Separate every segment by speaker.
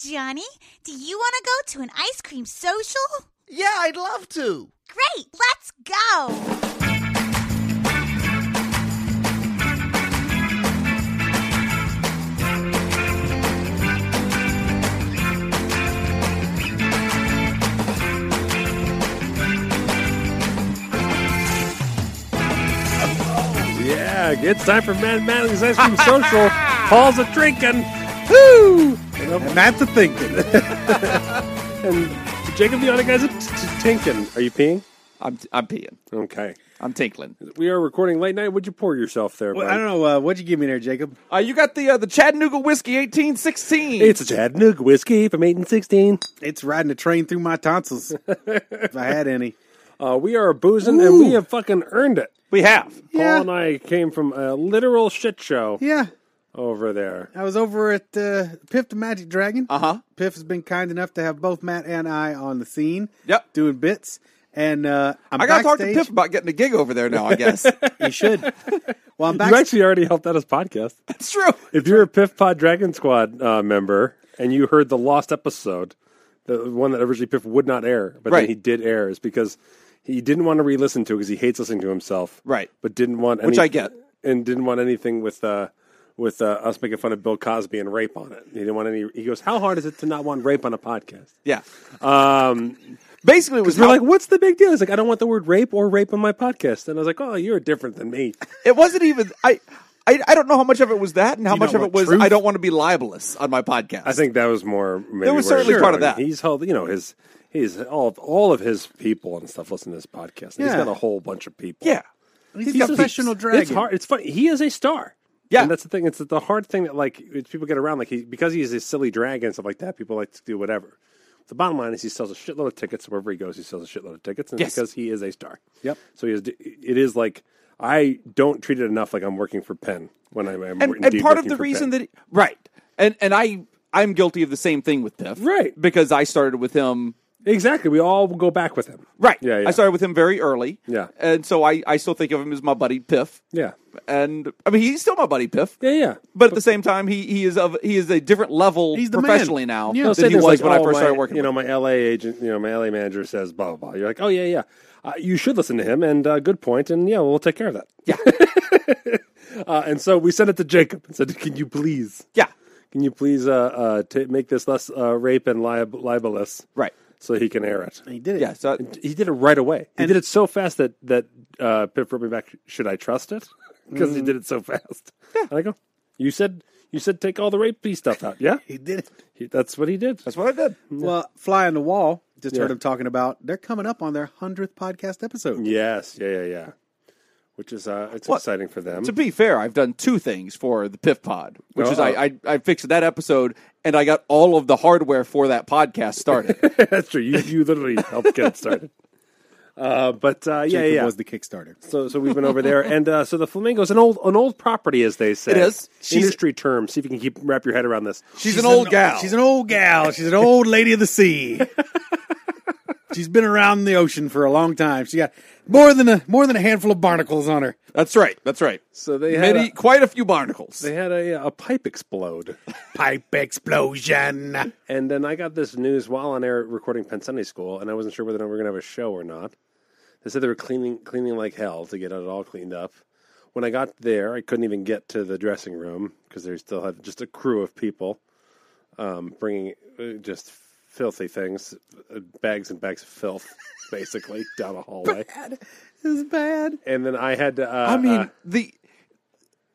Speaker 1: Johnny, do you want to go to an ice cream social?
Speaker 2: Yeah, I'd love to.
Speaker 1: Great, let's go.
Speaker 3: Yeah, it's time for Mad Madeline's Ice Cream Social. Paul's a drinking. Woo! And, I'm-
Speaker 4: And that's a thinking.
Speaker 3: and Jacob the other guy's a t- t- tinkin. Are you peeing?
Speaker 5: I'm I'm peeing.
Speaker 3: Okay.
Speaker 5: I'm tinkling.
Speaker 3: We are recording late night. Would you pour yourself there,
Speaker 4: Well,
Speaker 3: bud?
Speaker 4: I don't know. Uh, what'd you give me there, Jacob?
Speaker 5: Uh, you got the uh, the Chattanooga whiskey eighteen sixteen.
Speaker 3: It's a Chattanooga whiskey from 1816.
Speaker 4: It's riding a train through my tonsils. if I had any.
Speaker 3: Uh, we are boozing, and we have fucking earned it.
Speaker 5: we have.
Speaker 4: Yeah.
Speaker 3: Paul and I came from a literal shit show
Speaker 4: Yeah.
Speaker 3: over there.
Speaker 4: I was over at uh, Piff the Magic Dragon.
Speaker 5: Uh huh.
Speaker 4: Piff has been kind enough to have both Matt and I on the scene.
Speaker 5: Yep.
Speaker 4: Doing bits. And uh, I'm
Speaker 5: I got to talk to
Speaker 4: backstage.
Speaker 5: Piff about getting a gig over there now. I guess
Speaker 4: You should. Well, I'm
Speaker 3: You
Speaker 4: back.
Speaker 3: actually already helped out his podcast.
Speaker 5: it's true.
Speaker 3: If you're a Piff Pod Dragon Squad uh, member and you heard the lost episode, the one that originally Piff would not air, but then
Speaker 5: Right.
Speaker 3: he did air, is because he didn't want to re-listen to it because he hates listening to himself.
Speaker 5: Right.
Speaker 3: But didn't want
Speaker 5: Which I get.
Speaker 3: and didn't want anything with uh, with uh, us making fun of Bill Cosby and rape on it. He didn't want any. He goes, "How hard is it to not want rape on a podcast?"
Speaker 5: Yeah.
Speaker 3: Um,
Speaker 5: Basically, it was
Speaker 3: we're
Speaker 5: how-
Speaker 3: like, "What's the big deal?" He's like, "I don't want the word rape or rape on my podcast." And I was like, "Oh, you're different than me."
Speaker 5: it wasn't even I. I, I don't know how much of it was that, and how
Speaker 4: you
Speaker 5: much
Speaker 4: know
Speaker 5: of it
Speaker 4: what
Speaker 5: was
Speaker 4: truth-
Speaker 5: I don't want to be libelous on my podcast.
Speaker 3: I think that was more. Maybe
Speaker 5: was
Speaker 3: where
Speaker 5: certainly
Speaker 3: it's
Speaker 5: part of
Speaker 3: going.
Speaker 5: that.
Speaker 3: He's held, you know, his he's all of, all of his people and stuff listen to this podcast. He's
Speaker 4: Yeah.
Speaker 3: got a whole bunch of people.
Speaker 5: yeah,
Speaker 4: He's,
Speaker 5: got
Speaker 4: a professional
Speaker 5: beats.
Speaker 4: dragon.
Speaker 3: it's hard. It's funny. He is a star.
Speaker 5: Yeah.
Speaker 3: and that's the thing. It's the hard thing that like it's people get around. Like he because he's a silly dragon and stuff like that. People like to do whatever. The bottom line is he sells a shitload of tickets wherever he goes. He sells a shitload of tickets, and
Speaker 5: Yes.
Speaker 3: because he is a star.
Speaker 4: Yep.
Speaker 3: So he is. It is like I don't treat it enough. Like I'm working for Penn when I am.
Speaker 5: and, and part of the reason that right, and and I I'm guilty of the same thing with Piff,
Speaker 3: Right.
Speaker 5: Because I started with him
Speaker 3: exactly we all go back with him.
Speaker 5: Right.
Speaker 3: Yeah. yeah.
Speaker 5: I started with him very early.
Speaker 3: Yeah.
Speaker 5: And so I, I still think of him as my buddy Piff.
Speaker 3: Yeah.
Speaker 5: And I mean he's still my buddy Piff.
Speaker 3: Yeah. Yeah.
Speaker 5: But at the same time he, he is of he is a different level
Speaker 4: He's the man.
Speaker 5: professionally now
Speaker 4: Yeah.
Speaker 3: They'll say
Speaker 5: than he
Speaker 3: things
Speaker 5: was
Speaker 3: like,
Speaker 5: when I
Speaker 3: "Oh,
Speaker 5: first
Speaker 3: my-
Speaker 5: started working.
Speaker 3: You know,
Speaker 5: with
Speaker 3: my LA agent, you know, my LA manager says blah blah blah. You're like, oh yeah, yeah. Uh, you should listen to him, and uh, good point, and yeah, we'll take care of that.
Speaker 5: him. yeah.
Speaker 3: Uh, and so we sent it to Jacob and said, can you please,
Speaker 5: yeah.
Speaker 3: can you please uh, uh, t- make this less uh, rape and lib- libelous,
Speaker 5: Right.
Speaker 3: So he can air it.
Speaker 4: And he did it.
Speaker 5: Yeah. So
Speaker 3: He did it right away. He did it so fast that that uh, Pip wrote me back. Should I trust it? Because
Speaker 5: Mm.
Speaker 3: he did it so fast. And I go, you said you said take all the rapey stuff out. Yeah,
Speaker 4: He did it.
Speaker 3: He- that's what he did.
Speaker 5: that's what I did.
Speaker 3: Mm-hmm.
Speaker 4: Well, Fly on the Wall, just
Speaker 3: Yeah.
Speaker 4: heard him talking about, they're coming up on their 100th podcast episode.
Speaker 3: Yes, yeah, yeah, yeah. Which is uh, it's
Speaker 5: Well,
Speaker 3: exciting for them.
Speaker 5: To be fair, I've done two things for the Piff Pod, which is
Speaker 3: Uh-oh.
Speaker 5: I, I I fixed that episode and I got all of the hardware for that podcast started.
Speaker 3: That's true. You, you literally helped get it started. Uh, but uh, yeah,
Speaker 4: Jacob
Speaker 3: yeah.
Speaker 4: was the Kickstarter.
Speaker 3: so so we've been over there, and uh, so the flamingo's an old an old property, as they say.
Speaker 5: It is. She's-
Speaker 3: industry term. See if you can keep wrap your head around this.
Speaker 5: she's, an old gal.
Speaker 4: She's an old gal. She's an old lady of the sea. She's been around the ocean for a long time. She got more than a more than a handful of barnacles on her.
Speaker 5: that's right. That's right.
Speaker 3: So they had
Speaker 5: Many,
Speaker 3: a,
Speaker 5: quite a few barnacles.
Speaker 3: they had a, a pipe explode,
Speaker 4: Pipe explosion.
Speaker 3: and then I got this news while on air recording Penn Sunday School, and I wasn't sure whether or not we were going to have a show or not. They said they were cleaning cleaning like hell to get it all cleaned up. When I got there, I couldn't even get to the dressing room because they still had just a crew of people um, bringing uh, just filthy things, uh, bags and bags of filth, basically down the hallway.
Speaker 4: This is bad.
Speaker 3: And then I had to. Uh,
Speaker 5: I mean,
Speaker 3: uh,
Speaker 5: the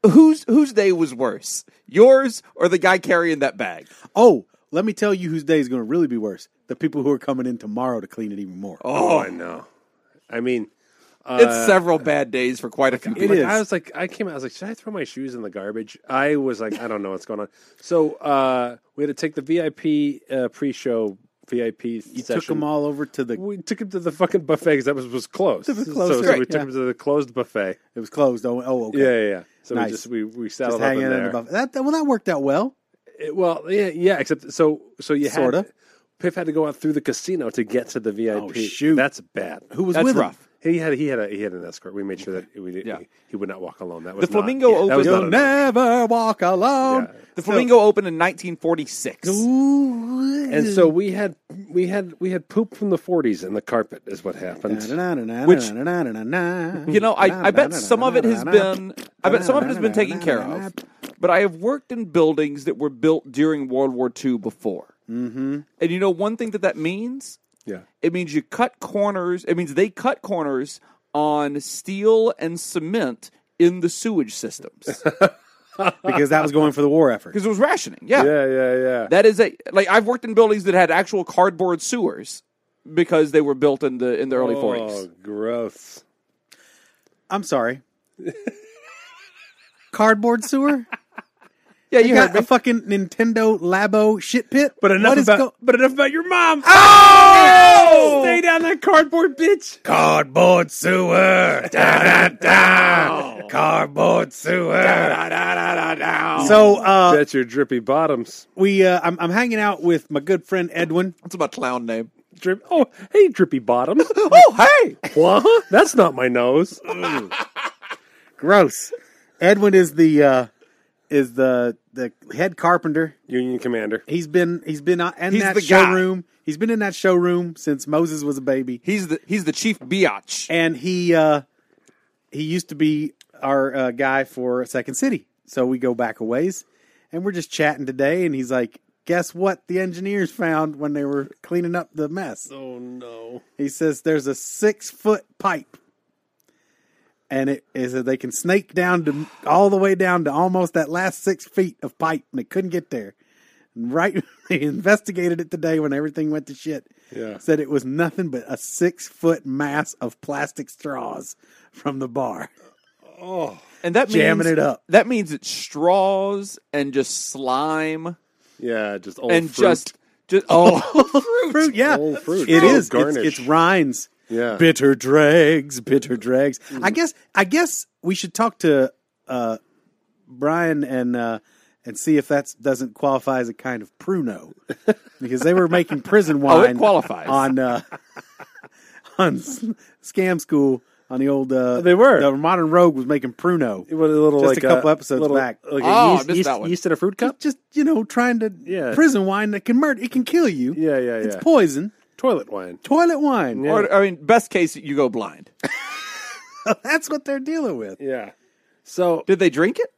Speaker 5: whose whose day was worse, yours or the guy carrying that bag?
Speaker 4: Oh, let me tell you whose day is going to really be worse. The people who are coming in tomorrow to clean it even more.
Speaker 3: oh, I know. I mean,
Speaker 5: it's several bad days for quite a few.
Speaker 3: It
Speaker 5: people.
Speaker 3: is.
Speaker 4: is.
Speaker 3: I was like, I came out. I was like, should I throw my shoes in the garbage? I was like, I don't know what's going on. So uh, we had to take the VIP uh, pre-show VIP. You session.
Speaker 4: Took them all over to the.
Speaker 3: We took him to the fucking buffet because that was was closed.
Speaker 4: was
Speaker 3: So-
Speaker 4: closed,
Speaker 3: so, we
Speaker 4: right,
Speaker 3: took
Speaker 4: yeah.
Speaker 3: him to the closed buffet.
Speaker 4: It was closed. Oh, oh okay.
Speaker 3: Yeah, yeah. yeah. So
Speaker 4: Nice.
Speaker 3: we just we we
Speaker 4: Just
Speaker 3: saddled up in
Speaker 4: hanging in, the
Speaker 3: there.
Speaker 4: buffet. That, that well, that worked out well.
Speaker 3: It- well, yeah, yeah. Except so so you had
Speaker 4: Sorta. Oh,
Speaker 3: Piff had to go out through the casino to get to the VIP.
Speaker 4: shoot.
Speaker 3: that's bad.
Speaker 4: Who was
Speaker 5: That's
Speaker 4: with
Speaker 5: rough.
Speaker 4: him?
Speaker 3: He had he had a he had an escort. We made sure that we did,
Speaker 5: Yeah.
Speaker 3: he, he would not walk alone. That was not-
Speaker 5: flamingo
Speaker 3: yeah, that was
Speaker 5: opened-
Speaker 3: not
Speaker 4: You'll
Speaker 3: an-
Speaker 4: never walk alone.
Speaker 3: Yeah.
Speaker 5: The Flamingo opened in 1946.
Speaker 4: Ooh.
Speaker 3: And so we had we had we had poop from the 40s in the carpet is what happened.
Speaker 4: Which,
Speaker 5: Which-
Speaker 4: you
Speaker 5: You know, I, I bet some of it has been I bet some of it has been taken care of. But I have worked in buildings that were built during World War II before. Mm-hmm. And you know one thing that that means?
Speaker 3: Yeah.
Speaker 5: It means you cut corners. It means they cut corners on steel and cement in the sewage systems
Speaker 4: because that was going for the war effort.
Speaker 5: because it was rationing. Yeah.
Speaker 3: Yeah, yeah, yeah.
Speaker 5: That is a like I've worked in buildings that had actual cardboard sewers because they were built in the in the early 40s.
Speaker 3: Oh, gross.
Speaker 4: I'm sorry. Cardboard sewer?
Speaker 5: Yeah, you,
Speaker 4: You
Speaker 5: heard
Speaker 4: got
Speaker 5: me.
Speaker 4: a fucking Nintendo Labo shit pit?
Speaker 3: But enough
Speaker 4: What is
Speaker 3: about
Speaker 4: go-
Speaker 3: but enough about your mom.
Speaker 4: Oh!
Speaker 3: Stay down that cardboard, bitch.
Speaker 4: Cardboard sewer. Da, da, da. Cardboard sewer. So uh,
Speaker 3: That's your drippy bottoms.
Speaker 4: we, uh, I'm, I'm hanging out with my good friend Edwin.
Speaker 5: That's my clown name.
Speaker 3: Drip. Oh, hey, drippy bottoms.
Speaker 5: Oh, hey!
Speaker 3: what? That's not my nose.
Speaker 4: Gross. Edwin is the uh, is the the head carpenter.
Speaker 3: Union commander.
Speaker 4: He's been he's been uh, in
Speaker 5: He's
Speaker 4: that
Speaker 5: the guy.
Speaker 4: showroom. He's been in that showroom since Moses was a baby,
Speaker 5: He's the he's the chief biatch.
Speaker 4: and he uh, he used to be our uh, guy for Second City. So we go back a ways, and we're just chatting today, and he's like. Guess what the engineers found when they were cleaning up the mess?
Speaker 3: Oh no.
Speaker 4: He says there's a six foot pipe, and it is that they can snake down to all the way down to almost that last six feet of pipe, and they couldn't get there. And right, they investigated it today when everything went to shit.
Speaker 3: Yeah.
Speaker 4: said it was nothing but a six foot mass of plastic straws from the bar.
Speaker 5: And that
Speaker 4: Jamming
Speaker 5: means,
Speaker 4: it up.
Speaker 5: That means it's straws and just slime
Speaker 3: Yeah, just old
Speaker 5: and
Speaker 3: fruit.
Speaker 5: just just oh fruit.
Speaker 4: Fruit, yeah,
Speaker 3: Old fruit.
Speaker 4: it
Speaker 3: Old
Speaker 4: is. It's,
Speaker 3: garnish.
Speaker 4: it's rinds.
Speaker 3: Yeah. Mm.
Speaker 4: bitter dregs, bitter dregs. I guess I guess we should talk to uh, Brian and uh, and see if that doesn't qualify as a kind of pruno because they were making prison
Speaker 5: Oh, it
Speaker 4: wine
Speaker 5: qualifies.
Speaker 4: on uh, on s- scam school on the old uh,
Speaker 3: They were.
Speaker 4: the modern rogue was making pruno
Speaker 3: It was a little
Speaker 4: Just
Speaker 3: like
Speaker 4: a couple episodes
Speaker 3: little-
Speaker 4: back.
Speaker 3: Like a
Speaker 5: Oh, I
Speaker 3: yeast,
Speaker 5: missed
Speaker 3: yeast,
Speaker 5: that one.
Speaker 3: yeast in a fruit cup.
Speaker 4: just you know trying to
Speaker 3: Yeah.
Speaker 4: prison wine that can murder it can kill you
Speaker 3: Yeah, yeah,
Speaker 4: it's
Speaker 3: yeah.
Speaker 4: poison
Speaker 3: Toilet wine.
Speaker 4: toilet wine
Speaker 5: Or I mean, best case you go blind.
Speaker 4: that's what they're dealing with
Speaker 3: Yeah. So
Speaker 5: Did they drink it?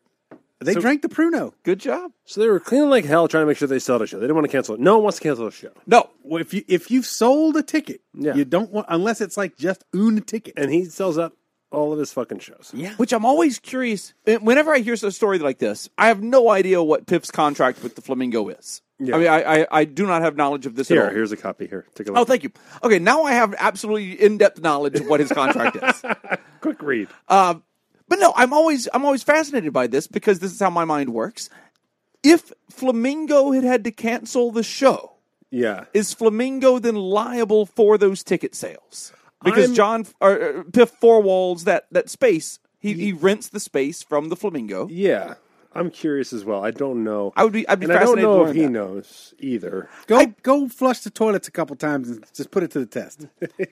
Speaker 4: they drank the pruno
Speaker 5: Good job.
Speaker 3: so they were cleaning like hell, trying to make sure they sell the show. They didn't want to cancel it. No one wants to cancel the show.
Speaker 5: No.
Speaker 4: Well, if you if you've sold a ticket,
Speaker 3: Yeah.
Speaker 4: you don't want unless it's like just un ticket.
Speaker 3: And he sells out all of his fucking shows. Yeah.
Speaker 5: Which I'm always curious. Whenever I hear a story like this, I have no idea what Pip's contract with the Flamingo is.
Speaker 3: Yeah.
Speaker 5: I mean, I, I, I do not have knowledge of this at
Speaker 3: Here,
Speaker 5: all.
Speaker 3: here's a copy. Here, take a
Speaker 5: Oh,
Speaker 3: look.
Speaker 5: thank you. Okay, now I have absolutely in-depth knowledge of what his contract is.
Speaker 3: Quick read.
Speaker 5: Um, but no, I'm always I'm always fascinated by this because this is how my mind works. If Flamingo had had to cancel the show,
Speaker 3: yeah.
Speaker 5: is Flamingo then liable for those ticket sales? Because
Speaker 3: I'm-
Speaker 5: John or, uh, Piff four walls that that space he, he rents the space from the Flamingo.
Speaker 3: Yeah. I'm curious as well. I don't know.
Speaker 5: I would be I'd be
Speaker 3: and I don't
Speaker 5: fascinated.
Speaker 3: know
Speaker 5: to
Speaker 3: if
Speaker 5: learn
Speaker 3: he
Speaker 5: that.
Speaker 3: knows either.
Speaker 4: go go flush the toilets a couple times and just put it to the test.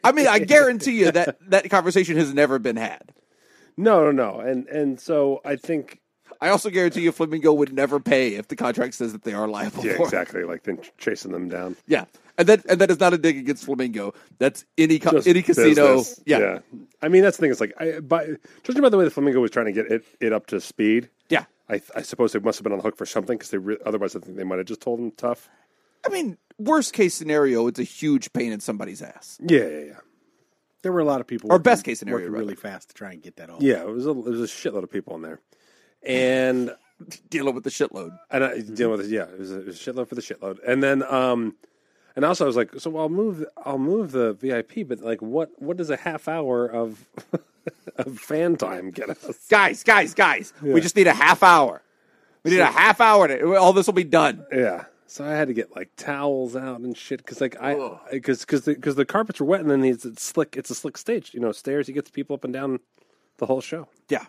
Speaker 5: I mean, I guarantee you that that conversation has never been had.
Speaker 3: No, no, no. And and so I think
Speaker 5: I also guarantee you Flamingo would never pay if the contract says that they are liable
Speaker 3: yeah,
Speaker 5: for it.
Speaker 3: exactly. Like then ch- chasing them down.
Speaker 5: Yeah, and that and that is not a dig against Flamingo. That's any co-
Speaker 3: Just
Speaker 5: any casino.
Speaker 3: business.
Speaker 5: Yeah. yeah,
Speaker 3: I mean, that's the thing. It's like, I, by, judging by the way the Flamingo was trying to get it, it up to speed, I, I suppose they must have been on the hook for something because they re- otherwise I think they might have just told them tough.
Speaker 5: I mean, worst case scenario, it's a huge pain in somebody's ass.
Speaker 3: Yeah, yeah, yeah.
Speaker 4: There were a lot of people.
Speaker 5: Or
Speaker 4: working-
Speaker 5: best case scenario,
Speaker 4: working
Speaker 5: rather.
Speaker 4: really fast to try and get that off.
Speaker 3: Yeah, it was a, it was a shitload of people in there, and
Speaker 5: Dealing with the shitload.
Speaker 3: and I
Speaker 4: Mm-hmm.
Speaker 3: dealing with it. Yeah, it was, a, it was a shitload for the shitload, and then um, and also I was like, so I'll move I'll move the VIP, but like, what what does a half hour of of fan time get us?
Speaker 5: Guys, guys, guys, we just need a half hour. We need a half hour. To, all this will be done.
Speaker 3: Yeah. So I had to get like towels out and shit because like I because because the, 'cause the carpets were wet and then it's, it's slick it's a slick stage you know stairs he gets people up and down the whole show
Speaker 5: Yeah.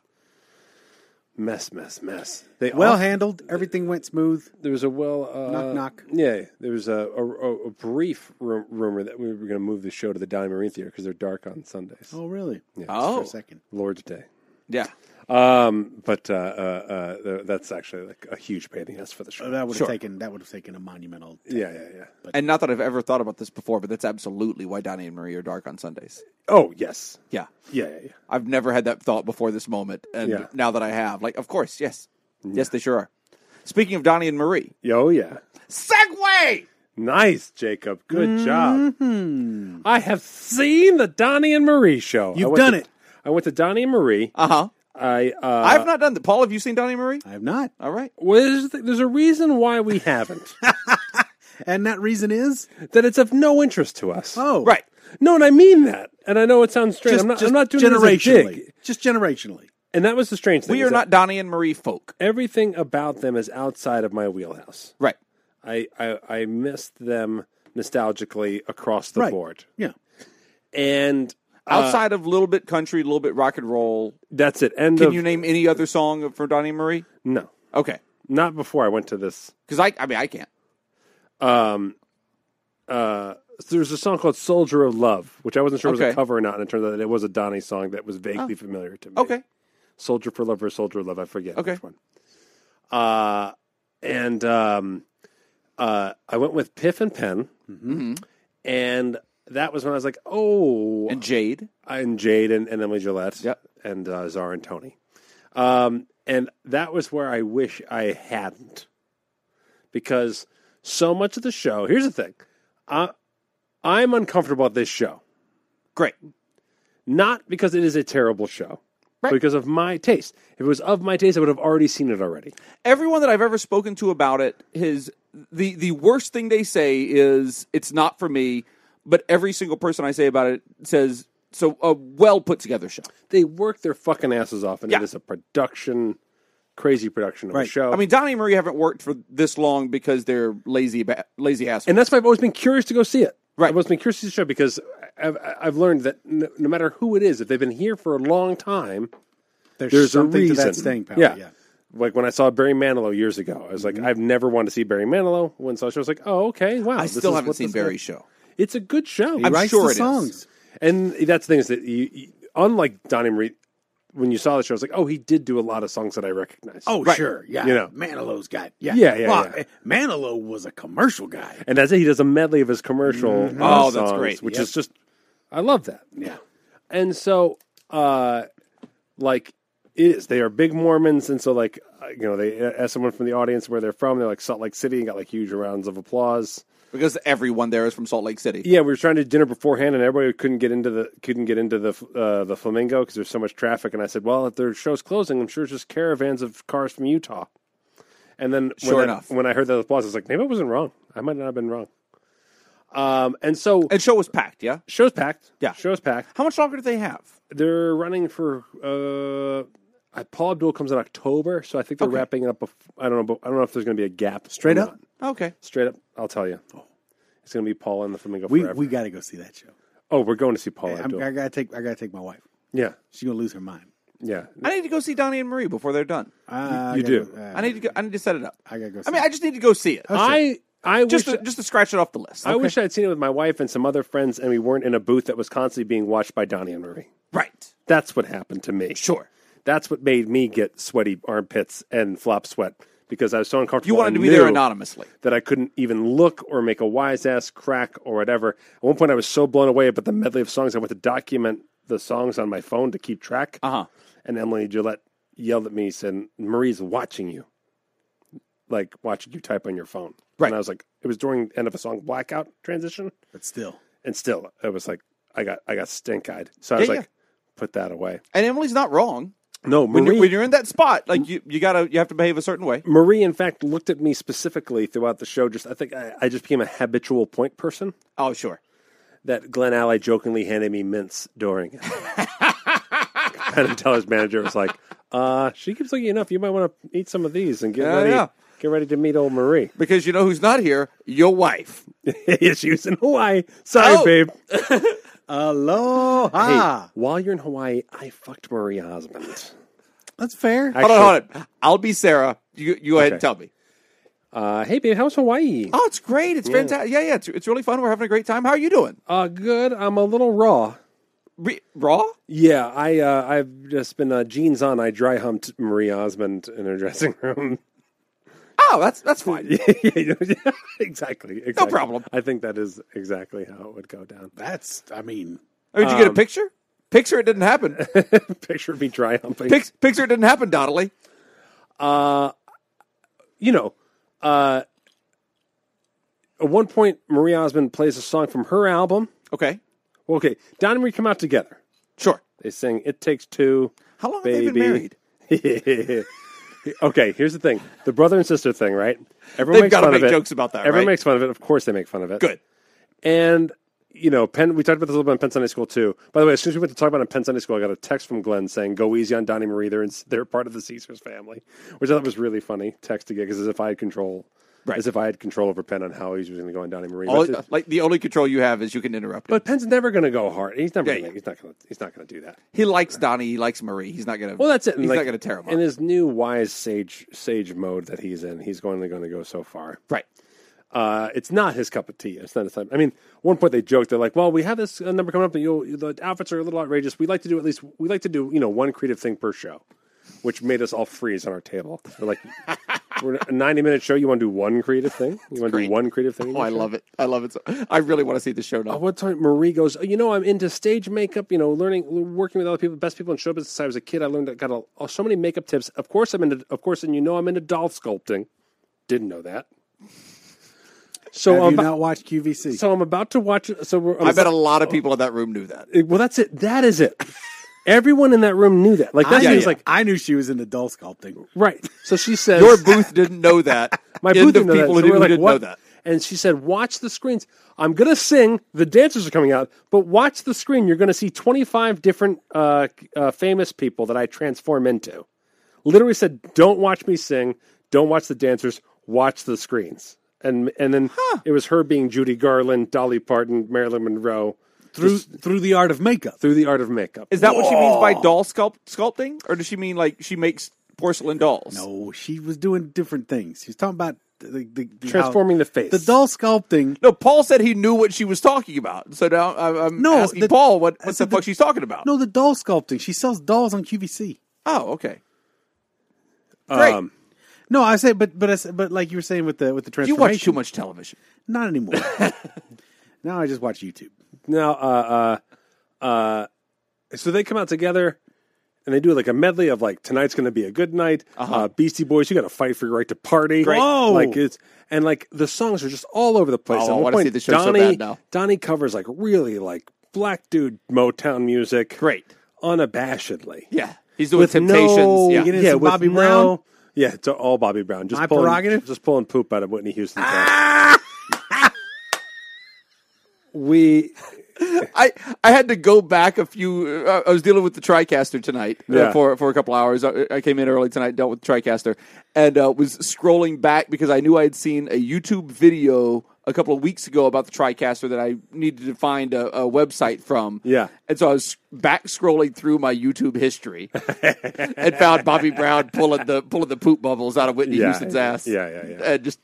Speaker 3: mess, mess, mess. They
Speaker 4: Well
Speaker 3: off-
Speaker 4: handled. Everything went smooth.
Speaker 3: there was a well uh,
Speaker 4: Knock, knock.
Speaker 3: Yeah, there was a, a, a- a brief ru- rumor that we were going to move the show to the Dime Marine Theater because they're dark on Sundays.
Speaker 4: Oh, really?
Speaker 3: Yeah,
Speaker 4: For
Speaker 5: Oh,
Speaker 4: a second.
Speaker 3: Lord's Day.
Speaker 5: yeah.
Speaker 3: Um, but uh, uh, uh, th- that's actually like a huge pain in the ass for the show.
Speaker 4: Oh, that would have
Speaker 5: Sure.
Speaker 4: taken that would have taken a monumental.
Speaker 3: yeah, yeah, yeah.
Speaker 5: And not that I've ever thought about this before, but that's absolutely why Donnie and Marie are dark on Sundays.
Speaker 3: Oh yes,
Speaker 5: Yeah.
Speaker 3: yeah, yeah, yeah.
Speaker 5: I've never had that thought before this moment. And
Speaker 3: Yeah.
Speaker 5: now that I have, like, of course, yes. Yes, they sure are. Speaking of Donnie and Marie,
Speaker 3: Yeah, Oh yeah.
Speaker 5: segue!
Speaker 3: Nice, Jacob. Good
Speaker 5: Mm-hmm.
Speaker 3: job. I have seen the Donnie and Marie show. I
Speaker 4: You've
Speaker 3: went
Speaker 4: done
Speaker 3: to-
Speaker 4: it.
Speaker 3: I went to Donnie and Marie.
Speaker 5: Uh huh.
Speaker 3: I uh,
Speaker 5: I've not done that. Paul, have you seen Donnie and Marie?
Speaker 4: I have not,
Speaker 5: All right.
Speaker 3: well, there's, there's a reason why we haven't.
Speaker 4: and that reason is
Speaker 3: that it's of no interest to us.
Speaker 4: oh
Speaker 5: Right.
Speaker 3: No, and I mean that. And I know it sounds strange. I'm, not, I'm not doing it as a
Speaker 4: generationally.
Speaker 3: dig.
Speaker 4: Just generationally.
Speaker 3: And that was the strange thing.
Speaker 5: We
Speaker 3: is
Speaker 5: are
Speaker 3: that
Speaker 5: not Donnie and Marie folk.
Speaker 3: Everything about them is outside of my wheelhouse.
Speaker 5: Right.
Speaker 3: I I, I missed them nostalgically across the
Speaker 4: Right.
Speaker 3: board.
Speaker 4: Yeah.
Speaker 3: And uh,
Speaker 5: Outside of little bit country, little bit rock and roll.
Speaker 3: that's it. End
Speaker 5: Can
Speaker 3: of
Speaker 5: you name any other song for Donnie and Marie?
Speaker 3: no,
Speaker 5: Okay.
Speaker 3: not before I went to this.
Speaker 5: Because I, I mean, I can't.
Speaker 3: Uh, there's a song called "Soldier of Love," which I wasn't sure was
Speaker 5: Okay. Oh.
Speaker 3: a cover or not, and it turns out that it was a Donnie song that was vaguely familiar to me.
Speaker 5: Okay.
Speaker 3: Soldier for Love or Soldier of Love. I forget
Speaker 5: Okay.
Speaker 3: which one. Uh, and um, uh, I went with Piff and Pen, and that was when I was like, oh,
Speaker 5: Mm-hmm. And Jade.
Speaker 3: and Jade and, and Emily Gillette,
Speaker 5: Yep.
Speaker 3: and uh, Zara and Tony. Um, and that was where I wish I hadn't, because so much of the show. Here's the thing, I, I'm uncomfortable at this show
Speaker 5: Great.
Speaker 3: not because it is a terrible show,
Speaker 5: Right.
Speaker 3: but because of my taste. If it was of my taste, I would have already seen it already.
Speaker 5: everyone that I've ever spoken to about it, his the the worst thing they say is it's not for me. But every single person I say about it says so a well put together show.
Speaker 3: They work their fucking asses off, and
Speaker 5: Yeah.
Speaker 3: it is a production, crazy production of a
Speaker 4: Right.
Speaker 3: show.
Speaker 5: I mean, Donnie and Marie haven't worked for this long because they're lazy ba- lazy ass.
Speaker 3: and that's why I've always been curious to go see it.
Speaker 5: Right.
Speaker 3: I've always been curious to see the show because I've, I've learned that no, no matter who it is, if they've been here for a long time,
Speaker 4: There's,
Speaker 3: there's
Speaker 4: something
Speaker 3: a reason.
Speaker 4: to that staying power.
Speaker 3: Yeah.
Speaker 4: yeah. Mm-hmm.
Speaker 3: Like when I saw Barry Manilow years ago, I was like, I've never wanted to see Barry Manilow. When I saw the show, I was like, oh, okay, wow.
Speaker 5: I
Speaker 3: this
Speaker 5: still
Speaker 3: is
Speaker 5: haven't
Speaker 3: what
Speaker 5: seen
Speaker 3: this
Speaker 5: Barry's
Speaker 3: is.
Speaker 5: show.
Speaker 3: It's a good show.
Speaker 4: He writes
Speaker 5: sure
Speaker 4: the
Speaker 5: it is.
Speaker 4: songs.
Speaker 3: And that's the thing is that you, you unlike Donnie Marie, when you saw the show, I was like, oh, he did do a lot of songs that I recognize.
Speaker 4: Oh, sure. Yeah.
Speaker 3: You know.
Speaker 4: Manilow's got. Yeah.
Speaker 3: Yeah, yeah, yeah.
Speaker 4: eh, Manilow was a commercial guy.
Speaker 3: and that's it. He does a medley of his commercial. uh,
Speaker 5: Oh, that's
Speaker 3: songs,
Speaker 5: great.
Speaker 3: Which
Speaker 4: Mm-hmm. Yep.
Speaker 3: is just, I love that.
Speaker 4: Yeah.
Speaker 3: And so, uh, like, it is. They are big Mormons, and so like, uh, you know, they ask someone from the audience where they're from. They're like Salt Lake City, and got like huge rounds of applause.
Speaker 5: Because everyone there is from Salt Lake City.
Speaker 3: Yeah, we were trying to do dinner beforehand, and everybody couldn't get into the couldn't get into the uh, the flamingo because there's so much traffic. And I said, "Well, if their show's closing, I'm sure it's just caravans of cars from Utah." And then,
Speaker 5: Sure
Speaker 3: when
Speaker 5: enough.
Speaker 3: I, when I heard that applause, I was like, "Maybe I wasn't wrong. I might not have been wrong." Um, and so
Speaker 5: And show was packed. Yeah.
Speaker 3: show's packed.
Speaker 5: Yeah.
Speaker 3: show's packed.
Speaker 5: How much longer do they have?
Speaker 3: They're running for uh, I- Paul Abdul comes in October, so I think they're
Speaker 5: Okay.
Speaker 3: wrapping it up. Bef- I don't know, but I don't know if there's going to be a gap. or
Speaker 4: Straight up?
Speaker 3: not.
Speaker 5: Okay.
Speaker 3: straight up. I'll tell you. It's going to be Paul and the flamingo.
Speaker 4: We
Speaker 3: forever.
Speaker 4: we got to go see that show.
Speaker 3: oh, we're going to see Paul
Speaker 4: I'm,
Speaker 3: Abdul.
Speaker 4: I gotta take I gotta take my wife.
Speaker 3: yeah.
Speaker 4: She's gonna lose her mind.
Speaker 3: Yeah.
Speaker 5: I need to go see Donnie and Marie before they're done.
Speaker 4: Uh,
Speaker 3: You- you
Speaker 4: I gotta
Speaker 3: do.
Speaker 4: Go, uh,
Speaker 5: I need to go, I need to set it up.
Speaker 4: I gotta go.
Speaker 5: I
Speaker 4: see
Speaker 5: mean,
Speaker 4: it.
Speaker 5: I just need to go see it.
Speaker 3: I I
Speaker 5: just
Speaker 3: wish
Speaker 5: to, just to scratch it off the list.
Speaker 3: I wish I'd seen it with my wife and some other friends, and we weren't in a booth that was constantly being watched by Donnie and Marie.
Speaker 5: Right.
Speaker 3: That's what happened to me.
Speaker 5: Sure.
Speaker 3: That's what made me get sweaty armpits and flop sweat because I was so uncomfortable.
Speaker 5: You wanted
Speaker 3: I
Speaker 5: to be there
Speaker 3: knew
Speaker 5: anonymously.
Speaker 3: That I couldn't even look or make a wise ass crack or whatever. At one point, I was so blown away about the medley of songs, I went to document the songs on my phone to keep track.
Speaker 5: Uh-huh.
Speaker 3: And Emily Gillette yelled at me, said, Marie's watching you, like watching you type on your phone.
Speaker 5: Right.
Speaker 3: And I was like, it was during the end of a song blackout transition.
Speaker 4: but still,
Speaker 3: And still, it was like, I got I got stink eyed. So I
Speaker 5: Yeah,
Speaker 3: was
Speaker 5: yeah.
Speaker 3: like, put that away.
Speaker 5: And Emily's not wrong.
Speaker 3: No, Marie,
Speaker 5: When you're, when you're in that spot, like you, you gotta you have to behave a certain way.
Speaker 3: Marie, in fact, looked at me specifically throughout the show. Just I think I, I just became a habitual point person
Speaker 5: Oh sure.
Speaker 3: that Glenn Alley jokingly handed me mints during it. and until his manager was like, uh, she keeps looking enough. You might want to eat some of these and get
Speaker 5: Yeah,
Speaker 3: ready.
Speaker 5: yeah.
Speaker 3: Get ready to meet old Marie.
Speaker 5: Because you know who's not here? Your wife.
Speaker 3: she was in Hawaii. Sorry,
Speaker 5: Oh. ah.
Speaker 3: babe.
Speaker 4: aloha.
Speaker 3: Hey, while you're in Hawaii, I fucked Marie Osmond.
Speaker 4: That's fair.
Speaker 5: Hold on, hold on. I'll be Sarah. You, you go ahead and
Speaker 3: Okay.
Speaker 5: tell me.
Speaker 3: Uh, hey, babe, how's Hawaii?
Speaker 5: Oh, it's great. It's fantastic. Yeah, yeah. It's, it's really fun. We're having a great time. How are you doing?
Speaker 3: Uh, good. I'm a little raw.
Speaker 5: Re- raw?
Speaker 3: Yeah, I uh, I've just been uh, jeans on. I dry humped Marie Osmond in her dressing room.
Speaker 5: Oh, that's that's fine.
Speaker 3: exactly, exactly.
Speaker 5: problem.
Speaker 3: I think that is exactly how it would go down.
Speaker 4: That's, I mean,
Speaker 5: Oh, Did you get a picture? Picture it didn't happen.
Speaker 3: Picture of me dry humping.
Speaker 5: Pic- picture it didn't happen, Donnelly.
Speaker 3: you know, uh, at one point, Marie Osmond plays a song from her album.
Speaker 5: Okay,
Speaker 3: Well, okay, Don and Marie come out together.
Speaker 5: sure.
Speaker 3: They sing "It Takes Two.
Speaker 5: How long
Speaker 3: baby.
Speaker 5: have they been married?
Speaker 3: okay, here's the thing: the brother and sister thing, right? Everyone
Speaker 5: They've
Speaker 3: makes
Speaker 5: gotta
Speaker 3: fun of
Speaker 5: make
Speaker 3: it.
Speaker 5: jokes about that,
Speaker 3: Everyone
Speaker 5: right?
Speaker 3: makes fun of it. Of course, they make fun of it.
Speaker 5: Good.
Speaker 3: And you know, Penn. We talked about this a little bit in Penn Sunday School too. By the way, as soon as we went to talk about it in Penn Sunday School, I got a text from Glenn saying, "Go easy on Donnie Marie. They're in, they're part of the Caesars family," which I thought was really funny text to get because as if I had control,
Speaker 5: Right.
Speaker 3: as if I had control over Penn on how easy was going to go on Donnie Marie.
Speaker 5: All,
Speaker 3: but, this-
Speaker 5: like the only control you have is you can interrupt. Him.
Speaker 3: but Penn's never going to go hard. He's never.
Speaker 5: Yeah,
Speaker 3: gonna,
Speaker 5: yeah.
Speaker 3: He's not going to. He's not going to do that.
Speaker 5: He likes Donnie. He likes Marie. He's not gonna.
Speaker 3: Well, that's it. And,
Speaker 5: He's
Speaker 3: like,
Speaker 5: not gonna tear him
Speaker 3: In
Speaker 5: up.
Speaker 3: his new wise sage sage mode that he's in, he's going to going to go so far.
Speaker 5: Right.
Speaker 3: Uh, it's not his cup of tea. It's not his time. I mean, at one point they joked, they're like, "Well, we have this uh, number coming up, and you'll, the outfits are a little outrageous. We like to do at least we like to do you know one creative thing per show," which made us all freeze on our table. We're like, "We're a ninety minute show. You want to do one creative thing? You want to do
Speaker 5: great.
Speaker 3: one creative thing? in
Speaker 5: Oh,
Speaker 3: your
Speaker 5: I
Speaker 3: show?"
Speaker 5: love it. I love it. So, I really want to see the show
Speaker 3: At
Speaker 5: now.
Speaker 3: one time, Marie goes, "Oh, "You know, I'm into stage makeup. You know, learning, working with other people, best people in show business. Since I was a kid, I learned, I got a, oh, so many makeup tips. Of course, I'm into, of course, and you know, I'm into doll sculpting. Didn't know that. So,
Speaker 4: have
Speaker 3: I'm
Speaker 4: you
Speaker 3: about,
Speaker 4: not watched QVC?
Speaker 3: so I'm about to watch. So, we're,
Speaker 5: I bet a lot of people in that room knew that.
Speaker 3: well, that's it. That is it. Everyone in that room knew that. Like that
Speaker 4: I,
Speaker 3: seems
Speaker 4: knew,
Speaker 3: like
Speaker 4: I knew she was into doll sculpting.
Speaker 3: right. So she says,
Speaker 5: Your booth didn't know that.
Speaker 3: My
Speaker 5: End
Speaker 3: booth
Speaker 5: of
Speaker 3: didn't know that.
Speaker 5: people
Speaker 3: So we were
Speaker 5: who didn't,
Speaker 3: like,
Speaker 5: didn't
Speaker 3: "What?"
Speaker 5: know that.
Speaker 3: And she said, "Watch the screens. I'm gonna sing. The dancers are coming out, but watch the screen. You're gonna see 25 different uh, uh, famous people that I transform into." Literally said, "Don't watch me sing. Don't watch the dancers. Watch the screens." And and then it was her being Judy Garland, Dolly Parton, Marilyn Monroe
Speaker 4: Through, through the art of makeup.
Speaker 3: through the art of makeup.
Speaker 5: Is that what she means by doll sculpt sculpting, or does she mean like she makes porcelain dolls?
Speaker 4: No, she was doing different things. She was talking about the, the, the
Speaker 3: Transforming
Speaker 4: how-
Speaker 3: the face.
Speaker 4: The doll sculpting.
Speaker 5: No, Paul said he knew what she was talking about. So now I'm, I'm
Speaker 4: No,
Speaker 5: asking
Speaker 4: the-
Speaker 5: Paul what,
Speaker 4: I
Speaker 5: what the
Speaker 4: said
Speaker 5: fuck
Speaker 4: the-
Speaker 5: she's talking about.
Speaker 4: No, the doll sculpting. She sells dolls on QVC.
Speaker 5: Oh, okay. Great.
Speaker 3: Um,
Speaker 4: No, I say, but but I said, but like you were saying with the with the
Speaker 5: you
Speaker 4: transformation.
Speaker 5: watch too much television.
Speaker 4: Not anymore. now I just watch YouTube.
Speaker 3: Now, uh, uh, uh, so they come out together and they do like a medley of like tonight's going to be a good night. uh Beastie Boys, you got to fight for your right to party.
Speaker 5: Uh-huh. Great.
Speaker 4: Whoa!
Speaker 3: Like it's and like the songs are just all over the place.
Speaker 5: Oh,
Speaker 3: At
Speaker 5: I
Speaker 3: one
Speaker 5: wanna
Speaker 3: point,
Speaker 5: see the show so
Speaker 3: Donnie,
Speaker 5: bad now.
Speaker 3: Donnie covers like really like black dude Motown music.
Speaker 5: Great.
Speaker 3: unabashedly.
Speaker 5: Yeah. He's doing Temptations.
Speaker 3: No,
Speaker 5: yeah.
Speaker 4: Get in some
Speaker 3: with
Speaker 4: Bobby
Speaker 3: no-
Speaker 4: Brown?
Speaker 3: Yeah, it's all Bobby Brown. Just
Speaker 4: My
Speaker 3: pulling,
Speaker 4: prerogative?
Speaker 3: Just pulling poop out of Whitney Houston. we
Speaker 5: I, I had to go back a few. Uh, I was dealing with the TriCaster tonight uh,
Speaker 3: Yeah.
Speaker 5: for for a couple hours. I, I came in early tonight, dealt with TriCaster, and uh, was scrolling back because I knew I had seen a YouTube video a couple of weeks ago about the TriCaster that I needed to find a, a website from.
Speaker 3: Yeah.
Speaker 5: and so I was back scrolling through my YouTube history and found Bobby Brown pulling the pulling the poop bubbles out of Whitney
Speaker 3: Yeah.
Speaker 5: Houston's ass.
Speaker 3: Yeah, yeah, yeah.
Speaker 5: and just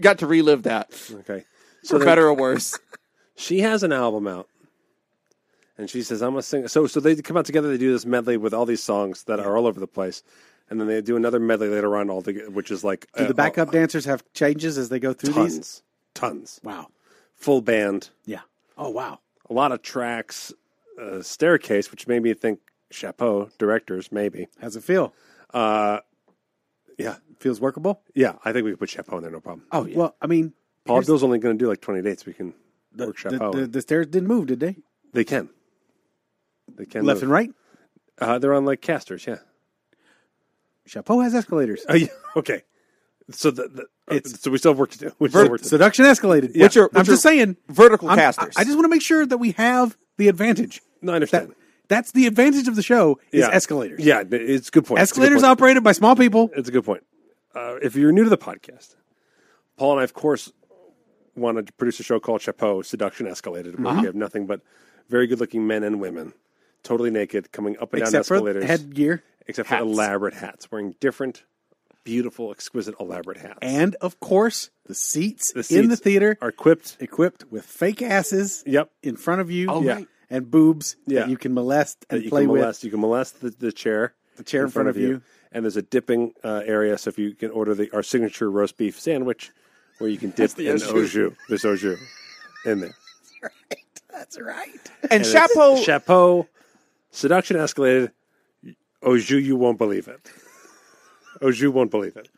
Speaker 5: got to relive that
Speaker 3: okay.
Speaker 5: for better or worse.
Speaker 3: she has an album out and she says i'm a singer so so they come out together they do this medley with all these songs that are all over the place and then they do another medley later on all toge- which is like
Speaker 4: Do
Speaker 3: uh,
Speaker 4: the backup dancers have changes as they go through
Speaker 3: tons
Speaker 4: these?
Speaker 3: tons
Speaker 4: Wow.
Speaker 3: full band
Speaker 4: Yeah. Oh wow.
Speaker 3: a lot of tracks uh, staircase which made me think chapeau directors maybe
Speaker 4: How's it feel?
Speaker 3: yeah
Speaker 4: Feels workable.
Speaker 3: yeah i think we could put chapeau in there no problem
Speaker 5: Oh yeah.
Speaker 4: Well, I mean,
Speaker 3: paul abdul's only going to do like 20 dates we can
Speaker 4: the,
Speaker 3: work chapeau
Speaker 4: the, the stairs didn't move, did they?
Speaker 3: they can they can
Speaker 4: Left and right.
Speaker 3: uh, they're on like casters yeah
Speaker 4: Chapeau has escalators.
Speaker 3: Oh, yeah. Okay. So the, the it's, so we still have work to do. We still have work to do.
Speaker 4: Seduction escalated.
Speaker 5: Which are-
Speaker 4: I'm
Speaker 5: which
Speaker 4: just
Speaker 5: are
Speaker 4: saying
Speaker 5: vertical
Speaker 4: I'm-
Speaker 5: casters.
Speaker 4: I, I just want to make sure that we have the advantage.
Speaker 3: No, I understand.
Speaker 4: That that's the advantage of the show is escalators.
Speaker 3: Yeah, it's a good point. It's a good
Speaker 4: Escalators
Speaker 3: point.
Speaker 4: operated by small people.
Speaker 3: It's a good point. Uh, if you're new to the podcast, Paul and I, of course, wanted to produce a show called Chapeau Seduction Escalated, where
Speaker 4: Uh-huh.
Speaker 3: we have nothing but very good-looking men and women, totally naked, coming up and down
Speaker 4: Except for
Speaker 3: escalators,
Speaker 4: headgear.
Speaker 3: except
Speaker 5: Hats.
Speaker 3: for elaborate hats, wearing different, beautiful, exquisite, elaborate hats.
Speaker 4: And of course, the seats,
Speaker 3: The
Speaker 4: in the
Speaker 3: seats
Speaker 4: theater
Speaker 3: are equipped.
Speaker 4: equipped with fake asses
Speaker 3: Yep.
Speaker 4: in front of you
Speaker 5: Oh,
Speaker 3: Yeah. right.
Speaker 4: and boobs
Speaker 3: Yeah.
Speaker 4: that you can molest
Speaker 3: that
Speaker 4: and
Speaker 3: you
Speaker 4: play
Speaker 3: can
Speaker 4: with.
Speaker 3: molest. You can molest the, the chair, the
Speaker 4: chair in front of you.
Speaker 3: and there's a dipping uh, area. So if you can order the our signature roast beef sandwich, where you can dip in
Speaker 5: au
Speaker 3: au jus. There's au jus in there.
Speaker 4: That's right.
Speaker 5: And,
Speaker 3: And it's
Speaker 5: chapeau.
Speaker 3: chapeau, seduction escalated. Au jus, you won't believe it. Au jus won't believe it.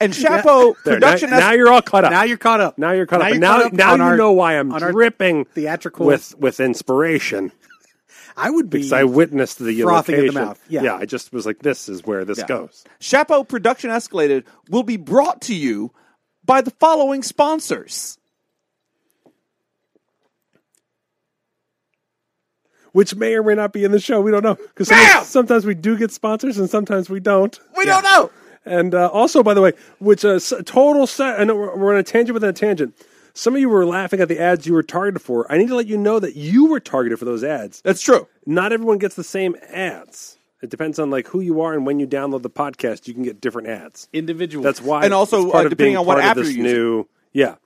Speaker 5: and chapeau.
Speaker 3: There, now,
Speaker 5: production.
Speaker 3: now you're all caught up.
Speaker 4: Now you're caught up.
Speaker 3: Now you're caught up.
Speaker 4: you're
Speaker 3: And now,
Speaker 4: caught up
Speaker 3: now
Speaker 4: on
Speaker 3: you
Speaker 4: our-
Speaker 3: know why I'm
Speaker 4: on our
Speaker 3: dripping
Speaker 4: theatrical-
Speaker 3: with with inspiration
Speaker 4: I would be.
Speaker 3: because I witnessed the
Speaker 4: Frothing at the
Speaker 3: location.
Speaker 4: mouth, yeah.
Speaker 3: I just was like, this is where this
Speaker 5: Yeah.
Speaker 3: goes.
Speaker 5: Chapeau Production Escalated will be brought to you by the following sponsors.
Speaker 3: which may or may not be in the show. We don't know because
Speaker 5: Bam!
Speaker 3: sometimes, sometimes we do get sponsors and sometimes we don't.
Speaker 5: We don't know.
Speaker 3: And uh, also, by the way, which uh, s- total set. I know we're, we're on a tangent within a tangent. Some of you were laughing at the ads you were targeted for. I need to let you know that you were targeted for those ads.
Speaker 5: That's true.
Speaker 3: Not everyone gets the same ads. It depends on like who you are and when you download the podcast, you can get different ads.
Speaker 4: individual.
Speaker 3: That's why,
Speaker 5: And also,
Speaker 3: it's part
Speaker 5: uh,
Speaker 3: of
Speaker 5: depending
Speaker 3: being
Speaker 5: on what
Speaker 3: part
Speaker 5: app
Speaker 3: of this
Speaker 5: you're using.
Speaker 3: new, yeah,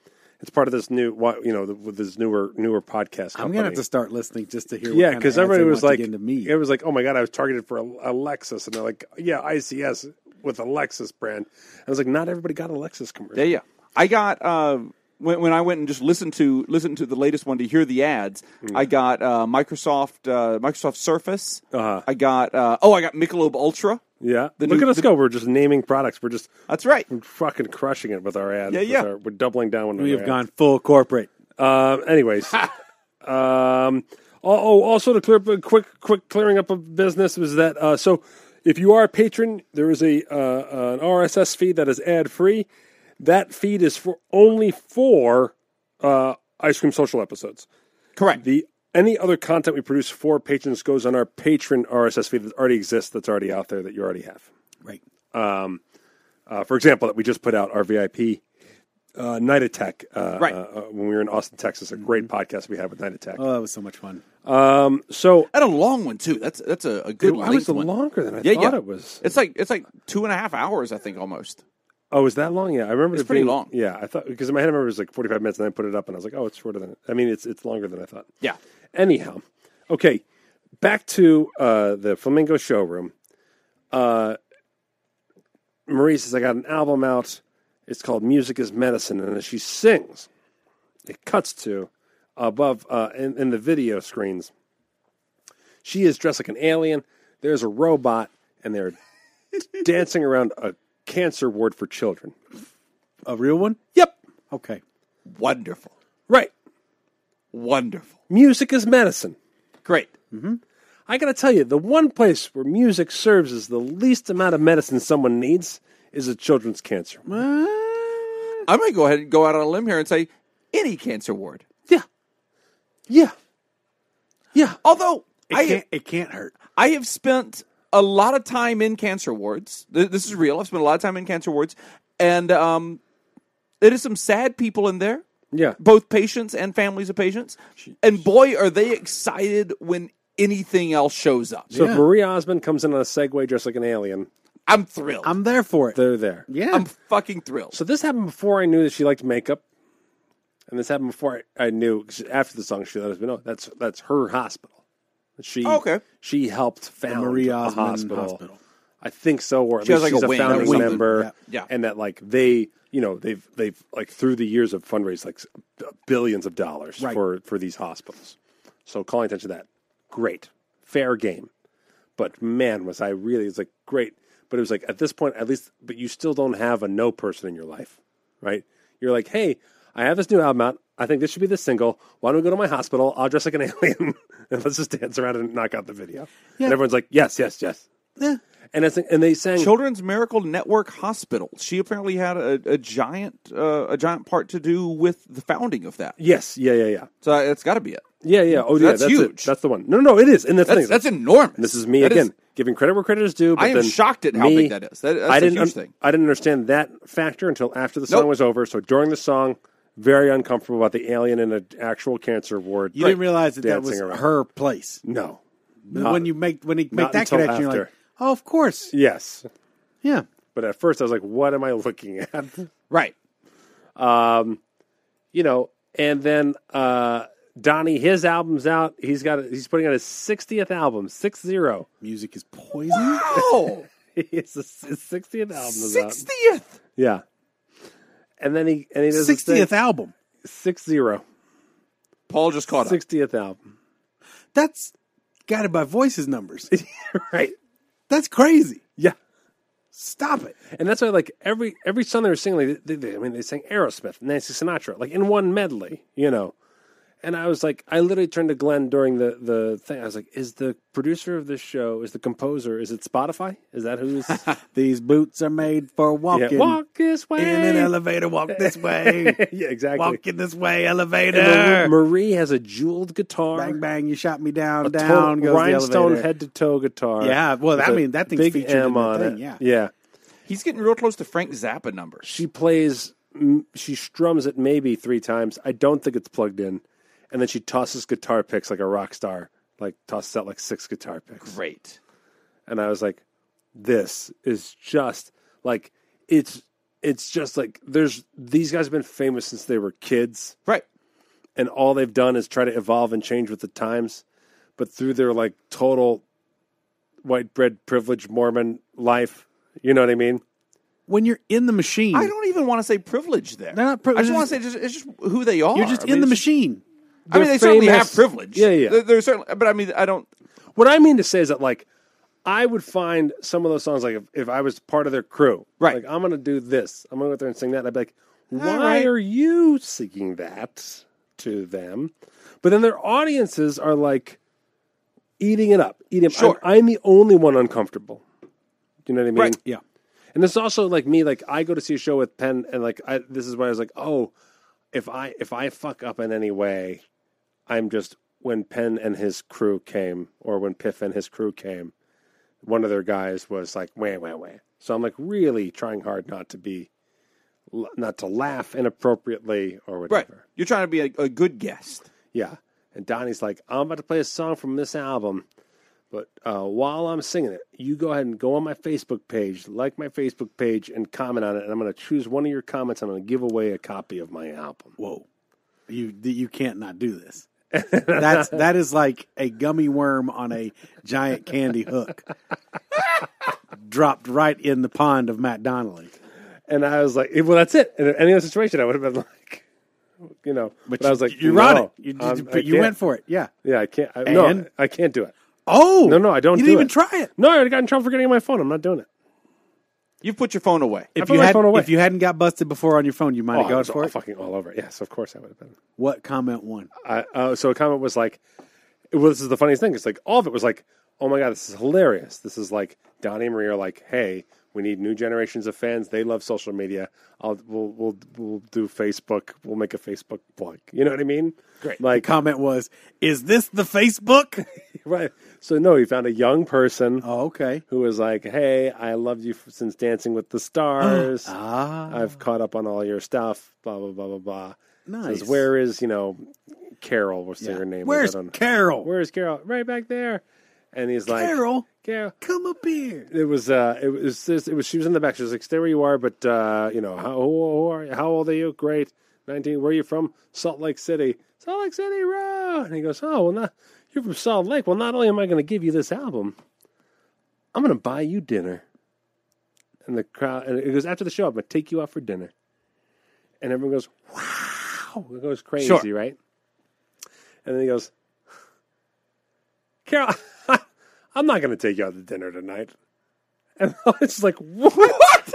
Speaker 3: it's part of this new, why- you know, the, with this newer, newer podcast.
Speaker 4: I'm gonna have to start listening just to hear.
Speaker 3: Yeah,
Speaker 4: what
Speaker 3: because
Speaker 4: kind of ads
Speaker 3: everybody
Speaker 4: they
Speaker 3: was
Speaker 4: want
Speaker 3: like,
Speaker 4: to get into me.
Speaker 3: it was like, oh my god, I was targeted for Al- Alexis, and they're like, yeah, ICS with Alexis brand. I was like, not everybody got Alexis commercial.
Speaker 5: Yeah, yeah. I got uh, when when I went and just listened to listened to the latest one to hear the ads.
Speaker 3: Mm.
Speaker 5: I got uh, Microsoft uh, Microsoft Surface.
Speaker 3: Uh-huh.
Speaker 5: I got uh, oh, I got Michelob Ultra.
Speaker 3: yeah.
Speaker 5: The
Speaker 3: Look
Speaker 5: new-
Speaker 3: at us
Speaker 5: the-
Speaker 3: go. We're just naming products. We're just
Speaker 5: That's right.
Speaker 3: fucking crushing it with our ads.
Speaker 5: Yeah,
Speaker 3: with
Speaker 5: yeah.
Speaker 3: our- we're doubling down. on
Speaker 4: we have
Speaker 3: our ads.
Speaker 4: gone full corporate.
Speaker 3: Um, anyways, um, oh, oh, also to clear up a quick, quick clearing up of business was that uh, so if you are a patron, there is a uh, an RSS feed that is ad free. That feed is for only for uh, ice cream social episodes.
Speaker 5: Correct.
Speaker 3: The any other content we produce for patrons goes on our patron RSS feed that already exists, that's already out there, that you already have.
Speaker 4: Right.
Speaker 3: Uh, for example, that we just put out our VIP uh, Night Attack uh,
Speaker 5: Right.
Speaker 3: uh, uh, when we were in Austin, Texas. A great podcast we had with Night Attack.
Speaker 4: Oh, that was so much fun.
Speaker 3: So
Speaker 5: and a long one too. That's that's a, a good
Speaker 3: It
Speaker 5: length
Speaker 3: was
Speaker 5: one.
Speaker 3: longer than I
Speaker 5: yeah,
Speaker 3: thought
Speaker 5: yeah.
Speaker 3: it was.
Speaker 5: It's like it's like two and a half hours, I think, almost.
Speaker 3: Oh, was that long? Yeah, I remember
Speaker 5: It's
Speaker 3: it
Speaker 5: pretty
Speaker 3: being-
Speaker 5: long.
Speaker 3: Yeah, I thought because in my head I remember it was like forty five minutes, and then I put it up, and I was like, oh, it's shorter than. I mean, it's it's longer than I thought.
Speaker 5: Yeah.
Speaker 3: Anyhow, okay, back to uh, the Flamingo showroom. Uh, Marie says, "I got an album out. It's called Music Is Medicine," and as she sings, it cuts to above uh, in, in the video screens. She is dressed like an alien. There's a robot, and they're dancing around a cancer ward for children.
Speaker 4: A real one?
Speaker 3: Yep,
Speaker 4: Okay.
Speaker 5: Wonderful,
Speaker 3: right.
Speaker 5: wonderful,
Speaker 3: Music is medicine.
Speaker 5: great.
Speaker 3: I gotta tell you, the one place where music serves as the least amount of medicine someone needs is a children's cancer.
Speaker 5: I might go ahead and go out on a limb here and say any cancer ward.
Speaker 3: Yeah. Yeah. Yeah.
Speaker 5: Although
Speaker 4: It
Speaker 5: I
Speaker 4: can't. It can't hurt.
Speaker 5: I have spent a lot of time in cancer wards. Th- This is real. I've spent a lot of time in cancer wards, and um, there is some sad people in there,
Speaker 3: Yeah.
Speaker 5: both patients and families of patients. And boy, are they excited when anything else shows up.
Speaker 3: So
Speaker 4: Yeah.
Speaker 3: if Marie Osmond comes in on a Segway dressed like an alien,
Speaker 5: I'm thrilled. I'm,
Speaker 4: I'm there for it.
Speaker 3: they're there.
Speaker 4: yeah.
Speaker 5: fucking thrilled.
Speaker 3: So this happened before I knew that she liked makeup. And this happened before I, I knew 'cause after the song she let us know that's that's her hospital. She
Speaker 5: Oh, okay.
Speaker 3: she helped found
Speaker 4: Marie
Speaker 3: a
Speaker 4: Osmond
Speaker 3: hospital.
Speaker 4: Hospital.
Speaker 3: I think so, or at
Speaker 5: She has,
Speaker 3: least
Speaker 5: like,
Speaker 3: she's
Speaker 5: a
Speaker 3: a,
Speaker 5: wing or
Speaker 3: founding
Speaker 5: something.
Speaker 3: member.
Speaker 4: Yeah.
Speaker 5: Yeah.
Speaker 3: and that like they, you know, they've they've like through the years of fundraise like s- b- billions of dollars
Speaker 4: Right.
Speaker 3: for for these hospitals. So calling attention to that, great, fair game. But man, was I really? It's like great, but it was like at this point, at least, but you still don't have a no person in your life, right? You're like, hey, I have this new album out. I think this should be the single. Why don't we go to my hospital? I'll dress like an alien and let's just dance around and knock out the video. And everyone's like, yes, yes, yes.
Speaker 4: Yeah.
Speaker 3: And it's, and they sang
Speaker 5: Children's Miracle Network Hospital. She apparently had a, a giant uh, a giant part to do with the founding of that.
Speaker 3: Yes, yeah, yeah, yeah,
Speaker 5: So that's got to be it.
Speaker 3: yeah, yeah. Oh,
Speaker 5: That's
Speaker 3: yeah, that's it.
Speaker 5: huge.
Speaker 3: That's the one. No, no, it is, and that's, the
Speaker 5: That's,
Speaker 3: thing.
Speaker 5: that's enormous.
Speaker 3: And this is me
Speaker 5: That
Speaker 3: again giving credit where credit is due. But
Speaker 5: I am
Speaker 3: then
Speaker 5: shocked at how
Speaker 3: me-
Speaker 5: big that is. That- that's
Speaker 3: I
Speaker 5: a
Speaker 3: didn't
Speaker 5: huge thing.
Speaker 3: I didn't understand that factor until after the song
Speaker 5: Nope.
Speaker 3: was over. So during the song, very uncomfortable about the alien in an actual cancer ward.
Speaker 4: You didn't realize that that
Speaker 3: Dancing
Speaker 4: was
Speaker 3: around.
Speaker 4: her place.
Speaker 3: No,
Speaker 4: when you make when you make
Speaker 3: Not
Speaker 4: that
Speaker 3: until
Speaker 4: connection, you're like,
Speaker 3: after.
Speaker 4: Oh, of course.
Speaker 3: Yes.
Speaker 4: Yeah.
Speaker 3: But at first, I was like, what am I looking at?
Speaker 5: Right.
Speaker 3: you know, and then uh, Donnie, his album's out. He's got he's putting out his 60th album, six zero.
Speaker 4: Music is poison.
Speaker 5: Oh,
Speaker 3: It's his his 60th album is out.
Speaker 5: 60th.
Speaker 3: Yeah. And then he and he does this thing-
Speaker 4: Sixtieth album.
Speaker 3: six zero.
Speaker 5: Paul just caught up.
Speaker 3: 60th album.
Speaker 4: That's guided by voices numbers.
Speaker 3: right.
Speaker 4: That's crazy.
Speaker 3: Yeah.
Speaker 4: Stop it.
Speaker 3: And that's why, like every every song they were singing, like, they, they, I mean, they sang Aerosmith, Nancy Sinatra, like in one medley, you know. And I was like, I literally turned to Glenn during the the thing. I was like, "Is the producer of this show? Is the composer? Is it Spotify? Is that who's
Speaker 4: These boots are made for
Speaker 3: yeah,
Speaker 4: walking.
Speaker 3: walk this way?"
Speaker 4: In an elevator, walk this way.
Speaker 3: yeah, exactly.
Speaker 4: Walking this way,
Speaker 3: And Marie-
Speaker 4: elevator.
Speaker 3: Marie has a jeweled guitar,
Speaker 4: Bang bang! You shot me down,
Speaker 3: a
Speaker 4: down
Speaker 3: to-
Speaker 4: goes the
Speaker 3: rhinestone
Speaker 4: elevator.
Speaker 3: head to toe guitar.
Speaker 4: Yeah, well,
Speaker 3: with
Speaker 4: I
Speaker 3: a
Speaker 4: mean, that thing's
Speaker 3: big
Speaker 4: featured in
Speaker 3: M
Speaker 4: the
Speaker 3: on
Speaker 4: thing,
Speaker 3: it.
Speaker 4: yeah.
Speaker 3: yeah.
Speaker 5: He's getting real close to Frank Zappa numbers.
Speaker 3: she plays m- she strums it maybe three times i don't think it's plugged in and then she tosses guitar picks like a rock star like tosses out like six guitar picks
Speaker 5: Great.
Speaker 3: and i was like this is just like it's it's just like there's these guys have been famous since they were kids
Speaker 5: Right.
Speaker 3: and all they've done is try to evolve and change with the times but through their like total white bread privileged mormon life you know what i mean
Speaker 4: When you're in the machine,
Speaker 3: Hmm.
Speaker 5: I don't even want to say privilege there.
Speaker 4: They're not pri-
Speaker 5: I just want to say just, it's just who they are.
Speaker 4: you're just
Speaker 5: I
Speaker 4: in
Speaker 5: mean,
Speaker 4: the
Speaker 5: it's-
Speaker 4: machine.
Speaker 5: I mean,
Speaker 3: They're
Speaker 5: they certainly have
Speaker 3: famous.
Speaker 5: privilege.
Speaker 3: Yeah, yeah.
Speaker 5: They're, they're certainly, but I mean, I don't.
Speaker 3: What I mean to say is that like I would find some of those songs like if, if I was part of their crew,
Speaker 5: Right.
Speaker 3: Like I'm gonna do this, I'm gonna go out there and sing that. And I'd be like, why
Speaker 4: right.
Speaker 3: are you singing that to them? But then their audiences are like eating it up, eating.
Speaker 5: Sure.
Speaker 3: I'm, I'm the only one uncomfortable. You know what I mean?
Speaker 5: Right.
Speaker 4: Yeah,
Speaker 3: And it's also like me, like I go to see a show with Penn, and like I, this is why I was like, oh, if I if I fuck up in any way, I'm just when Penn and his crew came, or when Piff and his crew came, one of their guys was like, wah wah wah. So I'm like really trying hard not to be, not to laugh inappropriately or
Speaker 5: Right.
Speaker 3: whatever.
Speaker 5: You're trying to be a, a good guest.
Speaker 3: Yeah. And Donnie's like, I'm about to play a song from this album, but uh, while I'm singing it, you go ahead and go on my Facebook page, like my Facebook page, and comment on it. And I'm going to choose one of your comments. I'm going to give away a copy of my album.
Speaker 4: whoa, you you can't not do this. That's that is like a gummy worm on a giant candy hook, dropped right in the pond of Matt Donnelly.
Speaker 3: And I was like, well, that's it. And in any other situation, I would have been like, you know, but, I was like,
Speaker 4: you're
Speaker 3: no,
Speaker 4: on it. You,
Speaker 3: I'm-
Speaker 4: you-
Speaker 3: I
Speaker 4: you went
Speaker 3: can't.
Speaker 4: for it. Yeah.
Speaker 3: Yeah, I can't. I, no,
Speaker 4: And?
Speaker 3: I can't do it.
Speaker 4: Oh
Speaker 3: No, no, I don't
Speaker 4: You
Speaker 3: do
Speaker 4: didn't even
Speaker 3: it.
Speaker 4: try it.
Speaker 3: No, I already got in trouble for getting on my phone. I'm not doing it.
Speaker 5: You've put your phone away.
Speaker 3: I
Speaker 4: If
Speaker 3: put
Speaker 4: you,
Speaker 3: my
Speaker 4: had,
Speaker 3: phone away.
Speaker 4: if you hadn't got busted before on your phone, you might
Speaker 3: Oh,
Speaker 4: have
Speaker 3: I
Speaker 4: gone
Speaker 3: was
Speaker 4: for
Speaker 3: all
Speaker 4: it.
Speaker 3: fucking all over it. Yes, of course I would have been.
Speaker 4: What comment won?
Speaker 3: I, uh, so a comment was like, well, this is the funniest thing. It's like all of it was like, oh my god, this is hilarious. This is like Donnie and Marie are like, hey, we need new generations of fans. They love social media. I'll we'll we'll, we'll do Facebook. We'll make a Facebook plug. You know what I mean? Great. Like
Speaker 4: Comment was, "Is this the Facebook?"
Speaker 3: right. So no, he found a young person
Speaker 4: oh, okay.
Speaker 3: who was like, hey, I loved you f- since Dancing with the Stars.
Speaker 4: Ah,
Speaker 3: I've caught up on all your stuff. Blah blah blah blah blah.
Speaker 4: nice.
Speaker 3: Says where is you know Carol? What's
Speaker 4: Yeah.
Speaker 3: her name? is, I
Speaker 4: Where's
Speaker 3: don't know.
Speaker 4: Carol?
Speaker 3: Where's Carol? Right back there. And he's like,
Speaker 4: Carol,
Speaker 3: Carol.
Speaker 4: come up here.
Speaker 3: It was, uh, it was, this, it was, she was in the back. She was like, stay where you are, but, uh, you know, how, who, who are you? How old are you? Great. 19. Where are you from? Salt Lake City. Salt Lake City Road. And he goes, oh, well, not, you're from Salt Lake. Well, not only am I going to give you this album, I'm going to buy you dinner. And the crowd, and it goes, after the show, I'm going to take you out for dinner. And everyone goes, wow. It goes crazy,
Speaker 5: Sure.
Speaker 3: right? And then he goes, Carol, I'm not going to take you out to dinner tonight. And I was just like, what?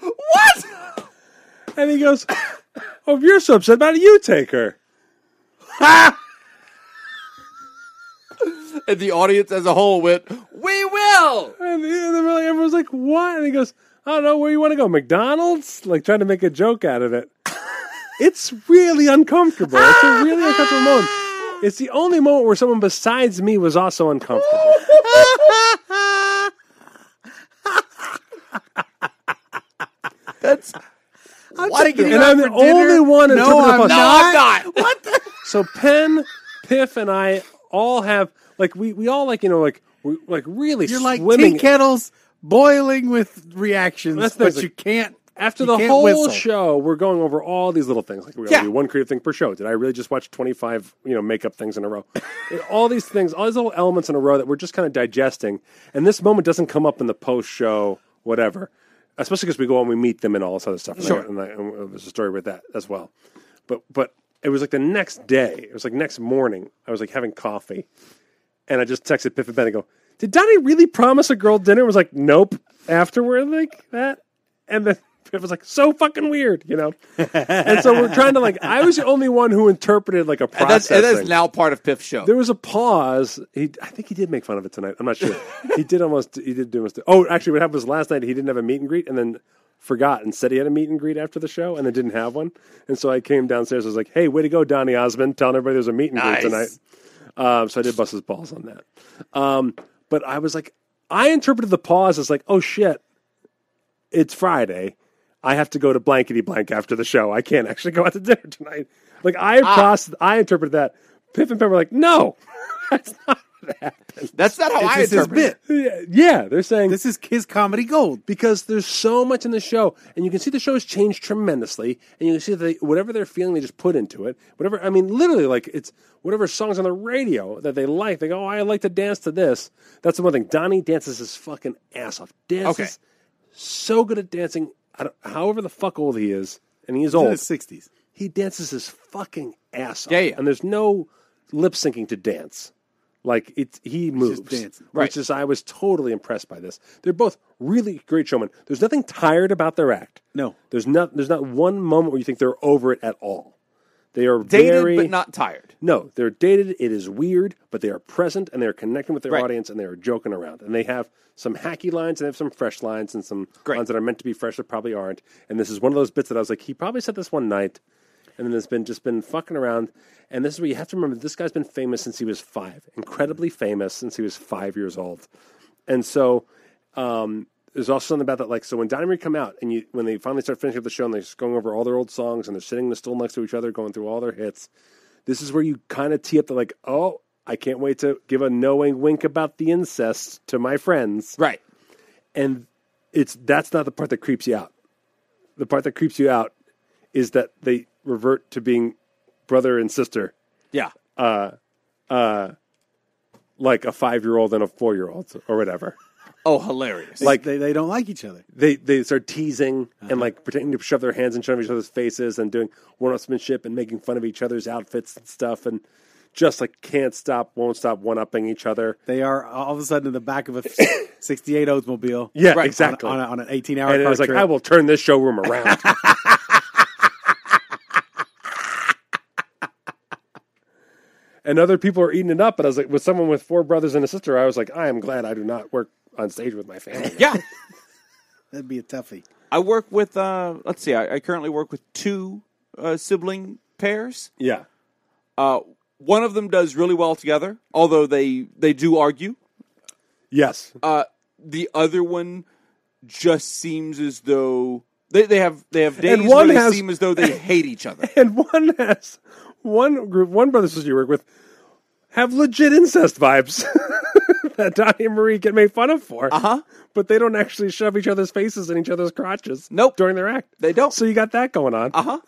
Speaker 5: What?
Speaker 3: And he goes, oh, if you're so upset about it, you take her.
Speaker 5: And the audience as a whole went, "We will."
Speaker 3: And, he- and then really everyone's like, what? And he goes, I don't know where you want to go, McDonald's? Like trying to make a joke out of it. it's really uncomfortable. It's a really uncomfortable moment. It's the only moment where someone besides me was also uncomfortable.
Speaker 5: That's
Speaker 4: What are
Speaker 3: And I'm the only one in
Speaker 4: No,
Speaker 3: terms of
Speaker 4: I'm
Speaker 3: us-
Speaker 5: no, I'm not.
Speaker 3: So Penn, Piff, and I all have like we we all like you know like we like really
Speaker 4: You're like
Speaker 3: swimming
Speaker 4: tea kettles boiling with reactions,
Speaker 3: That's-
Speaker 4: but
Speaker 3: there's a-
Speaker 4: you can't.
Speaker 3: After
Speaker 4: you
Speaker 3: the
Speaker 4: can't
Speaker 3: whole
Speaker 4: whistle.
Speaker 3: show, we're going over all these little things. Like we only
Speaker 5: Yeah.
Speaker 3: do one creative thing per show. Did I really just watch twenty five, you know, makeup things in a row? all these things, all these little elements in a row that we're just kind of digesting. And this moment doesn't come up in the post show, whatever. Especially because we go and we meet them and all this other stuff. And I-
Speaker 5: Sure.
Speaker 3: and, I, and there's a story with that as well. But but it was like the next day. It was like next morning. I was like having coffee, and I just texted Piff and Ben and go, "Did Donnie really promise a girl dinner?" I was like, "Nope." Afterward, like that, and then Piff was like, "So fucking weird," you know. and so we're trying to like. I was the only one who interpreted like a
Speaker 5: And that's,
Speaker 3: process.
Speaker 5: and that's
Speaker 3: thing.
Speaker 5: now part of Piff's show.
Speaker 3: there was a pause. He, I think he did make fun of it tonight. I'm not sure. he did almost. He did do almost. Oh, actually, what happened was last night he didn't have a meet and greet, and then forgot and said he had a meet and greet after the show, and then didn't have one. And so I came downstairs. I was like, "Hey, way to go, Donny Osmond, telling everybody there's a meet and
Speaker 5: Nice.
Speaker 3: greet tonight." Um, so I did bust his balls on that. Um, but I was like, I interpreted the pause as like, oh shit, it's Friday. I have to go to blankety blank after the show. I can't actually go out to dinner tonight. Like I processed, I interpreted that. Piff and Pepper were like, no.
Speaker 5: that's not how I
Speaker 4: This is his
Speaker 5: interpret it.
Speaker 4: bit.
Speaker 3: Yeah, yeah, they're saying
Speaker 4: This is his comedy gold.
Speaker 3: because there's so much in the show, and you can see the show's changed tremendously, and you can see that they, whatever they're feeling, they just put into it. Whatever, I mean, literally, like it's whatever songs on the radio that they like. They go, "Oh, I like to dance to this." That's the one thing. Donnie dances his fucking ass off. Dances
Speaker 5: Okay.
Speaker 3: so good at dancing. I don't, however the fuck old he is, and he is
Speaker 4: In
Speaker 3: old.
Speaker 4: his sixties.
Speaker 3: he dances his fucking ass off.
Speaker 5: Yeah, yeah.
Speaker 3: And there's no lip syncing to dance. Like it's he moves,
Speaker 4: dancing.
Speaker 5: Right.
Speaker 3: which is I was totally impressed by this. They're both really great showmen. There's nothing tired about their act.
Speaker 4: No.
Speaker 3: there's not. There's not one moment where you think they're over it at all. They are
Speaker 5: Dated
Speaker 3: very
Speaker 5: but not tired.
Speaker 3: no, they're dated. It is weird, but they are present and they are connecting with their
Speaker 5: Right.
Speaker 3: audience and they are joking around. And they have some hacky lines and they have some fresh lines and some
Speaker 5: Great.
Speaker 3: lines that are meant to be fresh that probably aren't. And this is one of those bits that I was like, he probably said this one night, and then has been just been fucking around. And this is where you have to remember this guy's been famous since he was five, incredibly famous since he was five years old. And so um, there's also something about that. Like, so when Dynamite come out and you, when they finally start finishing up the show and they're just going over all their old songs and they're sitting still next to each other, going through all their hits, this is where you kind of tee up the like, oh, I can't wait to give a knowing wink about the incest to my friends
Speaker 5: Right.
Speaker 3: and it's that's not the part that creeps you out. The part that creeps you out is that they revert to being brother and sister,
Speaker 5: Yeah.
Speaker 3: like a five year old and a four year old or whatever.
Speaker 5: Oh, hilarious.
Speaker 3: Like-
Speaker 4: they, they don't like each other.
Speaker 3: They they start teasing
Speaker 4: Uh-huh.
Speaker 3: and like pretending to shove their hands in front of each other's faces and doing one-upsmanship and making fun of each other's outfits and stuff and just like can't stop, won't stop one-upping each other.
Speaker 4: They are all of a sudden in the back of a '68 Oldsmobile.
Speaker 3: Yeah,
Speaker 5: Right.
Speaker 3: exactly.
Speaker 4: On, a, on an 18 hour
Speaker 3: and it
Speaker 4: car
Speaker 3: was like,
Speaker 4: trip.
Speaker 3: I will turn this showroom around. and other people are eating it up. But I was like, with someone with four brothers and a sister, I was like, I am glad I do not work on stage with my family.
Speaker 5: yeah.
Speaker 4: That'd be a toughie.
Speaker 5: I work with, uh, let's see, I, I currently work with two uh, sibling pairs.
Speaker 3: yeah.
Speaker 5: Uh, one of them does really well together, although they, they do argue.
Speaker 3: Yes.
Speaker 5: Uh, the other one just seems as though they, they have they have days
Speaker 3: one
Speaker 5: where they
Speaker 3: has-
Speaker 5: seem as though they hate each other.
Speaker 3: and one has one group, one brother and sister you work with have legit incest vibes that Donnie and Marie get made fun of for. Uh
Speaker 5: Uh-huh.
Speaker 3: But they don't actually shove each other's faces in each other's crotches.
Speaker 5: Nope.
Speaker 3: During their act.
Speaker 5: They don't.
Speaker 3: So you got that going on.
Speaker 5: Uh huh.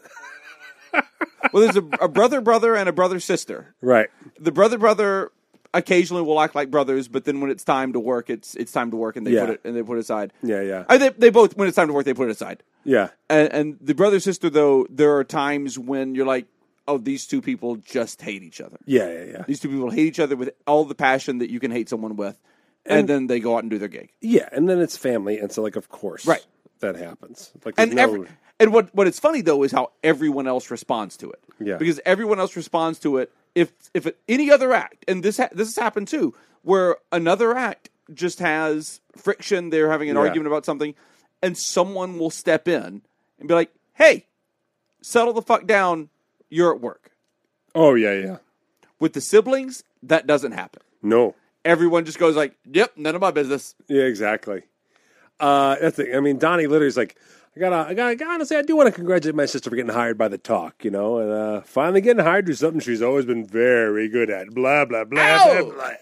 Speaker 5: well, there's a, a brother brother and a brother sister.
Speaker 3: Right.
Speaker 5: The brother brother occasionally will act like brothers, but then when it's time to work, it's it's time to work, and they
Speaker 3: Yeah.
Speaker 5: put it and they put it aside.
Speaker 3: Yeah, yeah.
Speaker 5: Uh, they they both when it's time to work, they put it aside.
Speaker 3: Yeah.
Speaker 5: And, and the brother sister though, there are times when you're like, oh, these two people just hate each other.
Speaker 3: Yeah, yeah, yeah.
Speaker 5: These two people hate each other with all the passion that you can hate someone with, and, then they go out and do their gig.
Speaker 3: Yeah, and then it's family, and so like of course,
Speaker 5: Right.
Speaker 3: That happens. Like
Speaker 5: And
Speaker 3: there's no,
Speaker 5: every, and what what is funny though is how everyone else responds to it.
Speaker 3: Yeah.
Speaker 5: Because everyone else responds to it. If if it- any other act, and this ha- this has happened too, where another act just has friction, they're having an
Speaker 3: Yeah.
Speaker 5: argument about something, and someone will step in and be like, "Hey, settle the fuck down. You're at work."
Speaker 3: oh yeah, yeah.
Speaker 5: With the siblings, that doesn't happen.
Speaker 3: No,
Speaker 5: Everyone just goes like, "Yep, none of my business."
Speaker 3: yeah, exactly. Uh, that's the, I mean, Donnie literally is like, I gotta, I gotta, honestly, I do want to congratulate my sister for getting hired by the talk, you know, and uh, finally getting hired to something she's always been very good at. Blah blah blah
Speaker 5: Ow!
Speaker 3: blah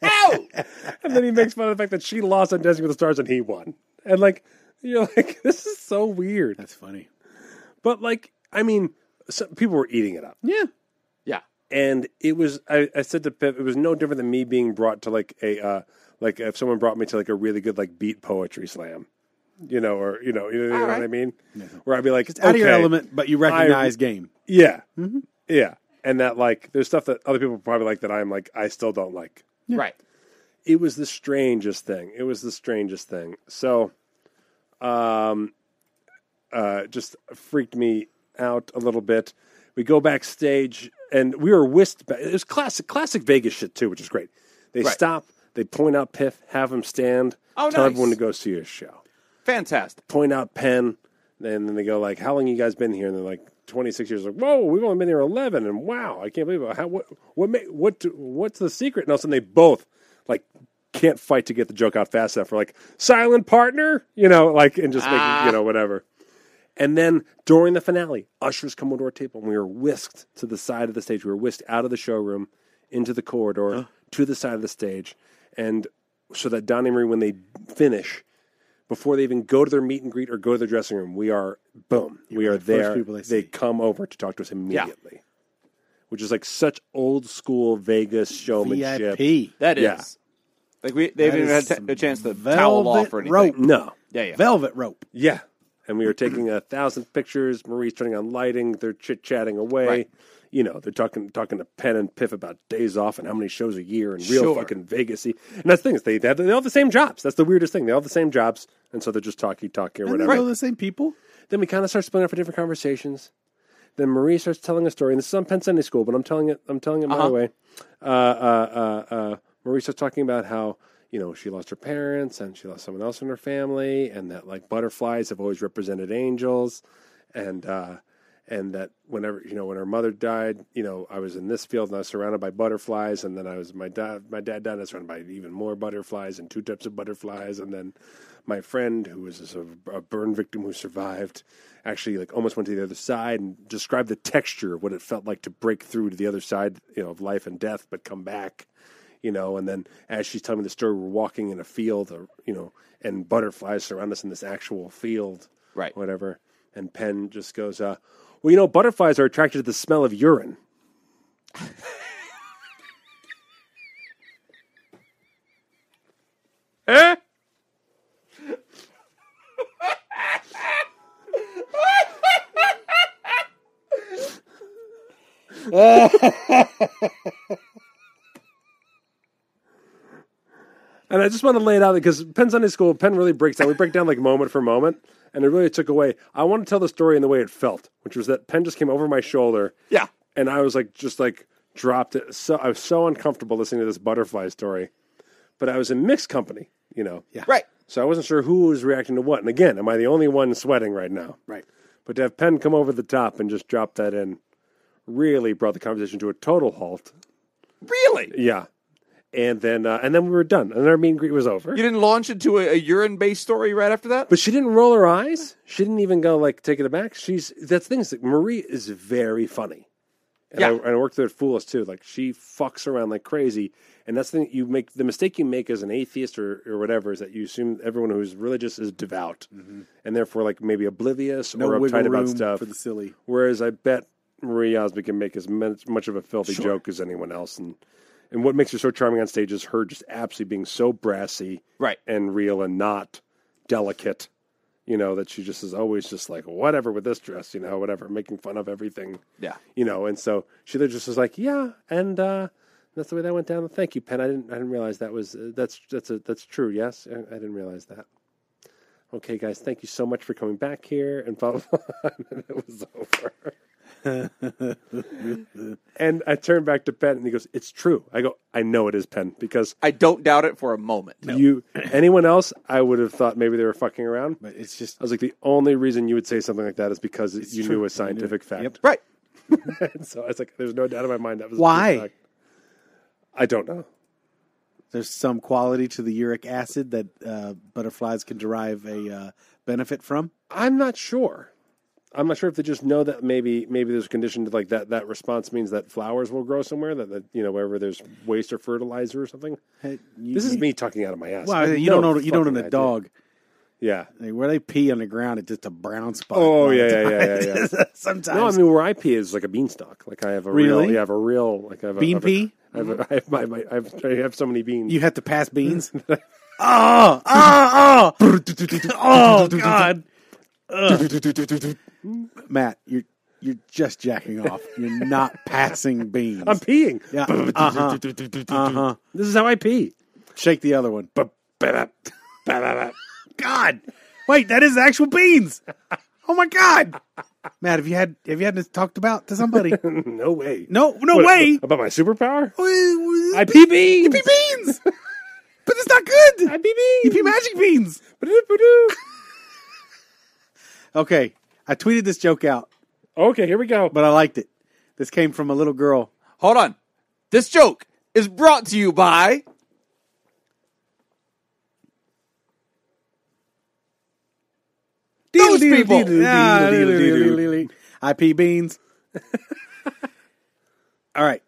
Speaker 3: blah. and then he makes fun of the fact that she lost on Dancing with the Stars and he won, and like you're like, this is so weird.
Speaker 4: That's funny.
Speaker 3: But like, I mean, some, people were eating it up,
Speaker 4: Yeah.
Speaker 5: Yeah.
Speaker 3: and it was. I, I said to Pip, it was no different than me being brought to like a uh, like if someone brought me to like a really good like beat poetry slam, you know, or you know, you know, you know what I mean, where I'd be like,
Speaker 4: It's out of your
Speaker 3: okay,
Speaker 4: element, Mm-hmm. but you recognize game.
Speaker 3: yeah, yeah, and that like there's stuff that other people probably like that I'm like I still don't like.
Speaker 5: Right.
Speaker 3: It was the strangest thing. It was the strangest thing. So, um, uh, just freaked me out a little bit. We go backstage, and we were whisked. Back. It was classic, classic Vegas shit too, which is great. They
Speaker 5: Right.
Speaker 3: stop, they point out Piff, have him stand,
Speaker 5: Oh,
Speaker 3: tell
Speaker 5: nice.
Speaker 3: everyone to go see his show
Speaker 5: Fantastic.
Speaker 3: point out Penn, and then they go like, "How long you guys been here?" And they're like, "26 years." Like, whoa, we've only been here 11, and wow, I can't believe it. How, what what ma- what do- what's the secret? And all of a sudden, they both like can't fight to get the joke out fast enough. For like silent partner, you know, like and just making you know whatever. And then during the finale, ushers come onto our table, and we were whisked to the side of the stage. We were whisked out of the showroom into the corridor to the side of the stage, and so that Donnie Marie, when they finish, before they even go to their meet and greet or go to their dressing room, we are boom, we are
Speaker 4: the first
Speaker 3: there.
Speaker 4: people they
Speaker 3: They,
Speaker 4: see.
Speaker 3: come over to talk to us immediately, which is like such old school Vegas showmanship.
Speaker 4: VIP.
Speaker 5: That is.
Speaker 3: Yeah.
Speaker 5: Like we, they haven't
Speaker 4: That
Speaker 5: even had
Speaker 4: is
Speaker 5: ta- a chance to
Speaker 4: velvet
Speaker 5: towel off or anything.
Speaker 4: rope.
Speaker 3: No,
Speaker 5: Yeah, yeah.
Speaker 4: Velvet rope.
Speaker 3: yeah, and we are taking a thousand pictures. Marie's turning on lighting. They're chit chatting away.
Speaker 5: Right.
Speaker 3: You know, they're talking talking to Penn and Piff about days off and how many shows a year and real
Speaker 5: Sure.
Speaker 3: fucking Vegas. And that's the thing is they they, have, they all have the same jobs. That's the weirdest thing. They all have the same jobs, and so they're just talky talky or
Speaker 4: And they're
Speaker 3: whatever.
Speaker 4: all the same people.
Speaker 3: Then we kind of start splitting up for different conversations. Then Marie starts telling a story, and this is on Penn Sunday School, but I'm telling it. I'm telling it my way. Uh, uh, uh, uh, Marie starts talking about how you know she lost her parents and she lost someone else in her family, and that like butterflies have always represented angels, and uh, and that whenever you know when her mother died, you know I was in this field and I was surrounded by butterflies, and then I was my dad my dad died, and I was surrounded by even more butterflies and two types of butterflies, and then my friend who was a, a burn victim who survived actually like almost went to the other side and described the texture of what it felt like to break through to the other side you know of life and death but come back you know and then as she's telling me the story we're walking in a field or, you know and butterflies surround us in this actual field
Speaker 5: Right.
Speaker 3: whatever and penn just goes uh, well you know butterflies are attracted to the smell of urine And I just want to lay it out because Penn Sunday School, Penn really breaks down. We break down like moment for moment, and it really took away. I want to tell the story in the way it felt, which was that Penn just came over my shoulder.
Speaker 5: Yeah.
Speaker 3: And I was like, just like dropped it. So I was so uncomfortable listening to this butterfly story, but I was in mixed company, you know. Yeah.
Speaker 5: Right.
Speaker 3: So I wasn't sure who was reacting to what. And again, am I the only one sweating right now?
Speaker 4: Right.
Speaker 3: But to have Penn come over the top and just drop that in really brought the conversation to a total halt.
Speaker 5: Really?
Speaker 3: Yeah. And then uh, and then we were done, and our meet and greet was over.
Speaker 5: You didn't launch into a, a urine-based story right after that?
Speaker 3: But she didn't roll her eyes. She didn't even go like take it aback. She's that's the thing is that Marie is very funny. And I,
Speaker 5: Yeah.
Speaker 3: and I worked there at Foolish too. Like she fucks around like crazy, and that's the thing you make. The mistake you make as an atheist or, or whatever is that you assume everyone who's religious is devout, and therefore like maybe oblivious
Speaker 4: Mm-hmm. No
Speaker 3: or
Speaker 4: wiggle
Speaker 3: uptight about
Speaker 4: room
Speaker 3: stuff.
Speaker 4: for the silly.
Speaker 3: Whereas I bet Marie Osmond can make as men- much of a filthy joke as anyone else, and and what makes her so charming on stage is her just absolutely being so brassy,
Speaker 5: Right.
Speaker 3: and real, and not delicate. You know that she just is always just like whatever with this dress, you know, whatever, making fun of everything.
Speaker 5: Yeah.
Speaker 3: you know, and so she just was like, yeah, and uh, that's the way that went down. Thank you, Penn. I didn't, I didn't realize that was uh, that's that's a, that's true. Yes, I, I didn't realize that. Okay, guys, thank you so much for coming back here and blah blah. blah. and it was over. and I turned back to Penn, and he goes, "It's true." I go, "I know it is Penn because
Speaker 5: I don't doubt it for a moment.
Speaker 3: you, anyone else, I would have thought maybe they were fucking around."
Speaker 4: But it's just
Speaker 3: I was like, "The only reason you would say something like that is because you knew a scientific fact."
Speaker 4: Yep.
Speaker 5: Right.
Speaker 3: And so I was like, "There's no doubt in my mind that was a
Speaker 4: Why?
Speaker 3: true fact." I don't know.
Speaker 4: there's some quality to the uric acid that uh, butterflies can derive a uh, benefit from?
Speaker 3: I'm not sure. I'm not sure if they just know that maybe maybe there's a condition to like that that response means that flowers will grow somewhere that, that you know wherever there's waste or fertilizer or something.
Speaker 4: Hey, you-
Speaker 3: This is me talking out of my ass. I
Speaker 4: Well,
Speaker 3: have
Speaker 4: you don't
Speaker 3: no
Speaker 4: know. You don't
Speaker 3: fucking
Speaker 4: know the
Speaker 3: idea.
Speaker 4: dog.
Speaker 3: Yeah.
Speaker 4: Like, where they pee on the ground, it's just a brown spot.
Speaker 3: Oh, yeah, yeah, yeah, yeah, yeah.
Speaker 4: Sometimes
Speaker 3: No, I mean where I pee is like a beanstalk. Like I have a real,
Speaker 4: Really?
Speaker 3: yeah, I have a real like I have a-
Speaker 4: Bean
Speaker 3: I have a-
Speaker 4: pea?
Speaker 3: I have, a, I, have my, my, I, have, I have so many beans.
Speaker 4: you have to pass beans. oh, oh, oh, oh, God, Ugh. Matt, you're you're just jacking off. You're not passing beans.
Speaker 3: I'm peeing.
Speaker 4: yeah, uh-huh, uh-huh.
Speaker 3: This is how I pee.
Speaker 4: Shake the other one. God, wait, that is actual beans. Oh my God, Matt, have you had have you had this talked about to somebody?
Speaker 3: no way.
Speaker 4: No, no
Speaker 3: What,
Speaker 4: way.
Speaker 3: About my superpower?
Speaker 4: I
Speaker 3: I pee beans.
Speaker 4: pee beans, but it's not good.
Speaker 3: I pee
Speaker 4: You
Speaker 3: beans.
Speaker 4: pee magic beans.
Speaker 3: Ba-da-da-ba-doo.
Speaker 4: Okay, I tweeted this joke out,
Speaker 3: okay, here we go.
Speaker 4: but I liked it. This came from a little girl.
Speaker 5: Hold on. This joke is brought to you by. Those people.
Speaker 4: I pee beans. All right.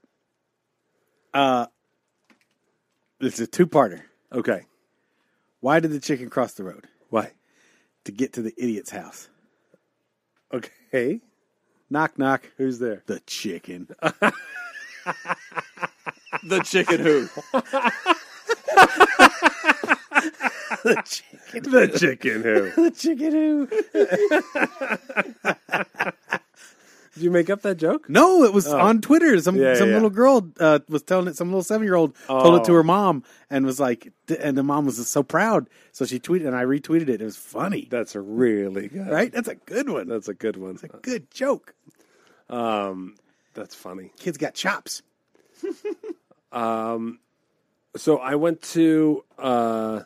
Speaker 4: Uh, it's a two-parter.
Speaker 3: Okay.
Speaker 4: Why did the chicken cross the road
Speaker 3: Why?
Speaker 4: to get to the idiot's house?
Speaker 3: Okay.
Speaker 4: Knock, knock.
Speaker 3: Who's there?
Speaker 4: The chicken.
Speaker 5: The chicken who?
Speaker 3: The chicken who.
Speaker 4: the chicken who?
Speaker 3: Did you make up that joke?
Speaker 4: No, it was on Twitter. Some
Speaker 3: Yeah,
Speaker 4: some
Speaker 3: yeah.
Speaker 4: little girl uh, was telling it. Some little seven year old told it to
Speaker 3: Oh.
Speaker 4: her mom and was like, and the mom was just so proud. So she tweeted and I retweeted it. It was funny,
Speaker 3: That's a really good.
Speaker 4: right? That's a good one. That's
Speaker 3: That's a good one.
Speaker 4: a good joke.
Speaker 3: That's funny.
Speaker 4: Kids got chops.
Speaker 3: So I went to uh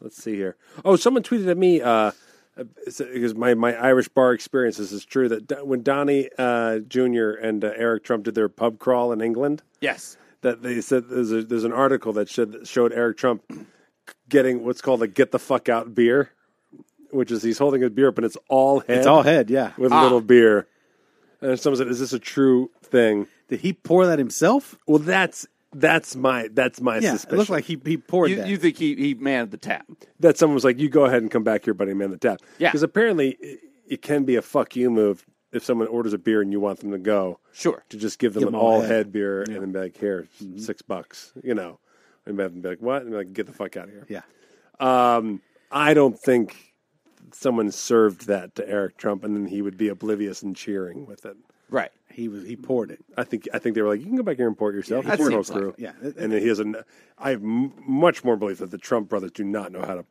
Speaker 3: let's see here. Oh, someone tweeted at me uh because my, my Irish bar experience this is true that Don- when Donnie uh, Jr. and uh, Eric Trump did their pub crawl in England,
Speaker 5: Yes.
Speaker 3: that they said there's a, there's an article that showed, showed Eric Trump getting what's called a get the fuck out beer, which is he's holding a beer up and it's all head,
Speaker 4: It's all head. Yeah.
Speaker 3: with a little beer. And someone said, "Is this a true thing?"
Speaker 4: Did he pour that himself?
Speaker 3: Well, that's that's my that's my
Speaker 4: Yeah.
Speaker 3: suspicion.
Speaker 4: It looked like he he poured
Speaker 5: You,
Speaker 4: that.
Speaker 5: you think he, he manned the tap?
Speaker 3: that someone was like, "You go ahead and come back here, buddy, man." The tap,
Speaker 5: Yeah.
Speaker 3: because apparently it, it can be a fuck you move if someone orders a beer and you want them to go
Speaker 5: Sure.
Speaker 3: to just give them
Speaker 4: Give
Speaker 3: an
Speaker 4: them all Mm-hmm.
Speaker 3: all
Speaker 4: head.
Speaker 3: head, beer and then be like, "Here, six bucks," you know, and have them be like, "What?" and be like, "Get the fuck out of here."
Speaker 4: yeah.
Speaker 3: Um, I don't think someone served that to Eric Trump, and then he would be oblivious and cheering with it.
Speaker 5: Right.
Speaker 4: He was he poured it.
Speaker 3: I think I think they were like, "You can go back here and port yourself."
Speaker 5: that
Speaker 3: It's no
Speaker 5: seems like
Speaker 3: crew."
Speaker 4: it. Yeah.
Speaker 3: and then he has an. I have m- much more belief that the Trump brothers do not know how to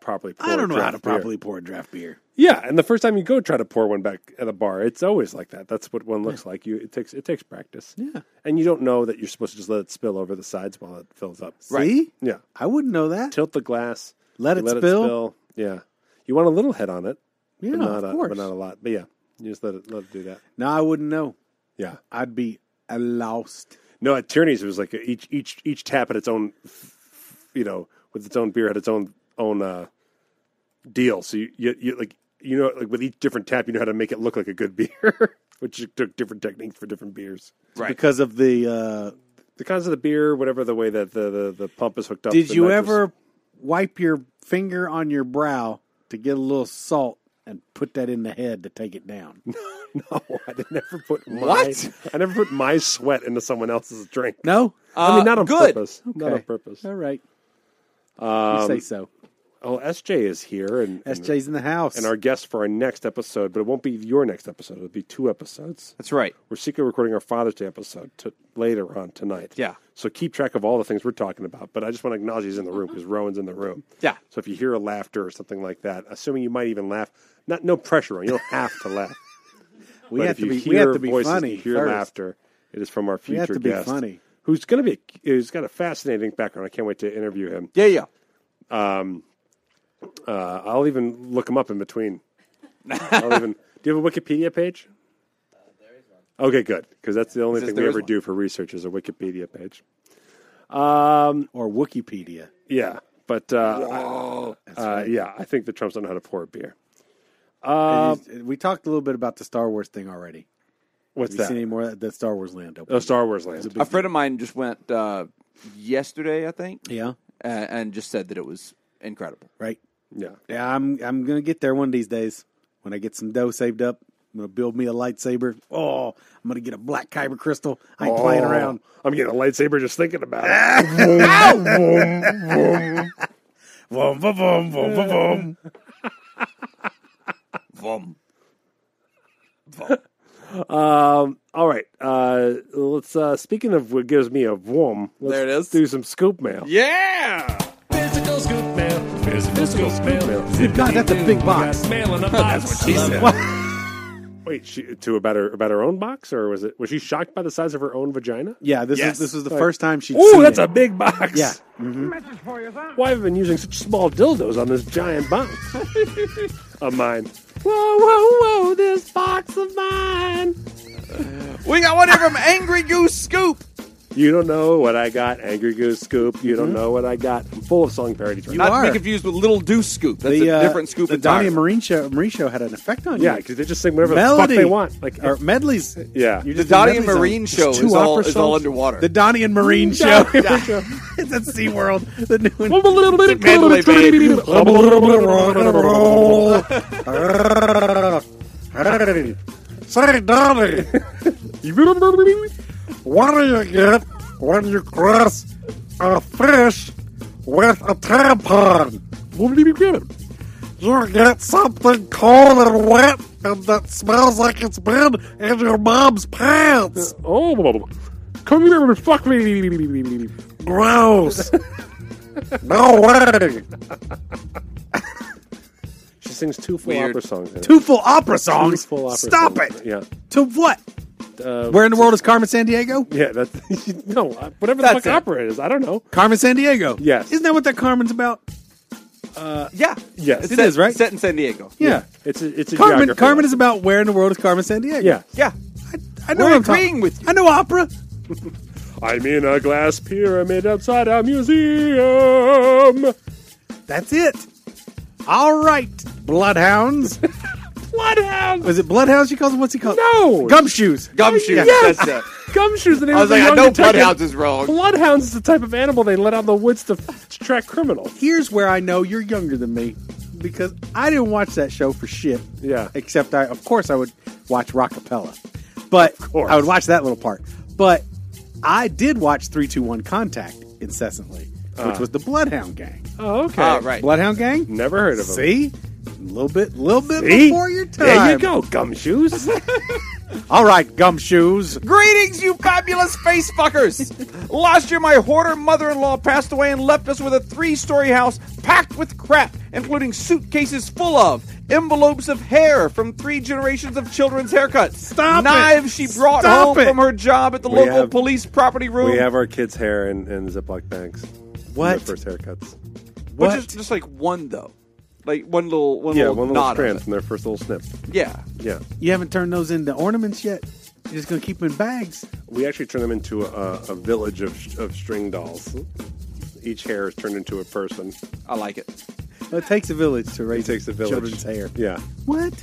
Speaker 3: properly. Pour
Speaker 4: I don't know how to
Speaker 3: draft beer.
Speaker 4: properly pour a draft beer.
Speaker 3: Yeah, and the first time you go try to pour one back at a bar, it's always like that. That's what one looks like. You it takes it takes practice. Yeah, and you don't know that you're supposed to just let it spill over the sides while it fills up.
Speaker 4: See?
Speaker 3: Yeah,
Speaker 4: I wouldn't know that.
Speaker 3: tilt the glass,
Speaker 4: Let
Speaker 3: you
Speaker 4: it spill?
Speaker 3: Yeah, you want a little head on it.
Speaker 4: Yeah,
Speaker 3: but not
Speaker 4: of
Speaker 3: a,
Speaker 4: course.
Speaker 3: but not a lot. But yeah, you just let it let it do that.
Speaker 4: No, I wouldn't know.
Speaker 3: Yeah,
Speaker 4: I'd be uh, lost.
Speaker 3: no, at Tierney's it was like each each each tap had its own, you know, with its own beer had its own own uh, deal. So you, you you like you know like with each different tap you know how to make it look like a good beer, which it took different techniques for different beers.
Speaker 5: Right.
Speaker 4: Because of the uh,
Speaker 3: The kinds of the beer, whatever the way that the the, the pump is hooked up.
Speaker 4: Did
Speaker 3: the
Speaker 4: you
Speaker 3: nitrous-
Speaker 4: ever wipe your finger on your brow to get a little salt and put that in the head to take it down?
Speaker 3: No, Oh, I didn't- never put my,
Speaker 5: What?
Speaker 3: I never put my sweat into someone else's drink.
Speaker 4: No.
Speaker 3: I mean, not on
Speaker 5: Uh, good.
Speaker 3: purpose. Not on
Speaker 4: Uh, Okay.
Speaker 3: purpose. Um,
Speaker 4: All right. you say so.
Speaker 3: Oh, SJ is here, and and-
Speaker 4: SJ's in the house.
Speaker 3: and our guest for our next episode, but it won't be your next episode. It'll be two episodes.
Speaker 5: That's right.
Speaker 3: We're secretly recording our Father's Day episode to, later on tonight.
Speaker 5: Yeah.
Speaker 3: So keep track of all the things we're talking about. But I just want to acknowledge he's in the room
Speaker 4: Mm-hmm.
Speaker 3: because Rowan's in the room.
Speaker 5: Yeah.
Speaker 3: So if you hear a laughter or something like that, assuming you might even laugh, not no pressure on you. You don't have to laugh.
Speaker 4: we
Speaker 3: But
Speaker 4: have
Speaker 3: if
Speaker 4: to
Speaker 3: you
Speaker 4: be we
Speaker 3: hear
Speaker 4: have to be
Speaker 3: voices,
Speaker 4: funny.
Speaker 3: You hear
Speaker 4: first.
Speaker 3: laughter. It is from our future
Speaker 4: have to be
Speaker 3: guest,
Speaker 4: funny.
Speaker 3: who's going to be. Who's got a fascinating background. I can't wait to interview him.
Speaker 5: Yeah, yeah.
Speaker 3: Uh, I'll even look him up in between. I'll even. Do you have a Wikipedia page? Uh, there is one. Okay, good, because that's the only
Speaker 5: says
Speaker 3: thing we
Speaker 5: there is
Speaker 3: ever
Speaker 5: one.
Speaker 3: do for research is a Wikipedia page.
Speaker 4: Or Wikipedia.
Speaker 3: Yeah, but uh, uh, yeah, I think the Trumps don't know how to pour a beer. Um, Uh,
Speaker 4: And you- we talked a little bit about the Star Wars thing already.
Speaker 3: what's
Speaker 4: Have you seen any
Speaker 3: that?
Speaker 4: more of that Star Wars land?
Speaker 3: Oh,
Speaker 4: Open?
Speaker 3: Star Wars Land.
Speaker 5: A friend of mine just went uh, yesterday, I think,
Speaker 4: yeah,
Speaker 5: a- and just said that it was incredible.
Speaker 4: right.
Speaker 3: yeah.
Speaker 4: Yeah, I'm I'm gonna get there one of these days. When I get some dough saved up, I'm gonna build me a lightsaber. Oh, I'm gonna get a black kyber crystal. I ain't playing
Speaker 3: Oh,
Speaker 4: around.
Speaker 3: I'm getting a lightsaber just thinking about it.
Speaker 4: Vroom, vroom, vroom, vroom, vroom, vroom.
Speaker 5: Vom.
Speaker 3: um, all right. Uh, let's. Uh, speaking of what gives me a warm, let's
Speaker 5: There it is.
Speaker 3: do some scoop mail.
Speaker 5: Yeah.
Speaker 6: Physical scoop mail. Physical scoop mail.
Speaker 4: God, that's a big box.
Speaker 6: Got mail in the box.
Speaker 3: Wait, she, to about her about her own box, or was it? Was she shocked by the size of her own vagina?
Speaker 4: Yeah, this
Speaker 6: Yes.
Speaker 4: is this was the
Speaker 3: Like-
Speaker 4: first time she.
Speaker 3: Ooh, that's a big box. Mm-hmm.
Speaker 4: Yeah.
Speaker 3: Why have I been using such small dildos on this giant box of mine? Whoa, whoa, whoa! This box of mine.
Speaker 5: We got one here from Angry Goose Scoop.
Speaker 3: You don't know what I got, Angry Goose Scoop. You don't know what I got. I'm full of song parodies right now.
Speaker 5: Not to
Speaker 4: are.
Speaker 5: be confused with Little Deuce Scoop. That's
Speaker 4: the,
Speaker 5: a
Speaker 4: uh,
Speaker 5: different scoop.
Speaker 4: The
Speaker 5: entirely.
Speaker 4: Donnie and Marine show, Marine show had an effect on
Speaker 3: Yeah,
Speaker 4: you.
Speaker 3: because they just sing whatever the fuck
Speaker 4: Melody
Speaker 3: they want. Like
Speaker 4: or medleys.
Speaker 3: Yeah.
Speaker 4: You
Speaker 3: The
Speaker 5: the
Speaker 4: just do
Speaker 5: Donnie and
Speaker 4: medleys on-
Speaker 5: Marine
Speaker 4: It's
Speaker 5: show is
Speaker 4: two
Speaker 5: all,
Speaker 4: opera
Speaker 5: is all
Speaker 4: songs.
Speaker 5: underwater.
Speaker 4: The Donnie and Marine show. it's at SeaWorld. The new one.
Speaker 5: Medley, baby.
Speaker 4: Say, darling, what do you get when you cross a fish with a tampon? What do you get? You get something cold and wet and that smells like it's been in your mom's pants.
Speaker 3: oh, blah, blah, blah. come here and fuck me.
Speaker 4: Gross. no way.
Speaker 3: She sings two full
Speaker 5: Weird.
Speaker 3: opera songs. in it.
Speaker 4: Two full opera songs.
Speaker 3: Two full opera
Speaker 4: Stop
Speaker 3: songs.
Speaker 4: it.
Speaker 3: Yeah.
Speaker 4: To what?
Speaker 3: Uh,
Speaker 4: Where in the world is Carmen San Diego?
Speaker 3: Yeah, that's no, uh, whatever the
Speaker 5: That's
Speaker 3: fuck
Speaker 5: it.
Speaker 3: opera it is, I don't know.
Speaker 4: Carmen San Diego.
Speaker 3: Yes.
Speaker 4: Isn't that what that Carmen's about?
Speaker 5: yeah.
Speaker 3: Yes.
Speaker 5: It's
Speaker 3: It
Speaker 5: set,
Speaker 4: is, right?
Speaker 5: Set in San Diego.
Speaker 4: Yeah.
Speaker 3: It's a, it's a
Speaker 4: Carmen
Speaker 3: geography
Speaker 4: Carmen is
Speaker 3: lesson.
Speaker 4: about where in the world is Carmen San Diego?
Speaker 3: yeah.
Speaker 5: Yeah.
Speaker 4: I know
Speaker 5: We're
Speaker 4: what I'm talking-
Speaker 5: agreeing with you.
Speaker 4: I know opera.
Speaker 3: I'm in a glass pyramid outside a museum.
Speaker 4: That's it. All right, bloodhounds.
Speaker 3: Bloodhound.
Speaker 4: Was it bloodhounds? She calls them. What's he called?
Speaker 3: No.
Speaker 4: gumshoes.
Speaker 5: Gumshoe.
Speaker 3: Oh, Yes.
Speaker 5: That's it.
Speaker 3: Gumshoes. The name
Speaker 5: I was
Speaker 3: of
Speaker 5: like,
Speaker 3: the
Speaker 5: I
Speaker 3: young
Speaker 5: know
Speaker 3: detective.
Speaker 5: Bloodhounds is wrong.
Speaker 3: Bloodhounds is the type of animal they let out in the woods to, f- to track criminals.
Speaker 4: Here's where I know you're younger than me because I didn't watch that show for shit.
Speaker 3: Yeah.
Speaker 4: Except I, of course, I would watch Rockapella, but
Speaker 3: course.
Speaker 4: I would watch that little part. But I did watch Three Two One Contact incessantly,
Speaker 3: Uh.
Speaker 4: which was the Bloodhound Gang.
Speaker 3: Oh, okay.
Speaker 5: Ah, right.
Speaker 4: Bloodhound Gang.
Speaker 3: Never heard of them.
Speaker 4: See, a little bit, little bit
Speaker 3: See?
Speaker 4: before your time.
Speaker 3: There you go, gumshoes.
Speaker 4: All right, gumshoes.
Speaker 5: Greetings, you fabulous face fuckers! Last year, my hoarder mother in law passed away and left us with a three story house packed with crap, including suitcases full of envelopes of hair from three generations of children's haircuts,
Speaker 4: Stop it.
Speaker 5: knives she brought
Speaker 4: Stop
Speaker 5: home
Speaker 4: it.
Speaker 5: from her job at the
Speaker 3: We
Speaker 5: local
Speaker 3: have-
Speaker 5: police property room,
Speaker 3: we have our kids' hair in, in Ziploc bags.
Speaker 4: What?
Speaker 3: Their first haircuts.
Speaker 5: which
Speaker 4: What?
Speaker 5: is just like one though, like one little one
Speaker 3: Yeah,
Speaker 5: little
Speaker 3: one little
Speaker 5: knot of
Speaker 3: strand
Speaker 5: it.
Speaker 3: from their first little snip.
Speaker 5: Yeah,
Speaker 3: Yeah.
Speaker 4: You haven't turned those into ornaments yet. You're just gonna keep them in bags.
Speaker 3: We actually turn them into a, a village of, of string dolls. Each hair is turned into a person.
Speaker 5: I like it.
Speaker 4: Well, it takes a village to
Speaker 3: It
Speaker 4: raise
Speaker 3: takes a village.
Speaker 4: children's hair.
Speaker 3: Yeah.
Speaker 4: What?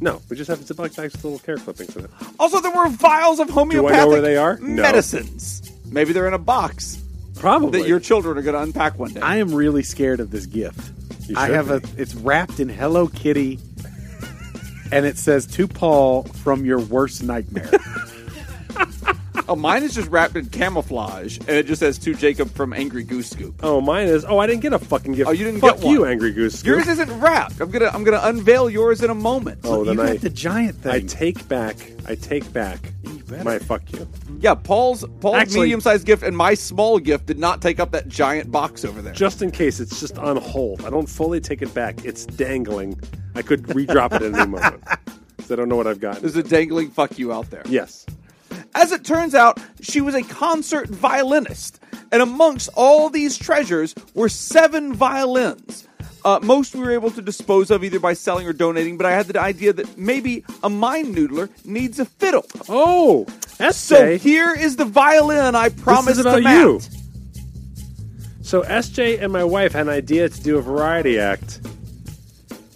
Speaker 3: No, we just have Ziploc bags with little hair clippings in it.
Speaker 5: Also, there were vials of
Speaker 3: know
Speaker 5: homeopathic
Speaker 3: where they are? No.
Speaker 5: medicines. Maybe they're in a box.
Speaker 3: Probably.
Speaker 5: that your children are going to unpack one day.
Speaker 4: I am really scared of this gift.
Speaker 3: You
Speaker 4: I
Speaker 3: should
Speaker 4: have a. It's wrapped in Hello Kitty, and it says to Paul from your worst nightmare.
Speaker 5: oh, mine is just wrapped in camouflage, and it just says to Jacob from Angry Goose Scoop.
Speaker 3: oh, mine is. Oh, I didn't get a fucking gift.
Speaker 5: Oh, you didn't
Speaker 3: Fuck
Speaker 5: get one.
Speaker 3: you, Angry Goose. Scoop.
Speaker 5: Yours isn't wrapped. I'm gonna I'm gonna unveil yours in a moment.
Speaker 3: Oh,
Speaker 4: you
Speaker 3: then
Speaker 4: got
Speaker 3: I-
Speaker 4: the giant thing.
Speaker 3: I take back. I take back
Speaker 4: You better.
Speaker 3: my fuck you.
Speaker 5: Yeah, Paul's Paul's
Speaker 3: Actually-
Speaker 5: medium sized gift and my small gift did not take up that giant box over there.
Speaker 3: Just in case, it's just on hold. I don't fully take it back. It's dangling. I could redrop it at any moment. 'Cause I don't know what I've gotten.
Speaker 5: There's a dangling fuck you out there.
Speaker 3: yes.
Speaker 5: As it turns out, she was a concert violinist, and amongst all these treasures were seven violins. Uh, most we were able to dispose of either by selling or donating, but I had the idea that maybe a mind noodler needs a fiddle.
Speaker 3: Oh, that's
Speaker 5: So here is the violin I promised
Speaker 3: about
Speaker 5: to Matt.
Speaker 3: you. So SJ and my wife had an idea to do a variety act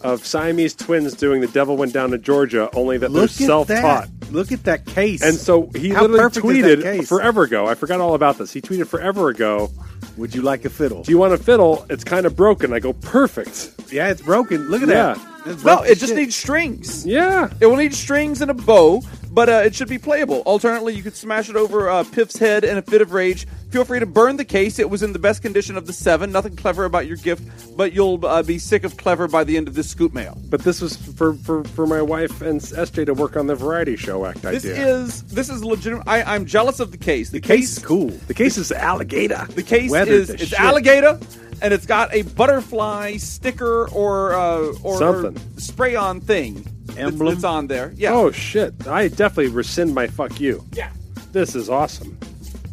Speaker 3: of Siamese twins doing The Devil Went Down to Georgia, only that
Speaker 4: Look
Speaker 3: they're
Speaker 4: at
Speaker 3: self
Speaker 4: that.
Speaker 3: taught.
Speaker 4: Look at that case.
Speaker 3: And so he
Speaker 4: How
Speaker 3: literally
Speaker 4: perfect is that
Speaker 3: tweeted
Speaker 4: case?
Speaker 3: forever ago. I forgot all about this. He tweeted forever ago,
Speaker 4: Would you like a fiddle?
Speaker 3: Do you want a fiddle? It's kind of broken. I go, Perfect.
Speaker 4: yeah, it's broken. Look at
Speaker 3: Yeah.
Speaker 4: that. It's
Speaker 5: No,
Speaker 4: broke
Speaker 5: it
Speaker 4: as
Speaker 5: just
Speaker 4: shit.
Speaker 5: needs strings.
Speaker 3: Yeah.
Speaker 5: It will need strings and a bow, but uh, it should be playable. Alternately, you could smash it over uh, Piff's head in a fit of rage. Feel free to burn the case. It was in the best condition of the seven. Nothing clever about your gift, but you'll uh, be sick of clever by the end of this scoop mail.
Speaker 3: But this was for, for, for my wife and SJ to work on the variety show act
Speaker 5: This
Speaker 3: idea.
Speaker 5: is this is legitimate. I, I'm jealous of the case. The,
Speaker 4: The case is cool.
Speaker 3: the case is alligator.
Speaker 5: The case
Speaker 4: Weathered
Speaker 5: is
Speaker 4: the
Speaker 5: it's
Speaker 4: shit.
Speaker 5: alligator, and it's got a butterfly sticker or uh, or
Speaker 3: Something.
Speaker 5: spray on thing that's-
Speaker 4: Emblem.
Speaker 5: that's on there. Yeah.
Speaker 3: Oh shit! I definitely rescind my fuck you.
Speaker 5: yeah.
Speaker 3: This is awesome.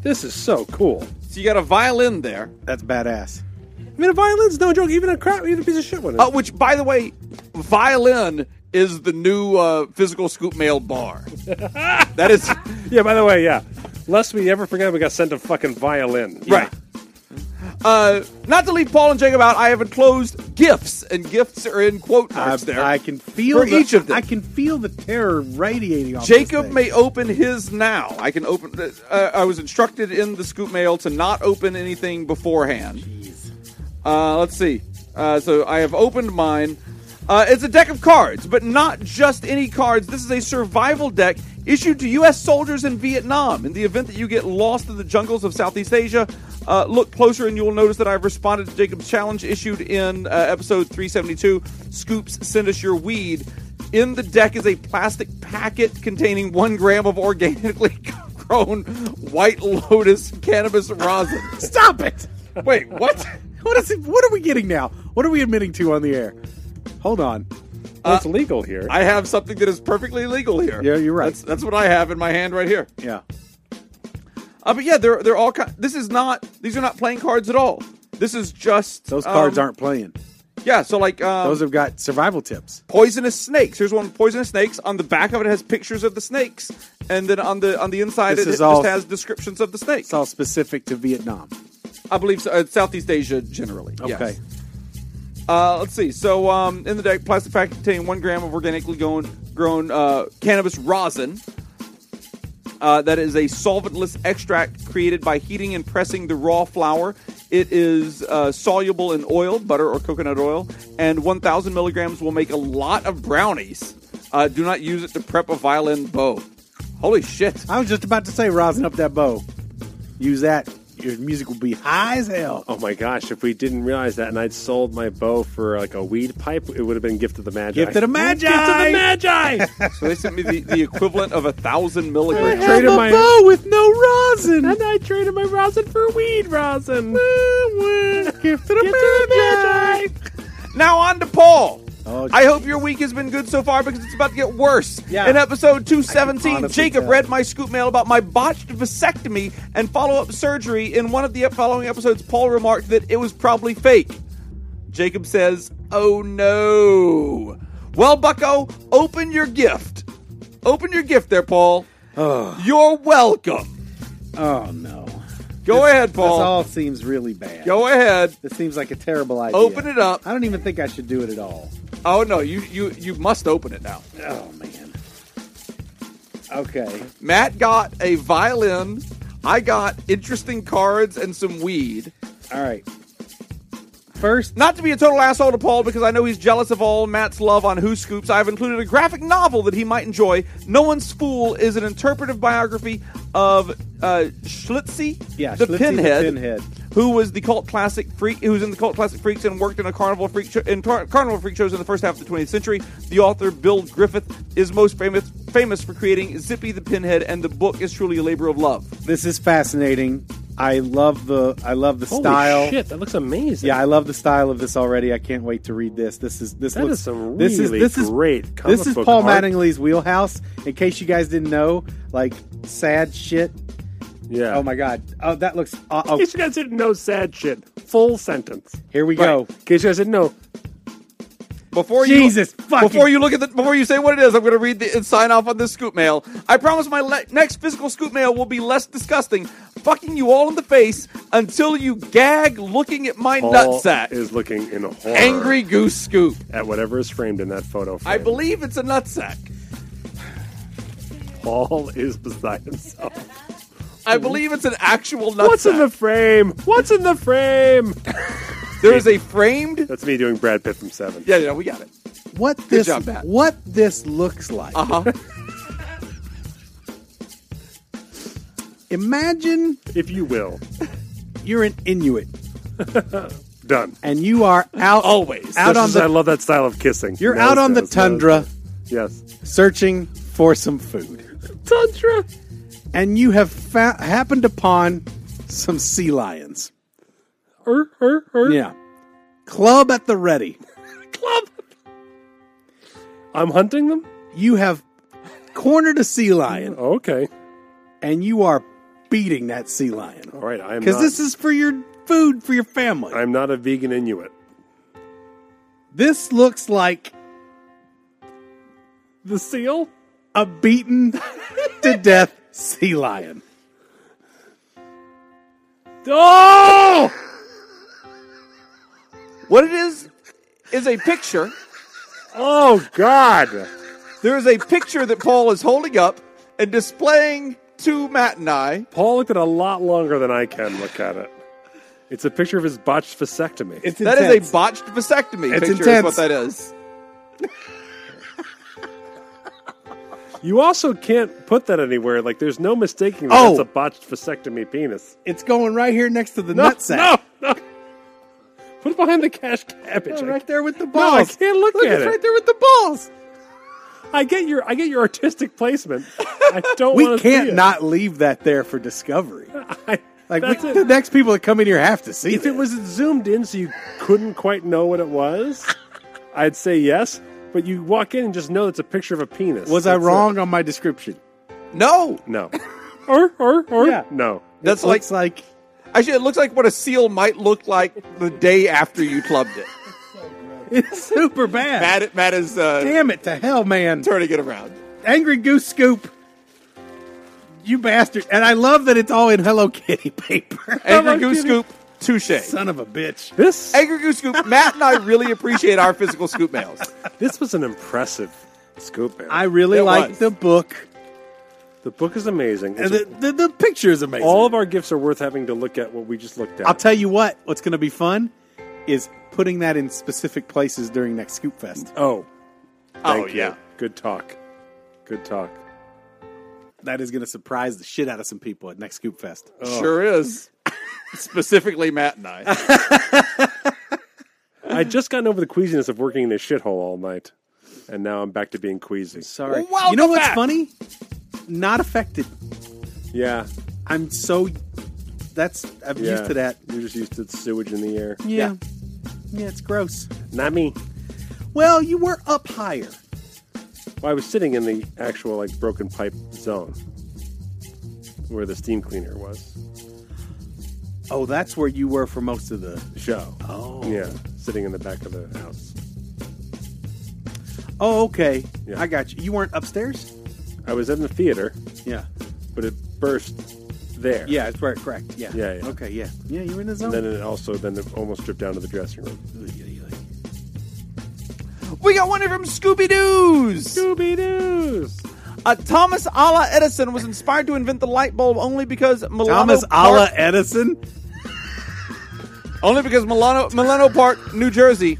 Speaker 3: This is so cool.
Speaker 5: So you got a violin there.
Speaker 4: That's badass.
Speaker 3: I mean, a violin's no joke. Even a crap, even a piece of shit one.
Speaker 5: Uh, which, by the way, violin is the new uh, physical scoop mail bar. that is
Speaker 3: yeah. By the way, yeah. Lest we ever forget, we got sent a fucking violin.
Speaker 5: right. Uh, not to leave Paul and Jacob out, I have enclosed gifts, and gifts are in quote
Speaker 4: I,
Speaker 5: marks there.
Speaker 4: I can feel
Speaker 5: For
Speaker 4: the-
Speaker 5: each of them.
Speaker 4: I can feel the terror radiating off.
Speaker 5: Jacob
Speaker 4: this thing.
Speaker 5: may open his now. I can open. Uh, I was instructed in the scoop mail to not open anything beforehand. Uh, let's see. Uh, so I have opened mine. Uh, it's a deck of cards, but not just any cards. This is a survival deck issued to U.S. soldiers in Vietnam. In the event that you get lost in the jungles of Southeast Asia, uh, look closer and you will notice that I've responded to Jacob's challenge issued in uh, episode 372 Scoops, Send Us Your Weed. In the deck is a plastic packet containing one gram of organically grown white lotus cannabis rosin.
Speaker 4: stop it.
Speaker 5: Wait, what?
Speaker 4: What is it? What are we getting now? What are we admitting to on the air? Hold on.
Speaker 3: Well,
Speaker 5: Uh,
Speaker 3: it's legal here.
Speaker 5: I have something that is perfectly legal here.
Speaker 4: Yeah, you're right.
Speaker 5: That's, that's what I have in my hand right here.
Speaker 4: Yeah.
Speaker 5: Uh, but yeah, they're they're all. Kind, this is not. These are not playing cards at all. This is just
Speaker 4: Those
Speaker 5: um,
Speaker 4: cards aren't playing.
Speaker 5: Yeah, so like um,
Speaker 4: Those have got survival tips.
Speaker 5: poisonous snakes. Here's one with poisonous snakes. On the back of it has pictures of the snakes, and then on the on the inside
Speaker 4: This
Speaker 5: it, it
Speaker 4: is all-
Speaker 5: just has descriptions of the snakes.
Speaker 4: It's all specific to Vietnam.
Speaker 5: I believe so, uh, Southeast Asia generally.
Speaker 4: Okay.
Speaker 5: yes. Uh, let's see. So um, in the deck, plastic pack containing one gram of organically grown, grown uh, cannabis rosin. Uh, that is a solventless extract created by heating and pressing the raw flour. It is uh, soluble in oil, butter, or coconut oil, and 1,000 milligrams will make a lot of brownies. Uh, do not use it to prep a violin bow. Holy shit!
Speaker 4: I was just about to say, rosin up that bow. Use that. Your music will be high as hell.
Speaker 3: oh my gosh! If we didn't realize that, and I'd sold my bow for like a weed pipe, it would have been gift of the magi.
Speaker 4: Gift of the Magi.
Speaker 3: Gift of the magi.
Speaker 5: So they sent me the, the equivalent of a thousand milligrams.
Speaker 3: I traded
Speaker 4: Have a
Speaker 3: my-
Speaker 4: bow with no rosin.
Speaker 3: and I traded my rosin for weed rosin.
Speaker 4: Gift of the Magi.
Speaker 5: Now on to Paul.
Speaker 4: Oh,
Speaker 5: I hope your week has been good so far because it's about to get worse.
Speaker 4: Yeah.
Speaker 5: In episode
Speaker 4: I can
Speaker 5: 217,
Speaker 4: honestly
Speaker 5: Jacob
Speaker 4: tell.
Speaker 5: read my scoop mail about my botched vasectomy and follow up surgery. In one of the following episodes, Paul remarked that it was probably fake. Jacob says, Oh no. Well, Bucko, open your gift. Open your gift there, Paul. You're welcome.
Speaker 4: Oh no.
Speaker 5: Go ahead, Paul.
Speaker 4: This all seems really bad.
Speaker 5: Go ahead.
Speaker 4: This seems like a terrible idea.
Speaker 5: Open it up.
Speaker 4: I don't even think I should do it at all.
Speaker 5: Oh no, you you you must open it now.
Speaker 4: Oh man. Okay.
Speaker 5: Matt got a violin. I got interesting cards and some weed.
Speaker 4: All right. First,
Speaker 5: Not to be a total asshole to Paul because I know he's jealous of all Matt's love on Who Scoops, I've included a graphic novel that he might enjoy. No One's Fool is an interpretive biography of uh, Schlitzie,
Speaker 4: yeah,
Speaker 5: the,
Speaker 4: Schlitzie
Speaker 5: pinhead,
Speaker 4: The pinhead.
Speaker 5: who was the cult classic freak, who was in the cult classic freaks and worked in a carnival freak sho- in tar- carnival freak shows in the first half of the 20th century. The author Bill Griffith is most famous famous for creating Zippy the Pinhead, and the book is truly a labor of love.
Speaker 4: This is fascinating. I love the I love the
Speaker 3: Holy
Speaker 4: style.
Speaker 3: shit! That looks amazing.
Speaker 4: Yeah, I love the style of this already. I can't wait to read this. This is this
Speaker 3: That
Speaker 4: looks
Speaker 3: is some
Speaker 4: this is
Speaker 3: really
Speaker 4: this is
Speaker 3: great comic
Speaker 4: This is
Speaker 3: book
Speaker 4: Paul
Speaker 3: art.
Speaker 4: Mattingly's wheelhouse. In case you guys didn't know, like sad shit.
Speaker 3: Yeah.
Speaker 4: Oh my god. Oh, that looks. Oh, oh,
Speaker 3: In case you guys didn't know sad shit, full sentence.
Speaker 4: here we
Speaker 5: Right.
Speaker 4: go.
Speaker 3: In case you guys didn't know,
Speaker 5: Before
Speaker 4: Jesus
Speaker 5: you,
Speaker 4: fucking-
Speaker 5: before you look at the before you say what it is, I'm going to read the, and sign off on this scoop mail. I promise my le- next physical scoop mail will be less disgusting. fucking you all in the face until you gag looking at my
Speaker 3: Paul
Speaker 5: nutsack.
Speaker 3: is looking in horror
Speaker 5: Angry goose scoop.
Speaker 3: at whatever is framed in that photo. Frame.
Speaker 5: I believe it's a nutsack.
Speaker 3: Paul is beside himself.
Speaker 5: I believe it's an actual
Speaker 3: What's in the
Speaker 5: nutsack.
Speaker 3: frame? What's in the frame?
Speaker 5: there is a framed.
Speaker 3: That's me doing Brad Pitt from Seven.
Speaker 5: Yeah, yeah, we got it.
Speaker 4: What this
Speaker 5: job, Matt.
Speaker 4: what this looks like.
Speaker 5: Uh huh.
Speaker 4: Imagine
Speaker 3: If you will,
Speaker 4: you're an Inuit
Speaker 3: done.
Speaker 4: and you are out
Speaker 5: Always.
Speaker 4: out
Speaker 3: This
Speaker 4: on
Speaker 3: is-
Speaker 4: the
Speaker 3: I love that style of kissing.
Speaker 4: you're
Speaker 3: Nose
Speaker 4: out on the
Speaker 3: does, nose
Speaker 4: tundra
Speaker 3: does. Yes.
Speaker 4: searching for some food.
Speaker 3: Tundra.
Speaker 4: And you have fa- happened upon some sea lions.
Speaker 3: Er, er, er.
Speaker 4: Yeah. Club at the ready.
Speaker 3: Club. I'm hunting them.
Speaker 4: You have cornered a sea lion
Speaker 3: Okay.
Speaker 4: and you are beating that sea lion.
Speaker 3: All right. I'm
Speaker 4: Because
Speaker 3: not.
Speaker 4: this is for your food for your family.
Speaker 3: I'm not a vegan Inuit.
Speaker 4: this looks like
Speaker 3: The seal.
Speaker 4: a beaten to death sea lion.
Speaker 3: Oh!
Speaker 5: What it is is a picture.
Speaker 3: Oh God!
Speaker 5: There is a picture that Paul is holding up and displaying to Matt and I.
Speaker 3: Paul looked at it a lot longer than I can look at it. It's a picture of his botched vasectomy.
Speaker 4: It's
Speaker 5: That is
Speaker 4: intense.
Speaker 5: a botched vasectomy
Speaker 4: It's
Speaker 5: picture.
Speaker 4: intense.
Speaker 5: Is what that is.
Speaker 3: you also can't put that anywhere. Like, there's no mistaking that
Speaker 4: Oh.
Speaker 3: it's a botched vasectomy penis.
Speaker 4: It's going right here next to the
Speaker 3: No,
Speaker 4: nutsack.
Speaker 3: no, no. Put it behind the cash cabbage.
Speaker 4: Oh,
Speaker 3: I-
Speaker 4: right there with the
Speaker 3: No, I
Speaker 4: balls.
Speaker 3: can't look, at
Speaker 4: it's
Speaker 3: it.
Speaker 4: right there with the balls.
Speaker 3: I get your, I get your artistic placement. I don't.
Speaker 4: We
Speaker 3: wanna see
Speaker 4: can't
Speaker 3: it.
Speaker 4: not leave that there for discovery.
Speaker 3: I,
Speaker 4: Like
Speaker 3: that's
Speaker 4: we,
Speaker 3: it.
Speaker 4: the next people that come in here have to see
Speaker 3: if
Speaker 4: this.
Speaker 3: it was zoomed in, so you couldn't quite know what it was, I'd say yes. But you walk in and just know it's a picture of a penis.
Speaker 4: Was I
Speaker 3: That's it.
Speaker 4: wrong on my description?
Speaker 5: No,
Speaker 3: No. or, or, or.
Speaker 4: Yeah.
Speaker 3: No.
Speaker 5: that's
Speaker 4: it
Speaker 5: like
Speaker 4: looks like
Speaker 5: actually it looks like what a seal might look like the day after you clubbed it.
Speaker 4: it's super bad.
Speaker 5: Matt, Matt is uh,
Speaker 4: Damn it to hell, man!
Speaker 5: turning it around.
Speaker 4: Angry Goose Scoop, you bastard! And I love that it's all in Hello Kitty paper.
Speaker 5: Angry
Speaker 3: I'm
Speaker 5: Goose
Speaker 3: kidding.
Speaker 5: Scoop, touche.
Speaker 4: Son of a bitch!
Speaker 3: This
Speaker 5: Angry Goose Scoop. Matt and I really appreciate our physical scoop mails.
Speaker 3: this was an impressive scoop, man.
Speaker 4: I really
Speaker 5: It
Speaker 4: like
Speaker 5: was.
Speaker 4: the book.
Speaker 3: the book is amazing.
Speaker 4: And
Speaker 3: It's-
Speaker 4: The, the, the picture is amazing.
Speaker 3: all of our gifts are worth having to look at what we just looked at.
Speaker 4: I'll tell you what. What's going to be fun is putting that in specific places during next Scoop Fest.
Speaker 3: oh, thank
Speaker 5: oh
Speaker 3: you.
Speaker 5: yeah.
Speaker 3: Good talk. Good talk.
Speaker 4: That is going to surprise the shit out of some people at next Scoop Fest.
Speaker 5: Sure is. Specifically, Matt and I.
Speaker 3: I just gotten over the queasiness of working in a shithole all night, and now I'm back to being queasy.
Speaker 4: Sorry.
Speaker 5: Welcome
Speaker 4: you know what's
Speaker 5: back.
Speaker 4: funny? Not affected.
Speaker 3: Yeah,
Speaker 4: I'm so. That's I'm
Speaker 3: yeah.
Speaker 4: used to that.
Speaker 3: You're just used to the sewage in the air.
Speaker 4: Yeah. Yeah, it's gross.
Speaker 3: Not me.
Speaker 4: Well, you were up higher.
Speaker 3: Well, I was sitting in the actual like broken pipe zone where the steam cleaner was.
Speaker 4: Oh, that's where you were for most of the.
Speaker 3: Show.
Speaker 4: Oh.
Speaker 3: Yeah, sitting in the back of the house.
Speaker 4: Oh, okay.
Speaker 3: Yeah.
Speaker 4: I got you. You weren't upstairs.
Speaker 3: I was in the theater,
Speaker 4: Yeah.
Speaker 3: but it burst there.
Speaker 4: Yeah, it's where it cracked. Yeah.
Speaker 3: Yeah, yeah.
Speaker 4: Okay. Yeah. Yeah, you were in the zone.
Speaker 3: And then it also then it almost dripped down to the dressing room.
Speaker 5: We got one here from Scooby Doo's.
Speaker 3: Scooby Doo's.
Speaker 5: Uh, Thomas Alla Edison was inspired to invent the light bulb only because Milano
Speaker 4: Thomas
Speaker 5: Park,
Speaker 4: Alla Edison.
Speaker 5: only because Milano Milano Park, New Jersey,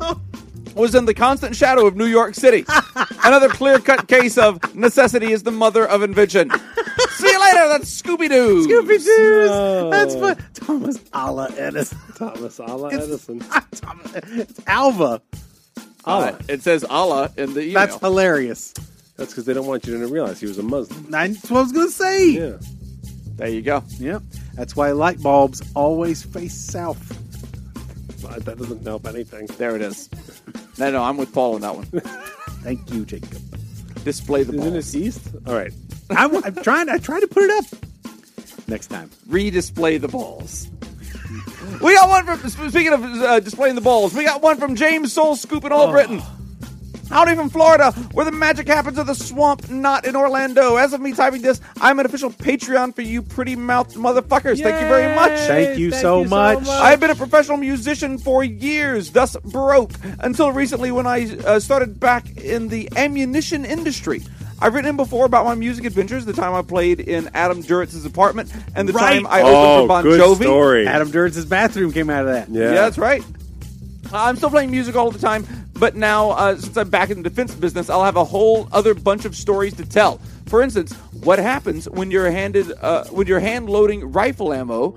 Speaker 5: was in the constant shadow of New York City. Another clear-cut case of necessity is the mother of invention. See you later. That's Scooby Doo.
Speaker 4: Scooby Doo's.
Speaker 3: No.
Speaker 4: That's fun. Thomas Alla Edison.
Speaker 3: Thomas Alla
Speaker 4: It's-
Speaker 3: Edison.
Speaker 4: Thomas, it's Alva.
Speaker 5: Uh, it says Allah in the email.
Speaker 4: That's hilarious.
Speaker 3: That's because they don't want you to realize he was a Muslim.
Speaker 4: That's what I was going to say.
Speaker 3: Yeah.
Speaker 5: there you go.
Speaker 4: Yep. That's why light bulbs always face south.
Speaker 3: But That doesn't help anything.
Speaker 5: There it is. No, no, I'm with Paul on that one.
Speaker 4: Thank you, Jacob.
Speaker 5: Display the
Speaker 3: Isn't it
Speaker 5: balls.
Speaker 3: East? All right.
Speaker 4: I, am trying. I try to put it up next time.
Speaker 5: Redisplay the balls. We got one from. Speaking of uh, displaying the balls, we got one from James Soul Scoop in All Britain. Out even Florida, where the magic happens in the swamp, not in Orlando. As of me typing this, I'm an official Patreon for you pretty mouthed motherfuckers. Thank you very much.
Speaker 4: Thank you so much.
Speaker 5: I have been a professional musician for years, thus broke, until recently when I uh, started back in the ammunition industry. I've written in before about my music adventures, the time I played in Adam Duritz's apartment, and the
Speaker 4: Right.
Speaker 5: time I
Speaker 3: oh,
Speaker 5: opened for Bon
Speaker 3: good
Speaker 5: Jovi.
Speaker 3: story.
Speaker 4: Adam Duritz's bathroom came out of that.
Speaker 3: yeah.
Speaker 5: Yeah, that's right. Uh, I'm still playing music all the time, but now uh, since I'm back in the defense business, I'll have a whole other bunch of stories to tell. For instance, what happens when you're handed uh, when you're hand loading rifle ammo,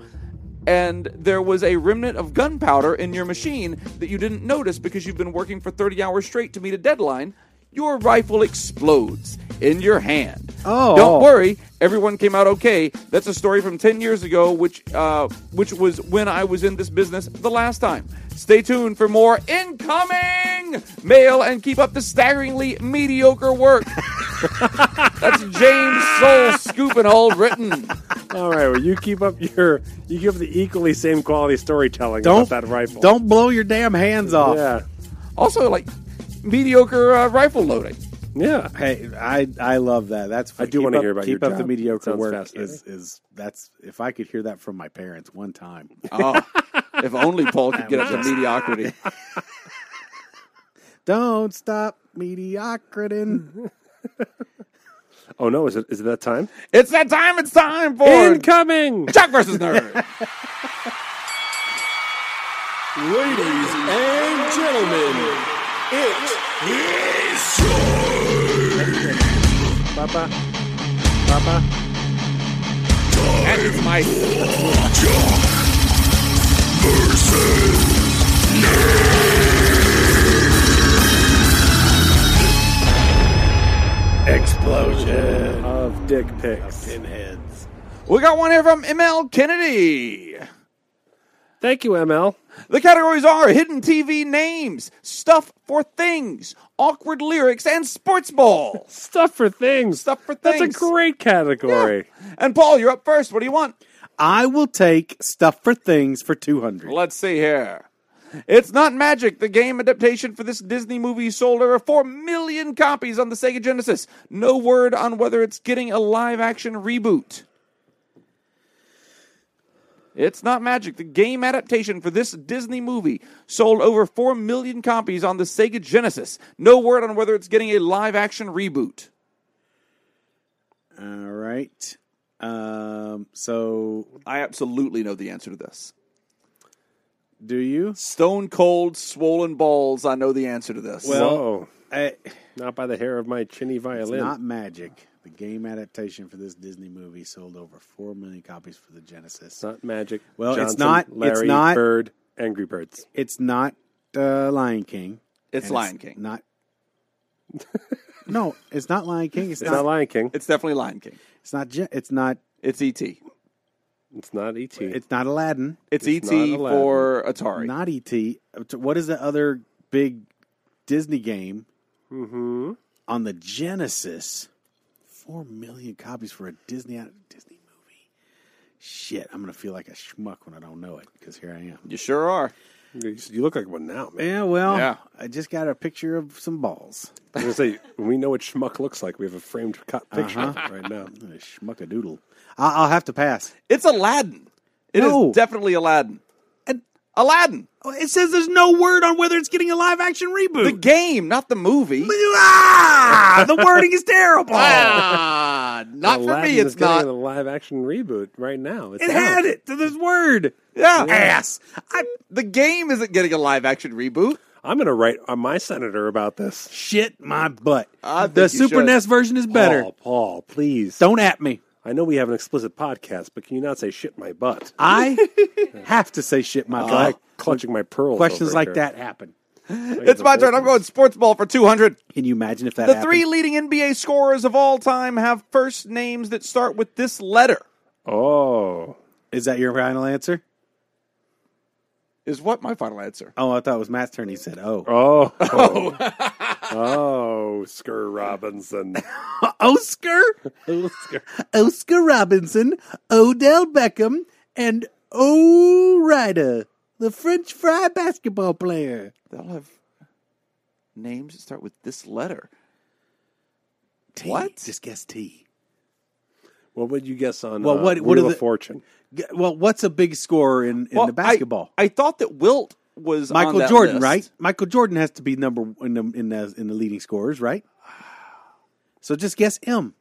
Speaker 5: and there was a remnant of gunpowder in your machine that you didn't notice because you've been working for 30 hours straight to meet a deadline. Your rifle explodes in your hand.
Speaker 4: Oh.
Speaker 5: don't worry, everyone came out okay. That's a story from 10 years ago, which uh, which was when I was in this business the last time. Stay tuned for more incoming mail and keep up the staggeringly mediocre work. That's James Soul Scooping all written.
Speaker 3: All right. Well, you keep up your you keep up the equally same quality storytelling
Speaker 4: Don't
Speaker 3: about that rifle.
Speaker 4: Don't blow your damn hands off.
Speaker 3: Yeah.
Speaker 5: Also, like mediocre uh, rifle loading.
Speaker 3: Yeah.
Speaker 4: Hey, I I love that. That's
Speaker 3: I do
Speaker 4: keep
Speaker 3: wanna
Speaker 4: up-
Speaker 3: hear about
Speaker 4: keep
Speaker 3: your
Speaker 4: up the
Speaker 3: job.
Speaker 4: mediocre
Speaker 3: Sounds
Speaker 4: work.
Speaker 3: fascinating.
Speaker 4: Is is that's if I could hear that from my parents one time.
Speaker 5: Oh, if only Paul could get up to mediocrity.
Speaker 4: Don't stop mediocrity.
Speaker 3: Oh no. Is it is it that time?
Speaker 5: It's that time. It's time for
Speaker 3: Incoming.
Speaker 5: Chuck versus Nerd.
Speaker 6: Ladies and gentlemen, it is
Speaker 4: Papa, Papa.
Speaker 5: That is my
Speaker 6: explosion.
Speaker 3: Of dick pics.
Speaker 6: Pinheads.
Speaker 5: We got one here from ML Kennedy.
Speaker 3: Thank you, ML.
Speaker 5: The categories are hidden TV names, stuff for things, awkward lyrics, and sports ball.
Speaker 3: Stuff for things.
Speaker 5: Stuff for
Speaker 3: That's
Speaker 5: things.
Speaker 3: a great category.
Speaker 5: and Paul, you're up first. What do you want?
Speaker 4: I will take stuff for things for two hundred.
Speaker 5: Let's see here. It's not magic. The game adaptation for this Disney movie sold over 4 million copies on the Sega Genesis. No word on whether it's getting a live action reboot. It's not magic. The game adaptation for this Disney movie sold over 4 million copies on the Sega Genesis. No word on whether it's getting a live action reboot.
Speaker 4: All right. Um. So
Speaker 5: I absolutely know the answer to this.
Speaker 4: do you?
Speaker 5: Stone cold, swollen balls. I know the answer to this.
Speaker 4: Well-
Speaker 3: Whoa.
Speaker 4: I, it's
Speaker 3: Not by the hair of my chinny violin.
Speaker 4: not magic. The game adaptation for this Disney movie sold over four million copies for the Genesis.
Speaker 3: It's not magic.
Speaker 4: Well, it's
Speaker 3: Johnson,
Speaker 4: not- it's
Speaker 3: Larry
Speaker 4: not-
Speaker 3: Bird. Angry Birds.
Speaker 4: It's not uh, Lion King.
Speaker 5: it's
Speaker 4: And
Speaker 5: Lion King.
Speaker 4: Not. no, it's not Lion King. It's,
Speaker 3: It's
Speaker 4: not.
Speaker 3: not Lion King.
Speaker 5: It's definitely Lion King.
Speaker 4: It's not. Je- It's not.
Speaker 5: It's E E.T.
Speaker 3: It's not E E.T.
Speaker 4: It's not Aladdin.
Speaker 5: It's,
Speaker 3: It's
Speaker 5: E.T.
Speaker 3: not Aladdin.
Speaker 5: for Atari.
Speaker 4: Not ET. What is the other big Disney game
Speaker 3: mm-hmm.
Speaker 4: on the Genesis? Four million copies for a Disney Disney movie. Shit, I'm gonna feel like a schmuck when I don't know it because here I am.
Speaker 5: you sure are.
Speaker 3: You you look like one now, man.
Speaker 4: Yeah, well,
Speaker 5: Yeah.
Speaker 4: I just got a picture of some balls.
Speaker 3: I was gonna say when we know what schmuck looks like. We have a framed co-
Speaker 4: Uh-huh.
Speaker 3: picture of it right now.
Speaker 4: A schmuck a doodle. I- I'll have to pass.
Speaker 5: It's Aladdin. It is
Speaker 4: No.
Speaker 5: definitely Aladdin.
Speaker 4: And-
Speaker 5: Aladdin,
Speaker 4: Oh, It says there's no word on whether it's getting a live action
Speaker 5: the
Speaker 4: reboot.
Speaker 5: game, not the movie.
Speaker 4: ah, the wording is terrible.
Speaker 5: Ah, not for
Speaker 3: Aladdin
Speaker 5: me. It's
Speaker 3: is getting
Speaker 5: not.
Speaker 3: a live action reboot right now. It's
Speaker 4: It
Speaker 3: out.
Speaker 4: had it. This word.
Speaker 5: yeah,
Speaker 4: Ass. I
Speaker 5: the game isn't getting a live action reboot.
Speaker 3: I'm gonna write on my senator about this.
Speaker 4: shit my butt.
Speaker 5: I think
Speaker 4: The
Speaker 5: you
Speaker 4: Super E
Speaker 5: should. Oh.
Speaker 4: NES version is better.
Speaker 3: Paul, Paul, please.
Speaker 4: Don't at me.
Speaker 3: I know we have an explicit podcast, but can you not say shit my butt?
Speaker 4: I have to say shit my
Speaker 5: Uh-huh.
Speaker 3: I
Speaker 4: butt.
Speaker 3: clutching my pearls.
Speaker 4: Uh, Questions
Speaker 3: over
Speaker 4: like
Speaker 3: here.
Speaker 4: that happen.
Speaker 5: It's my turn. I'm going sports ball for 200.
Speaker 4: Can you imagine if that
Speaker 5: The
Speaker 4: happened?
Speaker 5: three leading NBA scorers of all time have first names that start with this letter.
Speaker 3: Oh,
Speaker 4: Is that your final answer?
Speaker 5: Is what my final answer?
Speaker 4: Oh, I thought it was Matt's turn. He said, oh.
Speaker 3: oh, oh, oh, Skur Robinson.
Speaker 4: Uh, Oscar, Oscar Robinson, Odell Beckham, and O. Ryder, the French fry basketball player.
Speaker 5: They'll have names that start with this letter?
Speaker 4: T.
Speaker 5: What?
Speaker 4: Just guess T.
Speaker 3: What would you guess on
Speaker 4: Well,
Speaker 3: uh,
Speaker 4: what-
Speaker 3: Wheel
Speaker 4: what are
Speaker 3: of
Speaker 4: the-
Speaker 3: Fortune?
Speaker 4: G- Well, what's a big scorer in, in
Speaker 5: Well,
Speaker 4: the basketball?
Speaker 5: I, I thought that Wilt was on
Speaker 4: Michael
Speaker 5: that
Speaker 4: Jordan,
Speaker 5: list.
Speaker 4: right? Michael Jordan has to be number in the in the, in the leading scorers, right? So just guess M.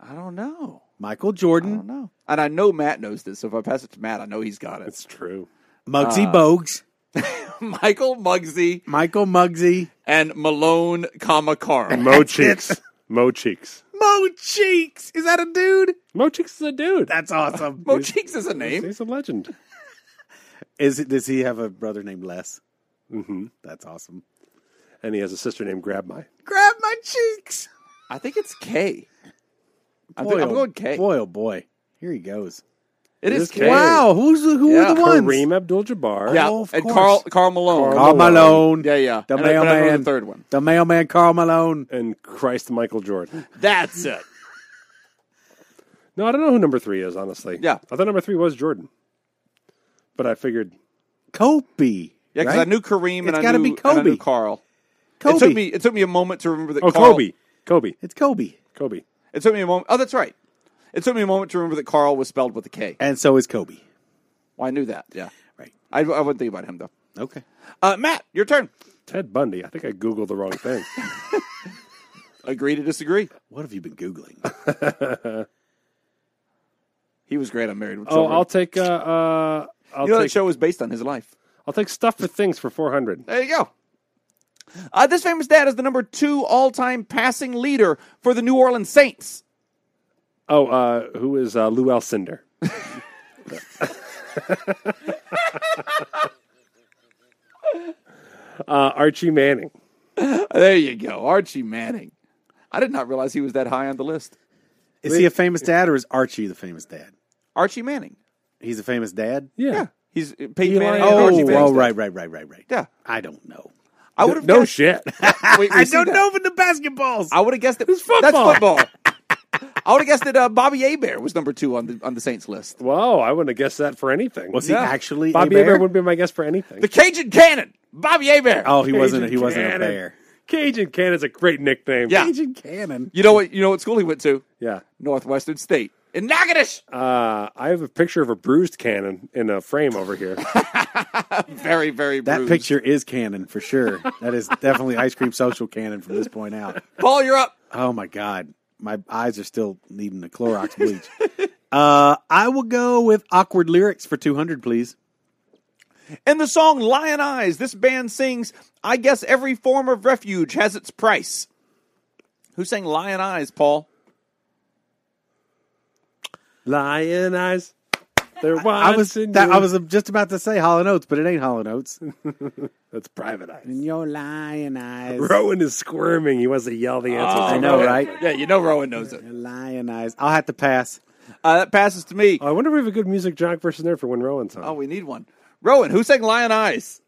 Speaker 5: I don't know.
Speaker 4: Michael
Speaker 5: I don't
Speaker 4: Jordan,
Speaker 5: know. And I know Matt knows this, so if I pass it to Matt, I know he's got it.
Speaker 3: That's true.
Speaker 5: Uh.
Speaker 4: Muggsy Bogues,
Speaker 5: Michael Muggsy
Speaker 4: Michael Muggsy,
Speaker 5: and Malone, comma Carl.
Speaker 3: Mo cheeks. Mo cheeks.
Speaker 4: Mo Cheeks. Is that a dude?
Speaker 3: Mo cheeks is a dude.
Speaker 4: That's awesome.
Speaker 5: Mo Cheeks is a name.
Speaker 3: He's a legend.
Speaker 4: Is it, does he have a brother named Les?
Speaker 5: Mm-hmm.
Speaker 3: hmm
Speaker 4: That's awesome.
Speaker 3: And he has a sister named Grab My.
Speaker 4: Grab my cheeks.
Speaker 5: I think it's K. I think, I'm
Speaker 4: oh-
Speaker 5: going K.
Speaker 4: Boy, oh boy. Here he goes.
Speaker 5: it
Speaker 3: it
Speaker 5: is
Speaker 3: is
Speaker 5: K.
Speaker 3: K.
Speaker 4: Wow, who's the- who
Speaker 5: Yeah.
Speaker 4: are the ones?
Speaker 3: Kareem Abdul-Jabbar.
Speaker 5: Yeah,
Speaker 4: Oh, of
Speaker 5: and
Speaker 4: course.
Speaker 5: Carl Carl Malone.
Speaker 4: Carl Malone.
Speaker 5: Yeah, yeah.
Speaker 4: The
Speaker 5: And I- but I don't know
Speaker 4: mailman.
Speaker 5: the third one.
Speaker 4: The mailman Carl Malone.
Speaker 3: And Christ Michael Jordan.
Speaker 5: That's it.
Speaker 3: No, I don't know who number three is, honestly.
Speaker 5: Yeah.
Speaker 3: I thought number three was Jordan. But I figured
Speaker 4: Kobe.
Speaker 5: Yeah, because
Speaker 4: right?
Speaker 5: I knew Kareem and
Speaker 4: It's
Speaker 5: I
Speaker 4: gotta
Speaker 5: knew,
Speaker 4: be
Speaker 5: and I knew
Speaker 4: Kobe.
Speaker 5: Carl.
Speaker 4: Kobe.
Speaker 5: It took me it took me a moment to remember that
Speaker 3: Oh
Speaker 5: Carl
Speaker 3: Kobe. Kobe.
Speaker 4: It's Kobe.
Speaker 3: Kobe.
Speaker 5: It took me a moment. Oh, that's right. It took me a moment to remember that Carl was spelled with a K.
Speaker 4: And so is Kobe.
Speaker 5: Well, I knew that. Yeah.
Speaker 4: Right.
Speaker 5: I, I wouldn't think about him though.
Speaker 4: Okay.
Speaker 5: Uh, Matt, your turn.
Speaker 3: Ted Bundy. I think I Googled the wrong thing.
Speaker 5: Agree to disagree.
Speaker 4: What have you been Googling?
Speaker 5: He was great on Married with
Speaker 3: oh,
Speaker 5: Children.
Speaker 3: I'll take uh, uh I'll
Speaker 5: you know that
Speaker 3: take
Speaker 5: show was based on his life.
Speaker 3: I'll take stuff for things for four hundred.
Speaker 5: There you go. Uh, this famous dad is the number two all-time passing leader for the New Orleans Saints.
Speaker 3: Oh, uh who is uh Lou Alcindor? uh Archie Manning.
Speaker 5: There you go, Archie Manning. I did not realize he was that high on the list.
Speaker 4: Is he a famous dad or is Archie the famous dad?
Speaker 5: Archie Manning.
Speaker 4: He's a famous dad?
Speaker 3: Yeah.
Speaker 5: Yeah, he's Peyton
Speaker 3: Eli-
Speaker 5: Manning. and
Speaker 4: Oh,
Speaker 5: Archie Manning's
Speaker 4: oh
Speaker 5: dad.
Speaker 4: right, right, right, right, right.
Speaker 5: Yeah.
Speaker 4: I don't know.
Speaker 5: I would have
Speaker 3: No shit.
Speaker 4: I don't know but the basketballs.
Speaker 5: I would have guessed that
Speaker 3: football.
Speaker 5: That's football. I would have guessed that uh, Bobby Abear was number two on the on the Saints list.
Speaker 3: Wow, I wouldn't have guessed that for anything.
Speaker 4: Was
Speaker 5: Yeah.
Speaker 4: he actually
Speaker 3: Bobby
Speaker 4: a
Speaker 3: Abear
Speaker 4: bear?
Speaker 3: wouldn't be my guess for anything.
Speaker 5: The Cajun Cannon, Bobby Abear.
Speaker 4: Oh, he wasn't. He
Speaker 3: Cajun
Speaker 4: wasn't a
Speaker 3: Cannon.
Speaker 4: bear.
Speaker 3: Cajun Cannon's a great nickname.
Speaker 5: Yeah.
Speaker 4: Cajun Cannon.
Speaker 5: You know what? You know what school he went to?
Speaker 3: Yeah.
Speaker 5: Northwestern State in Natchitoches.
Speaker 3: Uh, I have a picture of a bruised cannon in a frame over here.
Speaker 5: Very, very
Speaker 4: That
Speaker 5: bruised.
Speaker 4: picture is canon for sure. That is definitely ice cream social canon from this point out.
Speaker 5: Paul, you're up.
Speaker 4: Oh my god, my eyes are still needing the Clorox bleach. uh, I will go with awkward lyrics for two hundred, please.
Speaker 5: In the song "Lion Eyes," this band sings, "I guess every form of refuge has its price." Who sang "Lion Eyes"? Paul.
Speaker 3: Lion eyes. They're
Speaker 4: I was
Speaker 3: watching
Speaker 4: that,
Speaker 3: you.
Speaker 4: I was just about to say Hollow Notes, but it ain't Hollow Notes.
Speaker 3: That's private eyes.
Speaker 4: And your lion eyes,
Speaker 3: Rowan is squirming. He wants to yell the answer.
Speaker 4: Oh. I know, right?
Speaker 5: Yeah, you know Rowan knows it.
Speaker 4: Your lion eyes. I'll have to pass.
Speaker 5: Uh, that passes to me.
Speaker 3: I wonder if we have a good music jock person there for when Rowan's on.
Speaker 5: Oh, we need one. Rowan, who sang Lion Eyes?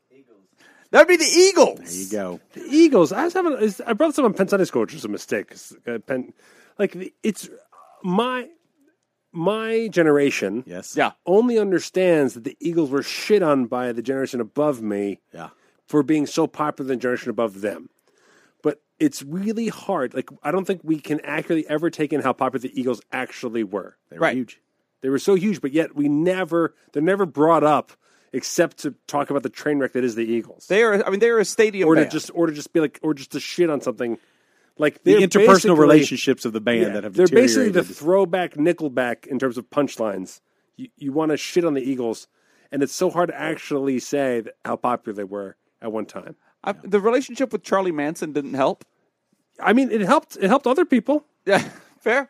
Speaker 5: That would be the Eagles.
Speaker 4: There you go.
Speaker 3: The Eagles. I was having. Is, I brought this up on Penn Sunday School, which was a mistake. 'cause, uh, Penn, like the- it's my my generation.
Speaker 4: Yes.
Speaker 5: Yeah.
Speaker 3: Only understands that the Eagles were shit on by the generation above me.
Speaker 4: Yeah.
Speaker 3: for being so popular in the generation above them. But it's really hard. Like I don't think we can accurately ever take in how popular the Eagles actually were.
Speaker 4: They were
Speaker 5: Right.
Speaker 4: huge.
Speaker 3: They were so huge, but yet we never they're never brought up except to talk about the train wreck that is the Eagles.
Speaker 5: They are. I mean, they are a stadium
Speaker 3: or to
Speaker 5: band.
Speaker 3: just or to just be like or just to shit on something. Like
Speaker 4: The
Speaker 3: they're basically-
Speaker 4: interpersonal relationships of the band
Speaker 3: yeah,
Speaker 4: that have
Speaker 3: they're basically
Speaker 4: deteriorated.
Speaker 3: the throwback Nickelback in terms of punchlines. You, you want to shit on the Eagles, and it's so hard to actually say that, how popular they were at one time.
Speaker 5: I, the relationship with Charlie Manson didn't help.
Speaker 3: I mean, it helped. It helped other people.
Speaker 5: Yeah, fair.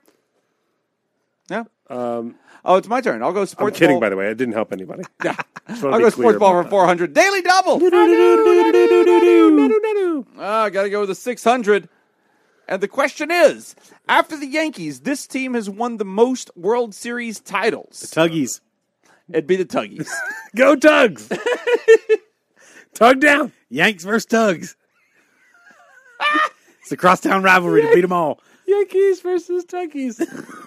Speaker 5: Yeah. Um, oh, it's my turn. I'll go sports.
Speaker 3: I'm kidding,
Speaker 5: ball.
Speaker 3: by the way. It didn't help anybody. Yeah.
Speaker 5: I'll go sports ball for 400. Daily double. Ah, I got to go with the 600. And the question is: After the Yankees, this team has won the most World Series titles.
Speaker 4: Tuggies.
Speaker 5: It'd be the Tuggies.
Speaker 3: Go Tugs! Tug down!
Speaker 4: Yanks versus Tugs. it's a crosstown rivalry to beat them all.
Speaker 3: Yankees versus Tuggies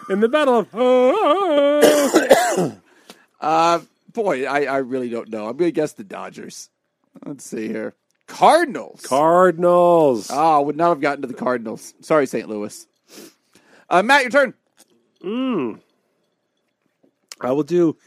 Speaker 3: in the battle of. Oh,
Speaker 5: Boy, I, I really don't know. I'm going to guess the Dodgers. Let's see here. Cardinals.
Speaker 3: Cardinals.
Speaker 5: Ah, would not have gotten to the Cardinals. Sorry, St. Louis. Uh, Matt, your turn.
Speaker 3: I will do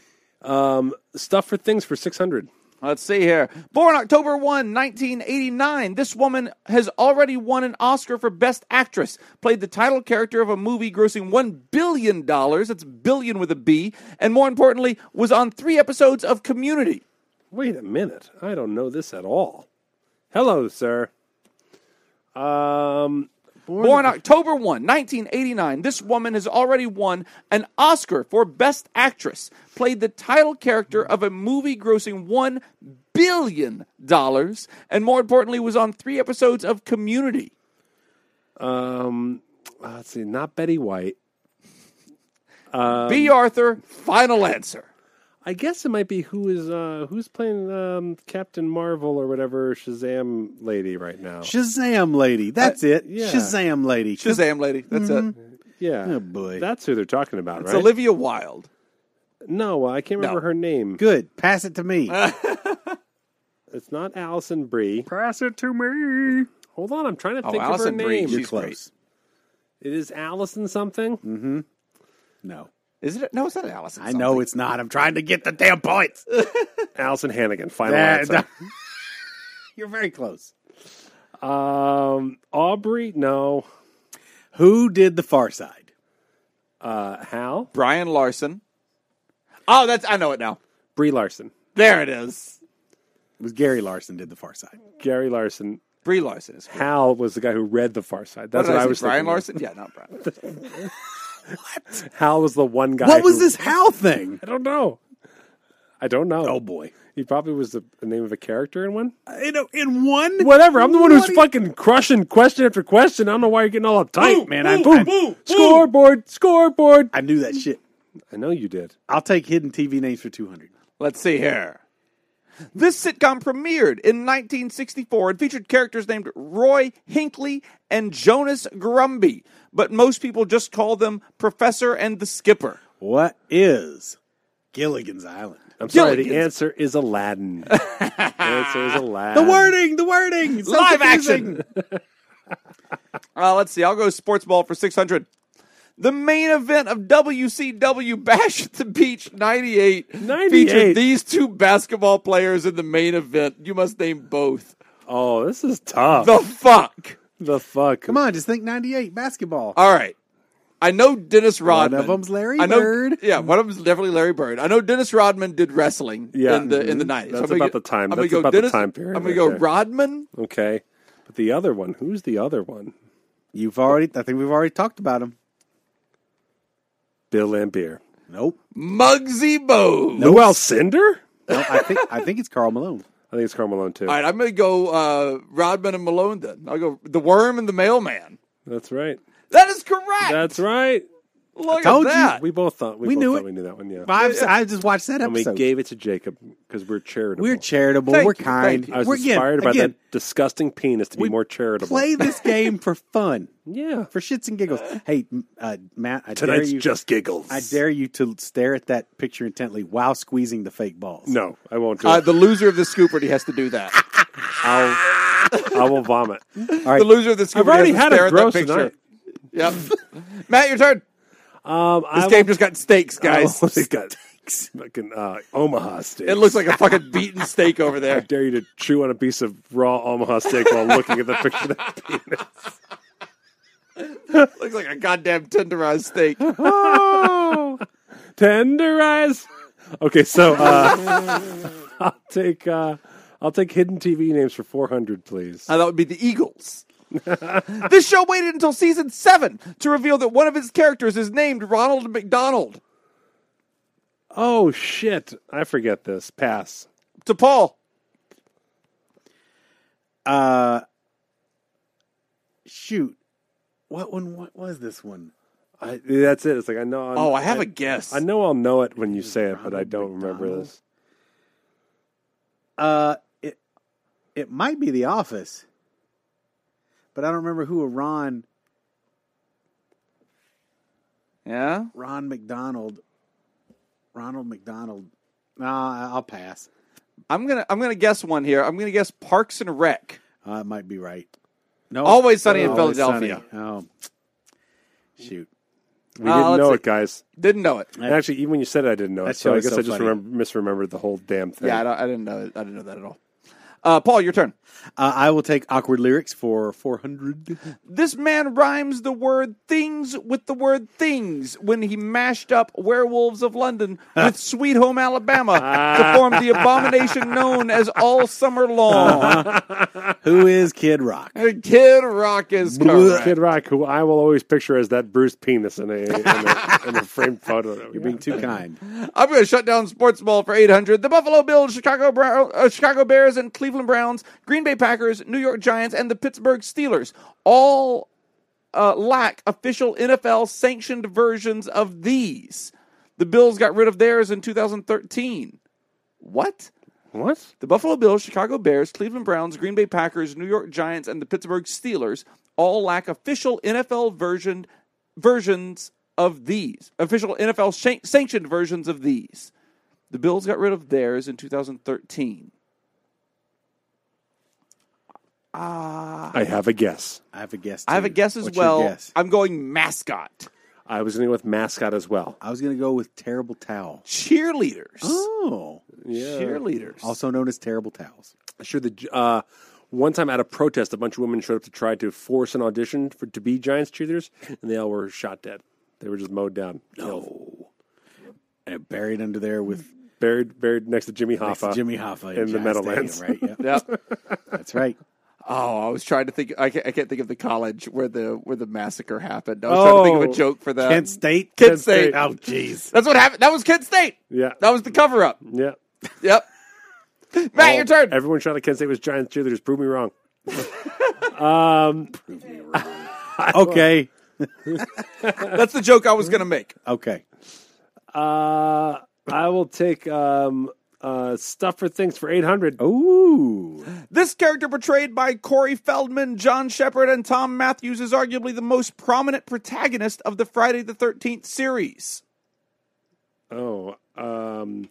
Speaker 3: um, stuff for things for 600.
Speaker 5: Let's see here. Born October 1, 1989, this woman has already won an Oscar for Best Actress. Played the title character of a movie grossing $1 billion. That's billion with a B. And more importantly, was on three episodes of Community.
Speaker 3: Wait a minute. I don't know this at all. Hello, sir. Um,
Speaker 5: Born October 1, 1989, this woman has already won an Oscar for Best Actress. Played the title character of a movie grossing $1 billion, and more importantly, was on three episodes of Community.
Speaker 3: um, uh, let's see. Not Betty White.
Speaker 5: B. Arthur, final answer.
Speaker 3: I guess it might be who is uh, who's playing um, Captain Marvel or whatever Shazam lady right now.
Speaker 4: Shazam lady. That's it.
Speaker 3: Uh, yeah.
Speaker 4: Shazam lady.
Speaker 5: Shazam, lady. That's it.
Speaker 3: yeah,
Speaker 4: Oh, boy.
Speaker 3: that's who they're talking about,
Speaker 5: Mm-hmm. It's
Speaker 3: right?
Speaker 5: Olivia Wilde.
Speaker 3: no, I can't remember her name.
Speaker 4: Good. Pass it to me.
Speaker 3: Uh. It's not Allison Brie.
Speaker 4: Pass it to me.
Speaker 3: Hold on, I'm trying to
Speaker 5: Oh,
Speaker 3: think
Speaker 5: Allison
Speaker 3: of her
Speaker 5: Brie.
Speaker 3: name.
Speaker 5: She's
Speaker 4: You're close.
Speaker 3: It is Allison something.
Speaker 4: No.
Speaker 5: Is it? No, it's not Allison.
Speaker 4: I know it's not. I'm trying to get the damn points.
Speaker 3: Allison Hannigan. Final
Speaker 4: That-
Speaker 3: answer.
Speaker 4: You're very close.
Speaker 3: Um, Aubrey. No.
Speaker 4: Who did the far side?
Speaker 3: Uh, Hal.
Speaker 5: Brian Larson. Oh, that's. I know it now.
Speaker 3: Brie Larson.
Speaker 5: There it is.
Speaker 4: It was Gary Larson did the far side.
Speaker 3: Gary Larson.
Speaker 5: Brie Larson is.
Speaker 3: Hal was the guy who read The Far Side. That's
Speaker 5: What
Speaker 3: what,
Speaker 5: did
Speaker 3: I,
Speaker 5: say,
Speaker 3: was
Speaker 5: Brian
Speaker 3: thinking.
Speaker 5: Larson? Yeah, not Brian.
Speaker 3: Hal was the one guy.
Speaker 4: What was
Speaker 3: who-
Speaker 4: this Hal thing?
Speaker 3: I don't know. I don't know.
Speaker 4: Oh boy!
Speaker 3: He probably was the, the name of a character in one.
Speaker 4: In, a- in one,
Speaker 3: Whatever. I'm the one
Speaker 4: What
Speaker 3: who's
Speaker 4: do you-
Speaker 3: fucking crushing question after question. I don't know why you're getting all uptight,
Speaker 4: Boo,
Speaker 3: man.
Speaker 4: boo,
Speaker 3: I'm,
Speaker 4: boo,
Speaker 3: I'm-
Speaker 4: boo, boo.
Speaker 3: scoreboard, scoreboard.
Speaker 4: I knew that shit.
Speaker 3: I know you did.
Speaker 4: I'll take hidden TV names for two hundred.
Speaker 5: Let's see here. This sitcom premiered in 1964 and featured characters named Roy Hinckley and Jonas Grumby, but most people just call them Professor and the Skipper.
Speaker 4: What is Gilligan's Island?
Speaker 3: I'm sorry. The
Speaker 5: Gilligan's.
Speaker 3: answer is Aladdin. the answer is
Speaker 4: The
Speaker 3: Aladdin.
Speaker 4: wording, the wording, so
Speaker 5: Live
Speaker 4: confusing.
Speaker 5: Uh, let's see. I'll go sports ball for 600. The main event of WCW Bash at the Beach 98,
Speaker 3: 98.
Speaker 5: featured these two basketball players in the main event. You must name both.
Speaker 3: Oh, this is tough.
Speaker 5: The fuck?
Speaker 3: The fuck?
Speaker 4: Come on, just think ninety-eight basketball.
Speaker 5: All right. I know Dennis Rodman.
Speaker 4: of 'em's Larry
Speaker 5: I know,
Speaker 4: Bird.
Speaker 5: Yeah, one of them's definitely Larry Bird. I know Dennis Rodman did wrestling
Speaker 3: Yeah. mm-hmm.
Speaker 5: in the in the nineties.
Speaker 3: That's about the time-
Speaker 5: I'm gonna
Speaker 3: that's
Speaker 5: go
Speaker 3: about the
Speaker 5: Dennis,
Speaker 3: time period
Speaker 5: I'm gonna
Speaker 3: right
Speaker 5: go
Speaker 3: there.
Speaker 5: Rodman.
Speaker 3: Okay. But the other one, who's the other one?
Speaker 4: You've already, I think we've already talked about him.
Speaker 3: Bill Lambier.
Speaker 4: Nope.
Speaker 5: Muggsy Bogues.
Speaker 3: Noel Cinder?
Speaker 4: No, I think I think it's Carl Malone.
Speaker 3: I think it's Carl Malone too.
Speaker 5: All right, I'm gonna go uh, Rodman and Malone then. I'll go the worm and the mailman.
Speaker 3: That's right.
Speaker 5: That is correct.
Speaker 3: That's right.
Speaker 5: Look
Speaker 4: told
Speaker 5: at
Speaker 4: you.
Speaker 5: that.
Speaker 3: We both thought we,
Speaker 4: We
Speaker 3: both
Speaker 4: knew
Speaker 3: thought
Speaker 4: it.
Speaker 3: we knew that one, yeah.
Speaker 4: I've, I just watched that
Speaker 3: and we
Speaker 4: episode.
Speaker 3: gave it to Jacob because we're charitable.
Speaker 4: We're charitable.
Speaker 5: Thank
Speaker 4: we're
Speaker 5: you,
Speaker 4: kind.
Speaker 5: thank you.
Speaker 3: I was
Speaker 4: we're
Speaker 3: inspired
Speaker 4: again,
Speaker 3: by
Speaker 4: again,
Speaker 3: that disgusting penis to be
Speaker 4: we
Speaker 3: more charitable.
Speaker 4: Play this game for fun,
Speaker 3: yeah.
Speaker 4: for shits and giggles. Hey, m- uh, Matt, I
Speaker 3: Tonight's
Speaker 4: dare you.
Speaker 3: just giggles.
Speaker 4: I dare you to stare at that picture intently while squeezing the fake balls.
Speaker 3: No, I won't do
Speaker 5: Uh,
Speaker 3: it.
Speaker 5: the loser of the scooperty has to do that.
Speaker 3: I will vomit.
Speaker 4: All right.
Speaker 5: The loser of the scooperty
Speaker 3: I've already
Speaker 5: has to
Speaker 3: had
Speaker 5: stare
Speaker 3: a
Speaker 5: at that
Speaker 3: gross
Speaker 5: picture.
Speaker 3: night.
Speaker 5: Yep. Matt, your turn.
Speaker 3: Um,
Speaker 5: This
Speaker 3: I
Speaker 5: game just got stakes, guys.
Speaker 3: will, it got fucking uh, Omaha steak.
Speaker 5: It looks like a fucking beaten steak over
Speaker 3: I
Speaker 5: there.
Speaker 3: dare you to chew on a piece of raw Omaha steak while looking at the picture of that penis.
Speaker 5: Looks like a goddamn tenderized steak.
Speaker 3: Oh, tenderize. Okay, so uh, I'll take uh, I'll take hidden TV names for four hundred, please.
Speaker 5: Uh, that would be the Eagles. this show waited until season seven to reveal that one of its characters is named Ronald McDonald.
Speaker 3: oh shit, I forget this. Pass.
Speaker 5: To Paul,
Speaker 4: Uh, shoot. What one? What was this one?
Speaker 3: I, that's it. It's like I know. I'm,
Speaker 5: oh, I have a guess.
Speaker 3: I know I'll know it when you say it, but I don't remember this.
Speaker 4: Uh, it it might be The Office, but I don't remember who a Ron
Speaker 5: Yeah,
Speaker 4: Ron McDonald, Ronald McDonald. Nah, I- I'll pass.
Speaker 5: I'm gonna I'm gonna guess one here. I'm gonna guess Parks and Rec.
Speaker 4: I Uh, might be right. No,
Speaker 5: Always Sunny in
Speaker 4: Always
Speaker 5: Philadelphia.
Speaker 4: Sunny. Oh, shoot.
Speaker 3: We
Speaker 5: Uh,
Speaker 3: didn't
Speaker 5: let's
Speaker 3: know
Speaker 5: see.
Speaker 3: it, guys.
Speaker 5: Didn't know it.
Speaker 3: And actually, even when you said it, I didn't know it.
Speaker 4: That
Speaker 3: So
Speaker 4: show
Speaker 3: I
Speaker 4: is
Speaker 3: guess
Speaker 4: so
Speaker 3: I just
Speaker 4: funny.
Speaker 3: remember, misremembered the whole damn thing.
Speaker 5: Yeah, I, don't, I didn't know. It. I didn't know that at all. Uh, Paul, your turn.
Speaker 4: Uh, I will take awkward lyrics for four hundred.
Speaker 5: This man rhymes the word things with the word things when he mashed up Werewolves of London with Sweet Home Alabama to form the abomination known as All Summer Long.
Speaker 4: Who is Kid Rock?
Speaker 5: Kid Rock is correct.
Speaker 3: Kid Rock, who I will always picture as that bruised penis in a, in a, in a framed photo. That we
Speaker 4: You're being too kind.
Speaker 5: I'm going to shut down sports ball for 800. The Buffalo Bills, Chicago Brown, uh, Chicago Bears, and Cleveland Browns, Green Bay Packers, New York Giants, and the Pittsburgh Steelers all uh, lack official NFL sanctioned versions of these. The Bills got rid of theirs in 2013. What?
Speaker 3: What?
Speaker 5: The Buffalo Bills, Chicago Bears, Cleveland Browns, Green Bay Packers, New York Giants, and the Pittsburgh Steelers all lack official NFL version versions of these. Official NFL shan- sanctioned versions of these. The Bills got rid of theirs in 2013.
Speaker 3: I have a guess.
Speaker 4: I have a guess.
Speaker 5: Ah, I have a
Speaker 4: too.
Speaker 5: guess as
Speaker 4: What's your
Speaker 5: well.
Speaker 4: guess?
Speaker 5: I'm going mascot.
Speaker 3: I was going to go with mascot as well.
Speaker 4: I was going to go with terrible towel.
Speaker 5: Cheerleaders.
Speaker 4: Oh,
Speaker 5: Cheerleaders.
Speaker 4: also known as terrible towels.
Speaker 3: Sure, the uh, one time out of protest, a bunch of women showed up to try to force an audition for to be Giants cheerleaders, and they all were shot dead. They were just mowed down, killed,
Speaker 4: And buried under there with
Speaker 3: buried, buried next to Jimmy Hoffa.
Speaker 4: next to Jimmy Hoffa
Speaker 3: in the
Speaker 4: Giant
Speaker 3: Meadowlands.
Speaker 4: Stadium, right? Yeah,
Speaker 5: Yeah.
Speaker 4: that's right.
Speaker 5: Oh, I was trying to think. I can't, I can't think of the college where the where the massacre happened. I was trying to think of
Speaker 3: Oh,
Speaker 5: a joke for that.
Speaker 4: Kent State.
Speaker 5: Uh, Kent State.
Speaker 4: Oh, jeez.
Speaker 5: That's what happened. That was Kent State.
Speaker 3: Yeah,
Speaker 5: That was the cover up.
Speaker 3: yeah.
Speaker 5: Yep. Matt, your turn.
Speaker 3: Everyone shot at Kent State was Giants cheerleaders. Prove me wrong.
Speaker 4: Okay.
Speaker 5: That's the joke I was going to make.
Speaker 4: Okay.
Speaker 3: Uh, I will take um, uh, stuff for things for eight hundred.
Speaker 4: Ooh.
Speaker 5: This character portrayed by Corey Feldman, John Shepard, and Tom Matthews is arguably the most prominent protagonist of the Friday the 13th series.
Speaker 3: Oh, um,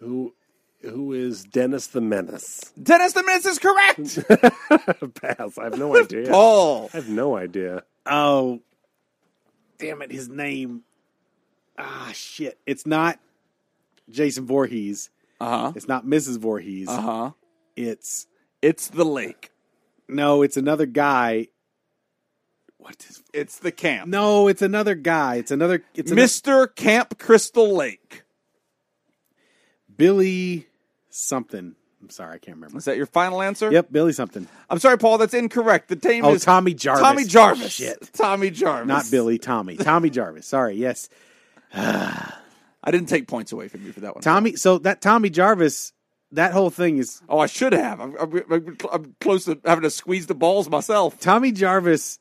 Speaker 3: who who is Dennis the Menace?
Speaker 5: Dennis the Menace is correct.
Speaker 3: Pass. I have no idea.
Speaker 5: Paul.
Speaker 3: I have no idea.
Speaker 4: Oh, damn it! His name. Ah, shit! It's not Jason Voorhees.
Speaker 5: Uh huh.
Speaker 4: It's not Mrs. Voorhees.
Speaker 5: Uh huh.
Speaker 4: It's
Speaker 5: It's the lake.
Speaker 4: no. It's another guy. What is?
Speaker 5: It's the camp.
Speaker 4: No, it's another guy. It's another. It's another-
Speaker 5: Mr. Camp Crystal Lake.
Speaker 4: Billy something. I'm sorry, I can't remember.
Speaker 5: Is that your final answer?
Speaker 4: Yep, Billy something.
Speaker 5: I'm sorry, Paul. That's incorrect. The name
Speaker 4: Oh,
Speaker 5: is
Speaker 4: Tommy Jarvis.
Speaker 5: Tommy Jarvis. Oh,
Speaker 4: Shit.
Speaker 5: Tommy Jarvis.
Speaker 4: Not Billy, Tommy. Tommy Jarvis. Sorry, yes.
Speaker 5: I didn't take points away from you for that one.
Speaker 4: Tommy. So that Tommy Jarvis, that whole thing is
Speaker 5: Oh, I should have. I'm, I'm, I'm, I'm close to having to squeeze the balls myself.
Speaker 4: Tommy Jarvis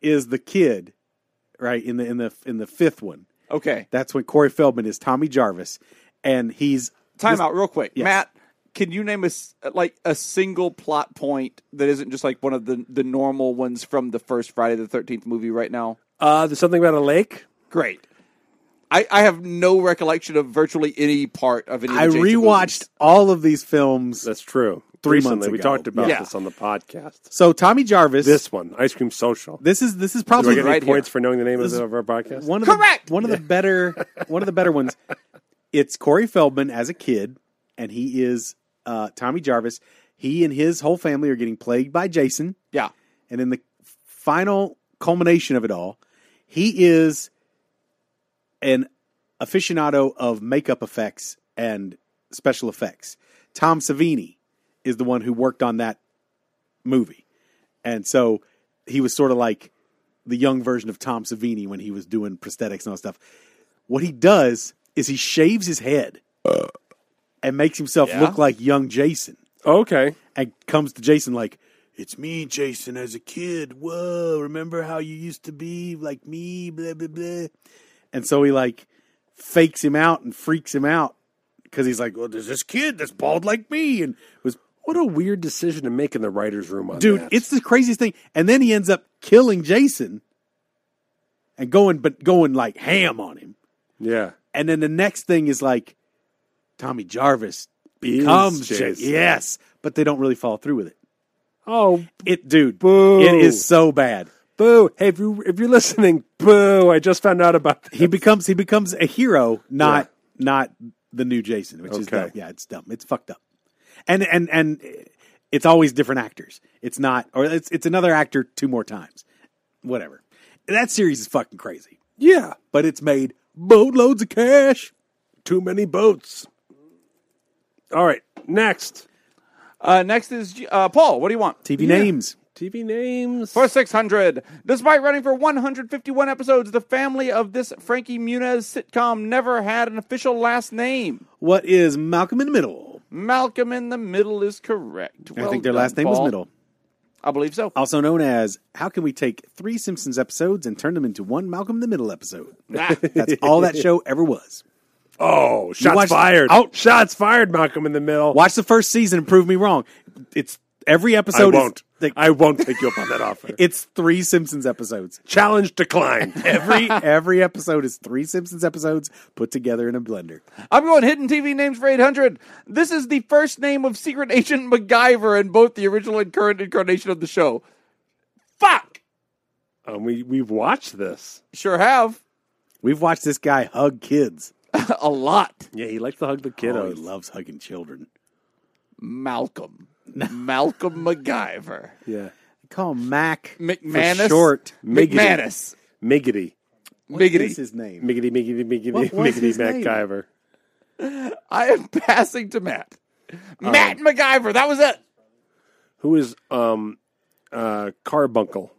Speaker 4: is the kid, right? In the in the in the fifth one.
Speaker 5: Okay,
Speaker 4: That's when Corey Feldman is Tommy Jarvis, and he's
Speaker 5: time
Speaker 4: this-
Speaker 5: out real quick.
Speaker 4: Yes.
Speaker 5: Matt, can you name a s- like a single plot point that isn't just like one of the the normal ones from the first Friday the Thirteenth movie right now?
Speaker 3: Uh, there's something about a lake.
Speaker 5: Great. I, I have no recollection of virtually any part of any. of
Speaker 4: I
Speaker 5: the Jason
Speaker 4: rewatched
Speaker 5: movies.
Speaker 4: all of these films.
Speaker 3: That's true.
Speaker 4: Three months
Speaker 3: we
Speaker 4: ago.
Speaker 3: talked about
Speaker 5: Yeah.
Speaker 3: this on the podcast.
Speaker 4: So Tommy Jarvis.
Speaker 3: This one, Ice Cream Social.
Speaker 4: this is this is
Speaker 3: Do I
Speaker 4: probably
Speaker 3: get any
Speaker 5: Right here.
Speaker 3: points for knowing the name of, the, of our podcast?
Speaker 4: one of
Speaker 5: Correct!
Speaker 4: The, one of the better one of the better ones. It's Corey Feldman as a kid, and he is uh, Tommy Jarvis. He and his whole family are getting plagued by Jason,
Speaker 5: Yeah,
Speaker 4: and in the final culmination of it all, he is an aficionado of makeup effects and special effects. Tom Savini is the one who worked on that movie. And so he was sort of like the young version of Tom Savini when he was doing prosthetics and all that stuff. What he does is he shaves his head and makes himself look like young Jason
Speaker 3: Okay.
Speaker 4: and comes to Jason like, "It's me, Jason, as a kid. Whoa, remember how you used to be like me? Blah blah blah." And so he like fakes him out and freaks him out because he's like, "Well, there's this kid that's bald like me," and was
Speaker 3: What a weird decision to make in the writers' room on
Speaker 4: dude,
Speaker 3: that.
Speaker 4: it's the craziest thing. And then he ends up killing Jason and going, but going like ham on him.
Speaker 3: yeah.
Speaker 4: And then the next thing is like Tommy Jarvis
Speaker 3: Is
Speaker 4: comes chase.
Speaker 3: chase.
Speaker 4: Yes, but they don't really follow through with it.
Speaker 3: Oh,
Speaker 4: It, dude,
Speaker 3: Boo.
Speaker 4: it is so bad.
Speaker 3: boo! Hey, if you if you're listening, boo! I just found out about that.
Speaker 4: He becomes he becomes a hero, not not the new Jason, which is
Speaker 3: Okay.
Speaker 4: dumb. Yeah, it's dumb. It's fucked up. And and and it's always different actors. It's not, or it's it's another actor two more times. Whatever. That series is fucking crazy,
Speaker 3: Yeah,
Speaker 4: but it's made boatloads of cash.
Speaker 3: too many boats. All right, next
Speaker 5: Uh, next is uh, Paul. What do you want?
Speaker 4: TV names.
Speaker 3: TV names.
Speaker 5: For 600. Despite running for 151 episodes, the family of this Frankie Muniz sitcom never had an official last name.
Speaker 4: What is Malcolm in the Middle?
Speaker 5: Malcolm in the Middle is correct.
Speaker 4: I
Speaker 5: Well
Speaker 4: think their
Speaker 5: done,
Speaker 4: last name was
Speaker 5: Paul.
Speaker 4: Middle. Oh.
Speaker 5: I believe so.
Speaker 4: also known as How Can We Take Three Simpsons Episodes and Turn Them into One Malcolm in the Middle episode?
Speaker 5: Nah.
Speaker 4: That's all that show ever was.
Speaker 3: oh, shots
Speaker 4: watched-
Speaker 3: fired!
Speaker 4: Oh.
Speaker 3: shots fired! Malcolm in the middle.
Speaker 4: Watch the first season and prove me wrong. It's every
Speaker 3: I
Speaker 4: episode. is-
Speaker 3: won't.
Speaker 4: like,
Speaker 3: I won't take you up on that offer.
Speaker 4: it's three Simpsons episodes.
Speaker 3: Challenge declined.
Speaker 4: Every every episode is three Simpsons episodes put together in a blender.
Speaker 5: I'm going hidden TV names for 800. This is the first name of secret agent MacGyver in both the original and current incarnation of the show. Fuck!
Speaker 3: um, we we've watched this.
Speaker 5: Sure have.
Speaker 4: We've watched this guy hug kids.
Speaker 5: A lot.
Speaker 3: Yeah, he likes to hug the
Speaker 4: Oh, he
Speaker 3: kiddos.
Speaker 4: loves hugging children.
Speaker 5: Malcolm. Malcolm MacGyver.
Speaker 3: yeah,
Speaker 4: They call him Mac
Speaker 5: McManus.
Speaker 4: for short.
Speaker 3: Miggity.
Speaker 5: McManus.
Speaker 3: Miggity,
Speaker 4: What
Speaker 5: Biggity.
Speaker 4: is his name?
Speaker 3: miggity, miggity, miggity,
Speaker 4: What was
Speaker 3: miggity,
Speaker 4: his name?
Speaker 3: MacGyver.
Speaker 5: I am passing to Matt. Matt MacGyver. That was it.
Speaker 3: Who is um uh Carbuncle?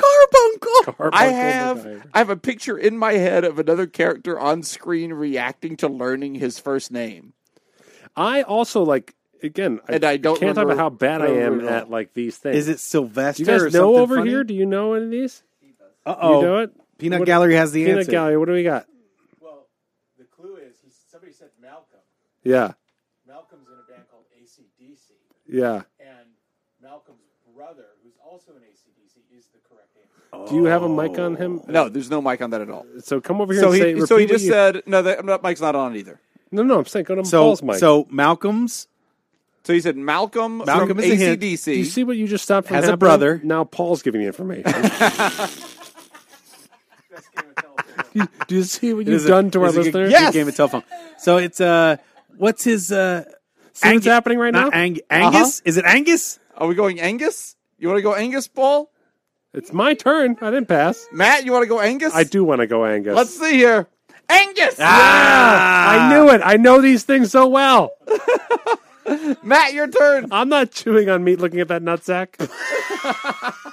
Speaker 4: Carbuncle.
Speaker 3: Carbuncle
Speaker 5: I have
Speaker 3: MacGyver.
Speaker 5: I have a picture in my head of another character on screen reacting to learning his first name.
Speaker 3: I also like again.
Speaker 5: And I don't
Speaker 3: can't talk about
Speaker 5: remember-
Speaker 3: how bad I am
Speaker 5: remember at all.
Speaker 3: at like these things.
Speaker 4: Is it Sylvester?
Speaker 3: Do you guys
Speaker 4: or
Speaker 3: know
Speaker 4: something
Speaker 3: over
Speaker 4: funny?
Speaker 3: here? Do you know any of these?
Speaker 4: Uh
Speaker 3: You
Speaker 4: oh.
Speaker 3: know it.
Speaker 4: Peanut
Speaker 3: What-
Speaker 4: Gallery has the
Speaker 3: Peanut
Speaker 4: answer.
Speaker 3: Gallery. What do we got?
Speaker 7: Well, the clue is he, somebody said Malcolm.
Speaker 3: Yeah,
Speaker 7: Malcolm's in a band called ACDC,
Speaker 3: yeah.
Speaker 7: and Malcolm's brother, who's also in ACDC, is the correct answer.
Speaker 3: Do you have a mic on him?
Speaker 5: No, there's no mic on that at all.
Speaker 3: So come over here
Speaker 5: Oh. So
Speaker 3: and say.
Speaker 5: he, so he
Speaker 3: repeat what
Speaker 5: just
Speaker 3: you-
Speaker 5: said, no, that, that mic's not on either.
Speaker 3: No, no. I'm saying go to
Speaker 4: So,
Speaker 3: Paul's mic.
Speaker 4: so Malcolm's
Speaker 5: So he said Malcolm,
Speaker 4: Malcolm
Speaker 5: from
Speaker 4: is a hint.
Speaker 3: do you
Speaker 5: ACDC.
Speaker 3: see what you just stopped from
Speaker 4: Has a
Speaker 3: happening?
Speaker 4: brother.
Speaker 3: Now Paul's giving you information.
Speaker 7: Best game of telephone.
Speaker 3: do, you, do you see what
Speaker 4: is
Speaker 3: you've
Speaker 4: a-
Speaker 3: done to our
Speaker 4: is a good-
Speaker 3: listeners?
Speaker 4: good
Speaker 5: Yes!
Speaker 4: game of telephone. So it's uh, what's his uh?
Speaker 3: See what's
Speaker 4: Angus-
Speaker 3: happening right now?
Speaker 4: Not Ang- Angus? Is it Angus?
Speaker 5: Are we going Angus? You want to go Angus, Paul?
Speaker 3: It's my turn. I didn't pass.
Speaker 5: Matt, you want to go Angus?
Speaker 3: I do Ah! want to go Angus.
Speaker 5: Let's see here. Angus!
Speaker 4: Ah!
Speaker 3: I knew it. I know these things so well.
Speaker 5: Matt, your turn.
Speaker 3: I'm not chewing on meat looking at that nutsack.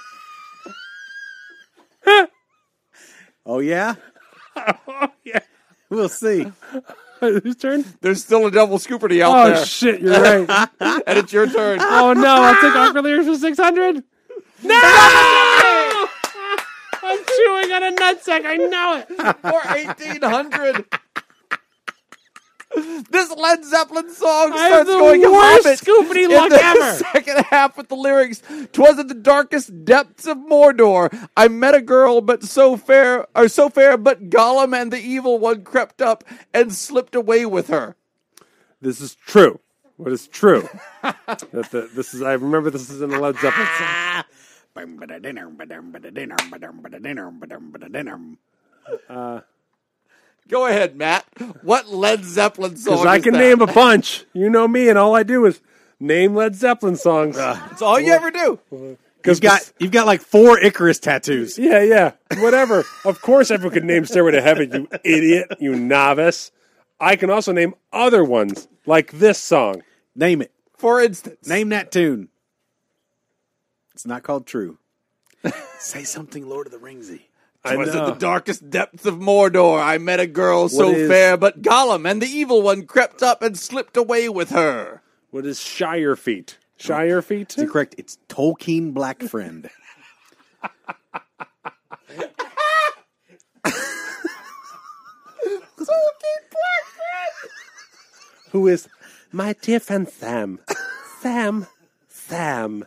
Speaker 4: Oh yeah.
Speaker 3: yeah.
Speaker 4: We'll see.
Speaker 3: Whose turn?
Speaker 5: There's still a double scooperty out
Speaker 3: Oh
Speaker 5: there,
Speaker 3: shit, you're right.
Speaker 5: and it's your turn.
Speaker 3: oh no, I'll take Aqualiers for six hundred. No! I'm chewing on a nutsack. I know it.
Speaker 5: or 1800. This Led Zeppelin song
Speaker 3: I have
Speaker 5: starts
Speaker 3: the
Speaker 5: going
Speaker 3: worst
Speaker 5: hobbit
Speaker 3: scoopity
Speaker 5: in
Speaker 3: luck
Speaker 5: the
Speaker 3: ever.
Speaker 5: second half with the lyrics. Twas in the darkest depths of Mordor. I met a girl, but so fair, or so fair, but Gollum and the evil one crept up and slipped away with her.
Speaker 3: This is true. What is true? that the, this is. I remember this is in the Led Zeppelin. song.
Speaker 5: Go ahead, Matt. What Led Zeppelin song?
Speaker 3: Because I
Speaker 5: is
Speaker 3: can
Speaker 5: that?
Speaker 3: name a bunch. You know me, and all I do is name Led Zeppelin songs.
Speaker 5: It's all you ever do.
Speaker 3: Because
Speaker 4: You've got you've got like four Icarus tattoos.
Speaker 3: Yeah, yeah. Whatever. of course, everyone could name Stairway to Heaven, you idiot, you novice. I can also name other ones, like this song.
Speaker 4: Name it.
Speaker 5: For instance,
Speaker 4: Name that tune. It's not called True. Say something, Lord of the Ringsy.
Speaker 3: I
Speaker 5: was in
Speaker 3: know.
Speaker 5: the darkest depths of Mordor. I met a girl so
Speaker 3: is-
Speaker 5: fair, but Gollum and the evil one crept up and slipped away with her.
Speaker 3: What is Shire Feet? Shire Feet?
Speaker 4: You're correct. It's Tolkien Black Friend.
Speaker 3: Who is my dear friend Sam? Sam. Sam.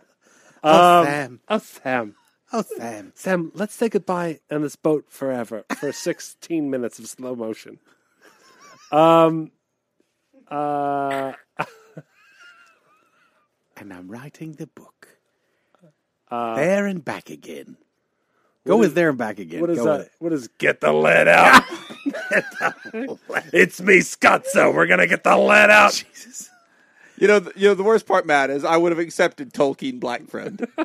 Speaker 3: Um,
Speaker 4: Sam.
Speaker 3: Oh, Sam.
Speaker 4: Oh, Sam.
Speaker 3: Sam, let's say goodbye on this boat forever for 16 minutes of slow motion. Um, uh,
Speaker 4: and I'm writing the book. there and back again. Go with there and back again.
Speaker 3: What is
Speaker 4: Go
Speaker 3: that?
Speaker 4: with it.
Speaker 3: What is get the lead out? it's me, Scotzo. We're gonna get the lead out.
Speaker 5: You know, th- you know the worst part, Matt, is I would have accepted Tolkien Black Friend.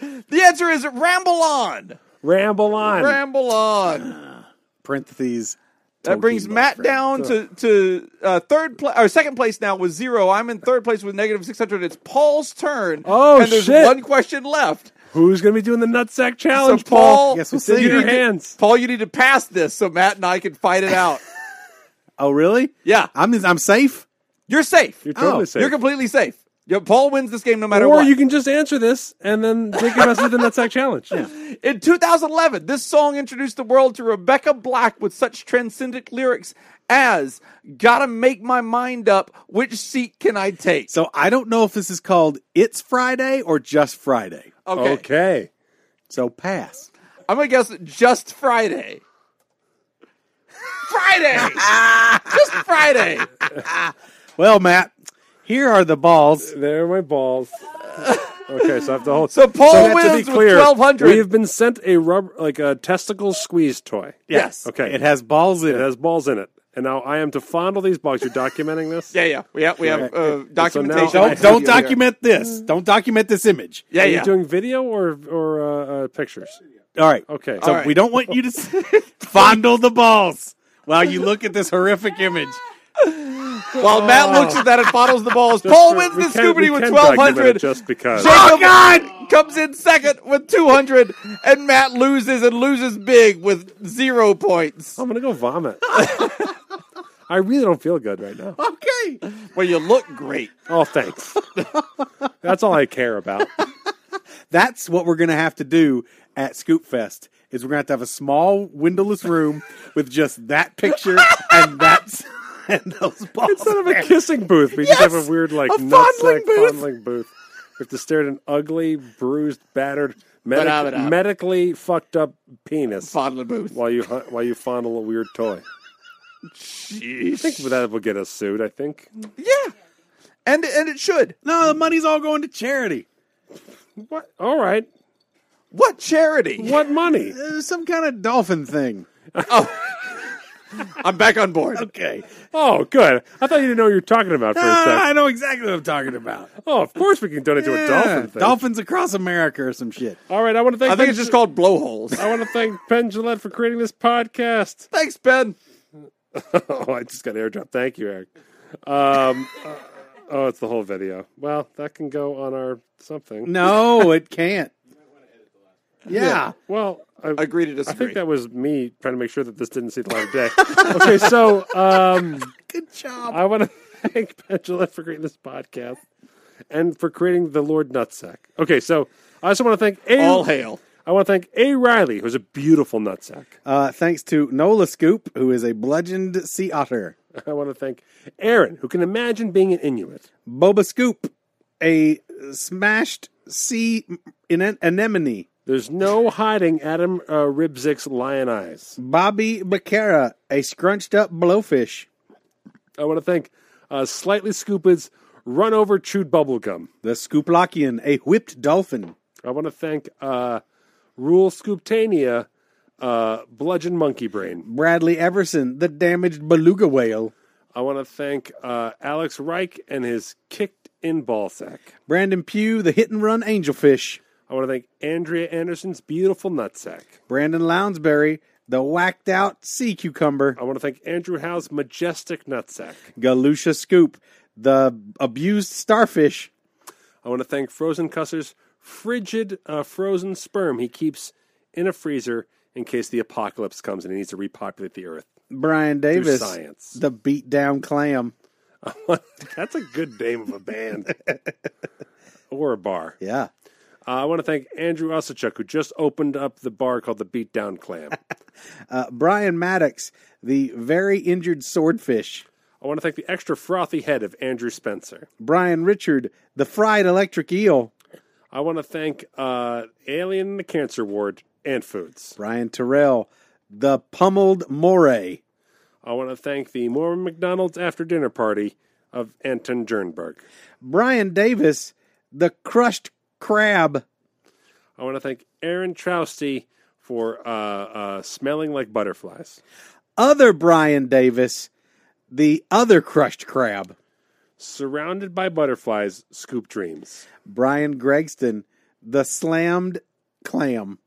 Speaker 5: the answer is ramble on,
Speaker 3: Ramble on.
Speaker 5: ramble on.
Speaker 4: Parentheses.
Speaker 5: that
Speaker 4: Tolkien
Speaker 5: brings
Speaker 4: Black
Speaker 5: Matt
Speaker 4: Friend.
Speaker 5: down to to uh, third place or second place now with zero. I'm in third place with negative six hundred. It's Paul's turn.
Speaker 3: Oh,
Speaker 5: and there's
Speaker 3: shit.
Speaker 5: one question left.
Speaker 3: Who's gonna be doing the nutsack
Speaker 5: So
Speaker 3: challenge,
Speaker 5: Paul,
Speaker 4: Yes, we'll
Speaker 3: It's in
Speaker 4: see.
Speaker 3: your
Speaker 4: You need to-
Speaker 3: hands.
Speaker 5: Paul, you need to pass this so Matt and I can fight it out.
Speaker 4: Oh, really?
Speaker 5: Yeah.
Speaker 4: I'm I'm safe.
Speaker 5: You're safe.
Speaker 3: You're totally
Speaker 4: Oh,
Speaker 3: safe.
Speaker 5: You're completely safe. Yeah, Paul wins this game no matter
Speaker 3: or
Speaker 5: what.
Speaker 3: you can just answer this and then take your best with the nutsack challenge.
Speaker 5: In 2011, this song introduced the world to Rebecca Black with such transcendent lyrics as "Gotta make my mind up, which seat can I take?"
Speaker 4: So I don't know if this is called It's Friday or Just Friday.
Speaker 5: Okay,
Speaker 3: Okay.
Speaker 4: So pass.
Speaker 5: I'm gonna guess just Friday. Friday, just Friday.
Speaker 4: Well, Matt, here are the balls.
Speaker 3: There are my balls. okay, so I have to hold.
Speaker 5: So Paul
Speaker 3: that
Speaker 5: wins
Speaker 3: to be
Speaker 5: with
Speaker 3: clear,
Speaker 5: 1200.
Speaker 3: We have been sent a rubber, like a testicle squeeze toy.
Speaker 5: Yes.
Speaker 3: Okay.
Speaker 4: It has balls in
Speaker 3: It
Speaker 4: it.
Speaker 3: has balls in it, and now I am to fondle these balls. You're documenting this.
Speaker 5: Yeah, yeah. We have we have uh,
Speaker 3: I
Speaker 5: documentation.
Speaker 4: don't
Speaker 3: have
Speaker 4: don't
Speaker 5: Video here.
Speaker 4: document this. Don't document this image.
Speaker 5: Yeah,
Speaker 3: Are you
Speaker 5: yeah.
Speaker 3: doing video or or uh, uh, pictures?
Speaker 4: All right.
Speaker 3: Okay.
Speaker 4: So
Speaker 5: All right.
Speaker 4: we don't want you to s- fondle the balls while you look at this horrific image.
Speaker 5: While Matt looks at that and bottles the balls, Paul wins
Speaker 3: Oh. We
Speaker 5: this
Speaker 3: can- we
Speaker 5: Scooby with
Speaker 3: can document it
Speaker 5: 1200.
Speaker 3: Just because.
Speaker 5: Jacob comes in second with 200, and Matt loses and loses big with zero points.
Speaker 3: I'm gonna go vomit. I really don't feel good right now.
Speaker 4: Okay.
Speaker 5: Well, you look great.
Speaker 3: Oh, thanks. That's all I care about.
Speaker 4: That's what we're going to have to do at Scoop Fest. Is we're going to have to have a small windowless room with just that picture and that's and those balls.
Speaker 3: Instead of a kissing booth, we just have
Speaker 4: Yes!
Speaker 3: a weird like
Speaker 4: A
Speaker 3: nutsack
Speaker 4: fondling booth.
Speaker 3: fondling booth. We have to stare at an ugly, bruised, battered, medic-
Speaker 5: Ba-da-ba-da.
Speaker 3: medically fucked up penis
Speaker 5: Fondle booth.
Speaker 3: while you hu- while you fondle a weird toy.
Speaker 5: Jeez.
Speaker 3: I think that will get us sued. I think.
Speaker 5: Yeah. And, and it should.
Speaker 4: no, the money's all going to charity.
Speaker 3: What? All right.
Speaker 5: What charity?
Speaker 3: What money?
Speaker 4: Uh, some kind of dolphin thing.
Speaker 5: I'm back on board.
Speaker 4: Okay.
Speaker 3: Oh, good. I thought you didn't know what you were talking about for a
Speaker 4: Ah, I
Speaker 3: second.
Speaker 4: know exactly what I'm talking about.
Speaker 3: Oh, of course we can donate to
Speaker 4: Yeah,
Speaker 3: a dolphin thing.
Speaker 4: Dolphins across America or some shit.
Speaker 3: All right, I want to thank.
Speaker 5: I think it's just called blowholes.
Speaker 3: I want to thank Ben Gillette for creating this podcast.
Speaker 5: Thanks, Ben.
Speaker 3: oh, I just got airdrop. Thank you, Eric. Um, uh, oh, it's the whole video. Well, that can go on our something.
Speaker 4: No, it can't. Yeah.
Speaker 3: Well, I,
Speaker 5: Agree to
Speaker 3: I
Speaker 5: disagree.
Speaker 3: think that was me trying to make sure that this didn't see the light of day. okay, so um,
Speaker 4: Good job.
Speaker 3: I want to thank Ben Gillette for creating this podcast and for creating the Lord Nutsack. Okay, so I also want to thank A.
Speaker 5: All hail.
Speaker 3: I want to thank A. Riley, who's a beautiful nutsack.
Speaker 4: Uh, thanks to Nola Scoop, who is a bludgeoned sea otter.
Speaker 3: I want to thank Aaron, who can imagine being an Inuit.
Speaker 4: Boba Scoop, a smashed sea ane- anemone.
Speaker 3: There's no hiding Adam uh, Ribzik's lion eyes.
Speaker 4: Bobby Becerra, a scrunched up blowfish.
Speaker 3: I want to thank uh, Slightly Scoopid's Run Over Chewed Bubblegum.
Speaker 4: The Scooplockian, a whipped dolphin.
Speaker 3: I want to thank uh, Rule Scooptania, uh, Bludgeon Monkey Brain.
Speaker 4: Bradley Everson, the damaged beluga whale.
Speaker 3: I want to thank uh, Alex Reich and his Kicked in Ball Sack.
Speaker 4: Brandon Pugh, the hit and run angelfish.
Speaker 3: I want to thank Andrea Anderson's Beautiful Nutsack.
Speaker 4: Brandon Lounsbury, the whacked out sea cucumber.
Speaker 3: I want to thank Andrew Howe's Majestic Nutsack.
Speaker 4: Galusha Scoop, the abused starfish.
Speaker 3: I want to thank Frozen Cusser's frigid uh, frozen sperm he keeps in a freezer in case the apocalypse comes and he needs to repopulate the earth.
Speaker 4: Brian Davis,
Speaker 3: science.
Speaker 4: the beat down clam.
Speaker 3: That's a good name of a band or a bar.
Speaker 4: Yeah.
Speaker 3: Uh, I want to thank Andrew Usachuk, who just opened up the bar called the Beatdown Clam.
Speaker 4: Uh, Brian Maddox, the very injured swordfish.
Speaker 3: I want to thank the extra frothy head of Andrew Spencer.
Speaker 4: Brian Richard, the fried electric eel.
Speaker 3: I want to thank uh, Alien in the Cancer Ward and Foods.
Speaker 4: Brian Terrell, the pummeled moray.
Speaker 3: I want to thank the Mormon McDonald's After Dinner Party, of Anton Jernberg.
Speaker 8: Brian Davis, the crushed crab.
Speaker 3: I want to thank Aaron Trousty for uh, uh, smelling like butterflies.
Speaker 8: Other Brian Davis, the other crushed crab.
Speaker 3: Surrounded by butterflies, scoop dreams.
Speaker 8: Brian Gregston, the slammed clam.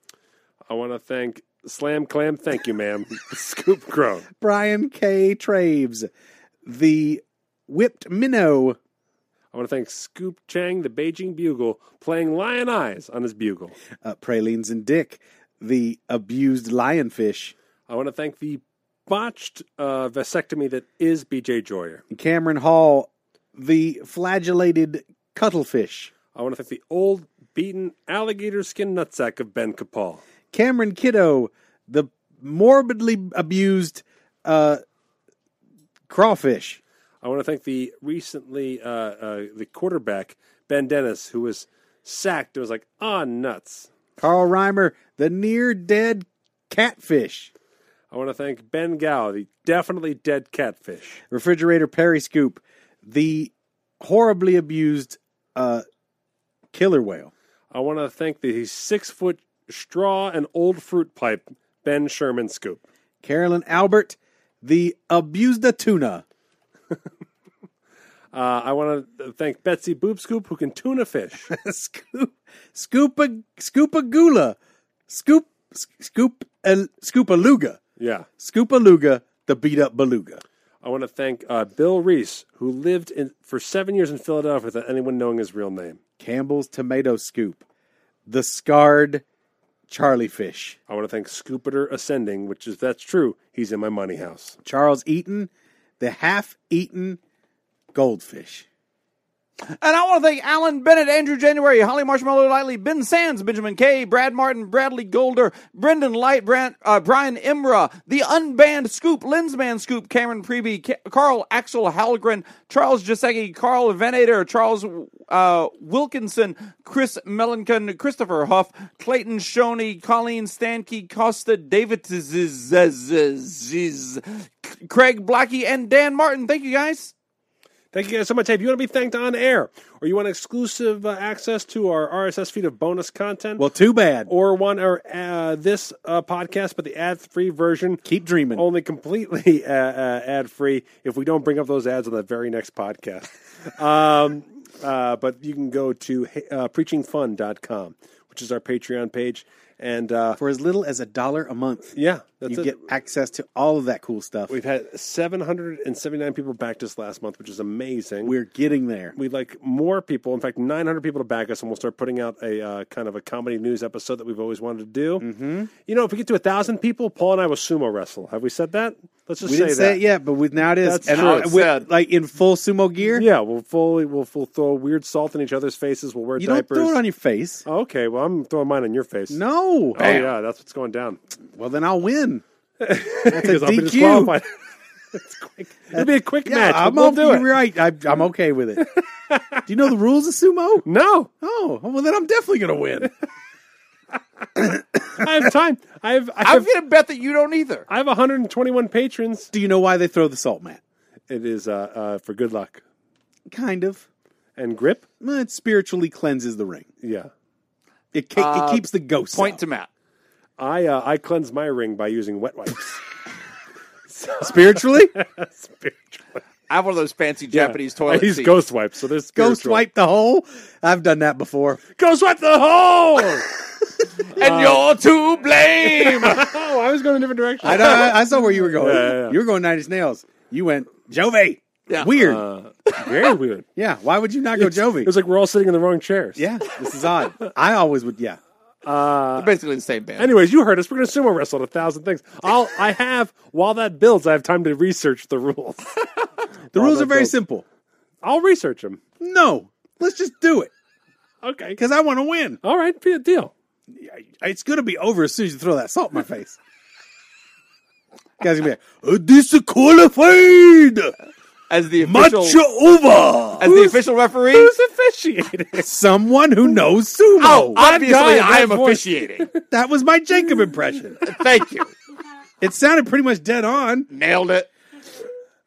Speaker 3: I want to thank Slam Clam. Thank you, ma'am. scoop Crow.
Speaker 8: Brian K. Traves, the whipped minnow.
Speaker 3: I want to thank Scoop Chang, the Beijing Bugle, playing Lion Eyes on his bugle.
Speaker 8: Uh, Pralines and Dick, the abused lionfish.
Speaker 3: I want to thank the botched uh, vasectomy that is BJ Joyer.
Speaker 8: Cameron Hall, the flagellated cuttlefish.
Speaker 3: I want to thank the old, beaten alligator skin nutsack of Ben Kapal.
Speaker 8: Cameron Kiddo, the morbidly abused uh, crawfish.
Speaker 3: I want to thank the recently uh, uh, the quarterback Ben Dennis, who was sacked. It was like ah nuts.
Speaker 8: Carl Reimer, the near dead catfish.
Speaker 3: I want to thank Ben Gao, the definitely dead catfish.
Speaker 8: Refrigerator Perry Scoop, the horribly abused uh, killer whale.
Speaker 3: I want to thank the six foot straw and old fruit pipe Ben Sherman Scoop.
Speaker 8: Carolyn Albert, the abused tuna.
Speaker 3: Uh, I want to thank Betsy Boop Scoop, who can tune a fish.
Speaker 8: scoop, scoopa, scoopa gula, scoop, scoop, el, scoopaluga,
Speaker 3: yeah.
Speaker 8: scoopaluga, the beat up beluga.
Speaker 3: I want to thank uh, Bill Reese, who lived in, for seven years in Philadelphia without anyone knowing his real name.
Speaker 8: Campbell's tomato scoop, the scarred Charlie fish.
Speaker 3: I want to thank Scoopiter Ascending, which is that's true. He's in my money house.
Speaker 8: Charles Eaton, the half eaten goldfish.
Speaker 5: And I want to thank Alan Bennett, Andrew January, Holly Marshmallow Lightly, Ben Sands, Benjamin Kay, Brad Martin, Bradley Golder, Brendan Light, Brand, uh, Brian Imra, The Unbanned Scoop, Linsman Scoop, Cameron Preby, Ca- Carl Axel Halgren, Charles Jasecki, Carl Venator, Charles uh, Wilkinson, Chris Melanchon, Christopher Huff, Clayton Shoney, Colleen Stanke, Costa David, Craig Blackie, and Dan Martin. Thank you guys.
Speaker 3: Thank you guys so much. Hey, if you want to be thanked on air, or you want exclusive uh, access to our RSS feed of bonus content,
Speaker 8: Well, too bad.
Speaker 3: or one or uh, this uh, podcast, but the ad-free version,
Speaker 8: Keep dreaming.
Speaker 3: only completely uh, uh, ad-free if we don't bring up those ads on the very next podcast. um, uh, but you can go to uh, preachingfun.com, which is our Patreon page, and uh,
Speaker 8: For as little as a dollar a month,
Speaker 3: yeah, that's
Speaker 8: you
Speaker 3: it.
Speaker 8: get access to all of that cool stuff.
Speaker 3: We've had 779 people backed us last month, which is amazing.
Speaker 8: We're getting there.
Speaker 3: we'd like more people. In fact, 900 people to back us, and we'll start putting out a uh, kind of a comedy news episode that we've always wanted to do. Mm-hmm. You know, if we get to a thousand people, Paul and I will sumo wrestle. Have we said that? Let's just
Speaker 8: We
Speaker 3: say
Speaker 8: didn't
Speaker 3: that.
Speaker 8: say it yet, but with now it is.
Speaker 3: That's
Speaker 8: and
Speaker 3: true.
Speaker 8: I-
Speaker 3: It's
Speaker 8: with-
Speaker 5: sad.
Speaker 8: like in full sumo gear,
Speaker 3: Yeah, we'll fully we'll, we'll throw weird salt in each other's faces. We'll wear
Speaker 8: you
Speaker 3: diapers.
Speaker 8: don't throw it on your face.
Speaker 3: Oh, okay, well I'm throwing mine on your face.
Speaker 8: No.
Speaker 3: Oh yeah, that's what's going down.
Speaker 8: Well, then I'll win. That's a
Speaker 3: Because I'll be
Speaker 8: DQ.
Speaker 3: disqualified. it's quick. It'll be a quick
Speaker 8: Yeah,
Speaker 3: match.
Speaker 8: I'm
Speaker 3: but we'll
Speaker 8: okay.
Speaker 3: do it.
Speaker 8: You're right. I, I'm okay with it. do you know the rules of sumo?
Speaker 3: No,
Speaker 8: Oh, well, then I'm definitely going to win.
Speaker 3: I have time. I have I
Speaker 5: I'm
Speaker 3: have,
Speaker 5: going to bet that you don't either.
Speaker 3: I have 121 patrons.
Speaker 8: do you know why they throw the salt mat?
Speaker 3: It is uh, uh, for good luck
Speaker 8: Kind of.
Speaker 3: and grip.
Speaker 8: Well, It spiritually cleanses the ring.
Speaker 3: Yeah.
Speaker 8: It, ke- it keeps the ghosts.
Speaker 5: Point
Speaker 8: out.
Speaker 5: to Matt.
Speaker 3: I uh, I cleanse my ring by using wet wipes.
Speaker 8: spiritually.
Speaker 3: Spiritual.
Speaker 5: I have one of those fancy Japanese toilet
Speaker 3: I use
Speaker 5: seats.
Speaker 3: ghost wipes, so there's
Speaker 8: Ghost wipe the hole. I've done that before.
Speaker 3: Ghost wipe the hole. uh,
Speaker 5: and you're to blame.
Speaker 3: oh, I was going a different direction.
Speaker 8: I, know- I, I saw where you were going.
Speaker 3: Yeah, yeah, yeah.
Speaker 8: You were going 90 Snails. You went Jovi.
Speaker 5: Yeah.
Speaker 8: Weird.
Speaker 3: Very weird.
Speaker 8: yeah. Why would you not go Jovi?
Speaker 3: It was like we're all sitting in the wrong chairs.
Speaker 8: yeah. This is odd. I always would. Yeah.
Speaker 5: They're basically the same band.
Speaker 3: Anyways, you heard us. We're going to sumo wrestle at a thousand things. I'll I have while that builds, I have time to research the rules.
Speaker 8: The rules
Speaker 3: that
Speaker 8: are very
Speaker 3: goes.
Speaker 8: simple.
Speaker 3: I'll research them.
Speaker 8: No. Let's just do it
Speaker 3: Okay.
Speaker 8: because I want to win.
Speaker 3: All right. be a Deal.
Speaker 8: It's going to be over as soon as you throw that salt in my face. Guys, gonna be like, "Uh, disqualified,
Speaker 5: As the official,
Speaker 8: match over.
Speaker 5: as the official referee,
Speaker 3: Who's officiating?
Speaker 8: Someone who knows sumo.
Speaker 5: oh, obviously
Speaker 3: dying.
Speaker 5: I am
Speaker 3: That voice.
Speaker 5: officiating.
Speaker 8: that was my Jacob impression.
Speaker 5: Thank you.
Speaker 8: It sounded pretty much dead on.
Speaker 5: Nailed it.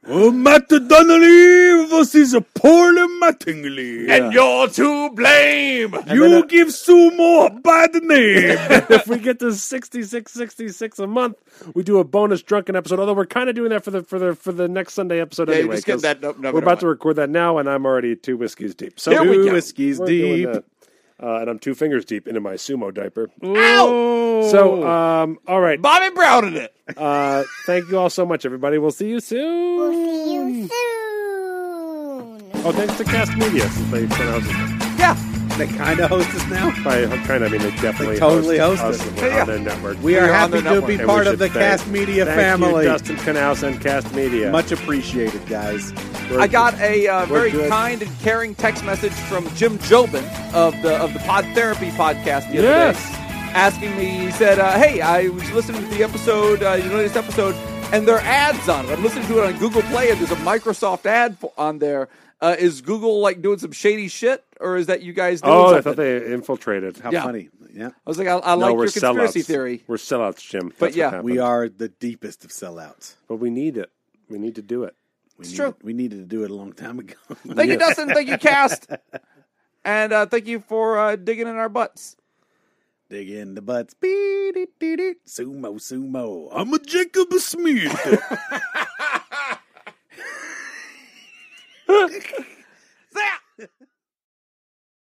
Speaker 8: Oh, Matt Donnelly versus Paul Mattingly.
Speaker 6: And you're to blame.
Speaker 8: you give Sumo a bad name.
Speaker 3: if we get to 66 66 a month, we do a bonus drunken episode. Although we're kind of doing that for the for the for the next Sunday episode
Speaker 6: Yeah, you
Speaker 3: anyway.
Speaker 6: just get
Speaker 3: 'cause
Speaker 6: that num- number
Speaker 3: we're about
Speaker 6: one.
Speaker 3: to record that now, and I'm already two whiskeys deep. So
Speaker 6: Here we
Speaker 4: Two
Speaker 6: go.
Speaker 4: whiskeys
Speaker 3: we're doing
Speaker 4: deep.
Speaker 3: that. Uh, and I'm two fingers deep into my sumo diaper.
Speaker 4: Oh.
Speaker 3: So, um, all right.
Speaker 6: Bobby Brown in it.
Speaker 3: Uh, thank you all so much, everybody. We'll see you soon.
Speaker 1: you soon.
Speaker 3: Oh, thanks to Cast Media since they sent out this-
Speaker 4: they kind of host us now.
Speaker 3: by kind of I mean they definitely
Speaker 4: They totally
Speaker 3: host
Speaker 4: host
Speaker 3: us
Speaker 4: us.
Speaker 3: on their network.
Speaker 4: We are
Speaker 5: You're on
Speaker 4: happy
Speaker 5: their
Speaker 4: to
Speaker 5: network.
Speaker 4: be
Speaker 3: And we
Speaker 4: part
Speaker 3: should
Speaker 4: of the
Speaker 3: thank-
Speaker 4: Cast Media
Speaker 3: thank
Speaker 4: family.
Speaker 3: You, Dustin Canals and Cast Media.
Speaker 4: Much appreciated, guys.
Speaker 5: I got a uh,
Speaker 4: We're
Speaker 5: very
Speaker 4: good.
Speaker 5: kind and caring text message from Jim Jobin of the of the Pod Therapy podcast the other
Speaker 3: Yes.
Speaker 5: day, asking me. He said, uh, "Hey, I was listening to the episode, uh, your latest episode, and there are ads on it. I'm listening to it on Google Play, and there's a Microsoft ad for, on there. Uh, is Google like doing some shady shit, or is that you guys doing
Speaker 3: oh, I
Speaker 5: something?"
Speaker 3: thought they infiltrated.
Speaker 4: How
Speaker 5: Yeah.
Speaker 4: funny. Yeah.
Speaker 5: I was like, "I, I
Speaker 3: no,
Speaker 5: like
Speaker 3: we're
Speaker 5: your conspiracy
Speaker 3: sellouts.
Speaker 5: theory."
Speaker 3: We're sellouts, Jim. That's
Speaker 5: But
Speaker 3: what
Speaker 5: yeah.
Speaker 3: happened.
Speaker 4: We are the deepest of sellouts.
Speaker 3: But we need it. We need to do it.
Speaker 4: We
Speaker 5: It's
Speaker 4: needed,
Speaker 5: true.
Speaker 4: We needed to do it a long time ago.
Speaker 5: Thank you, Dustin. Thank you, Cast, and uh, thank you for uh, digging in our butts.
Speaker 4: Dig in the butts. Beep-de-de-de. Sumo, sumo. Um,
Speaker 8: I'm a Jacob Smith.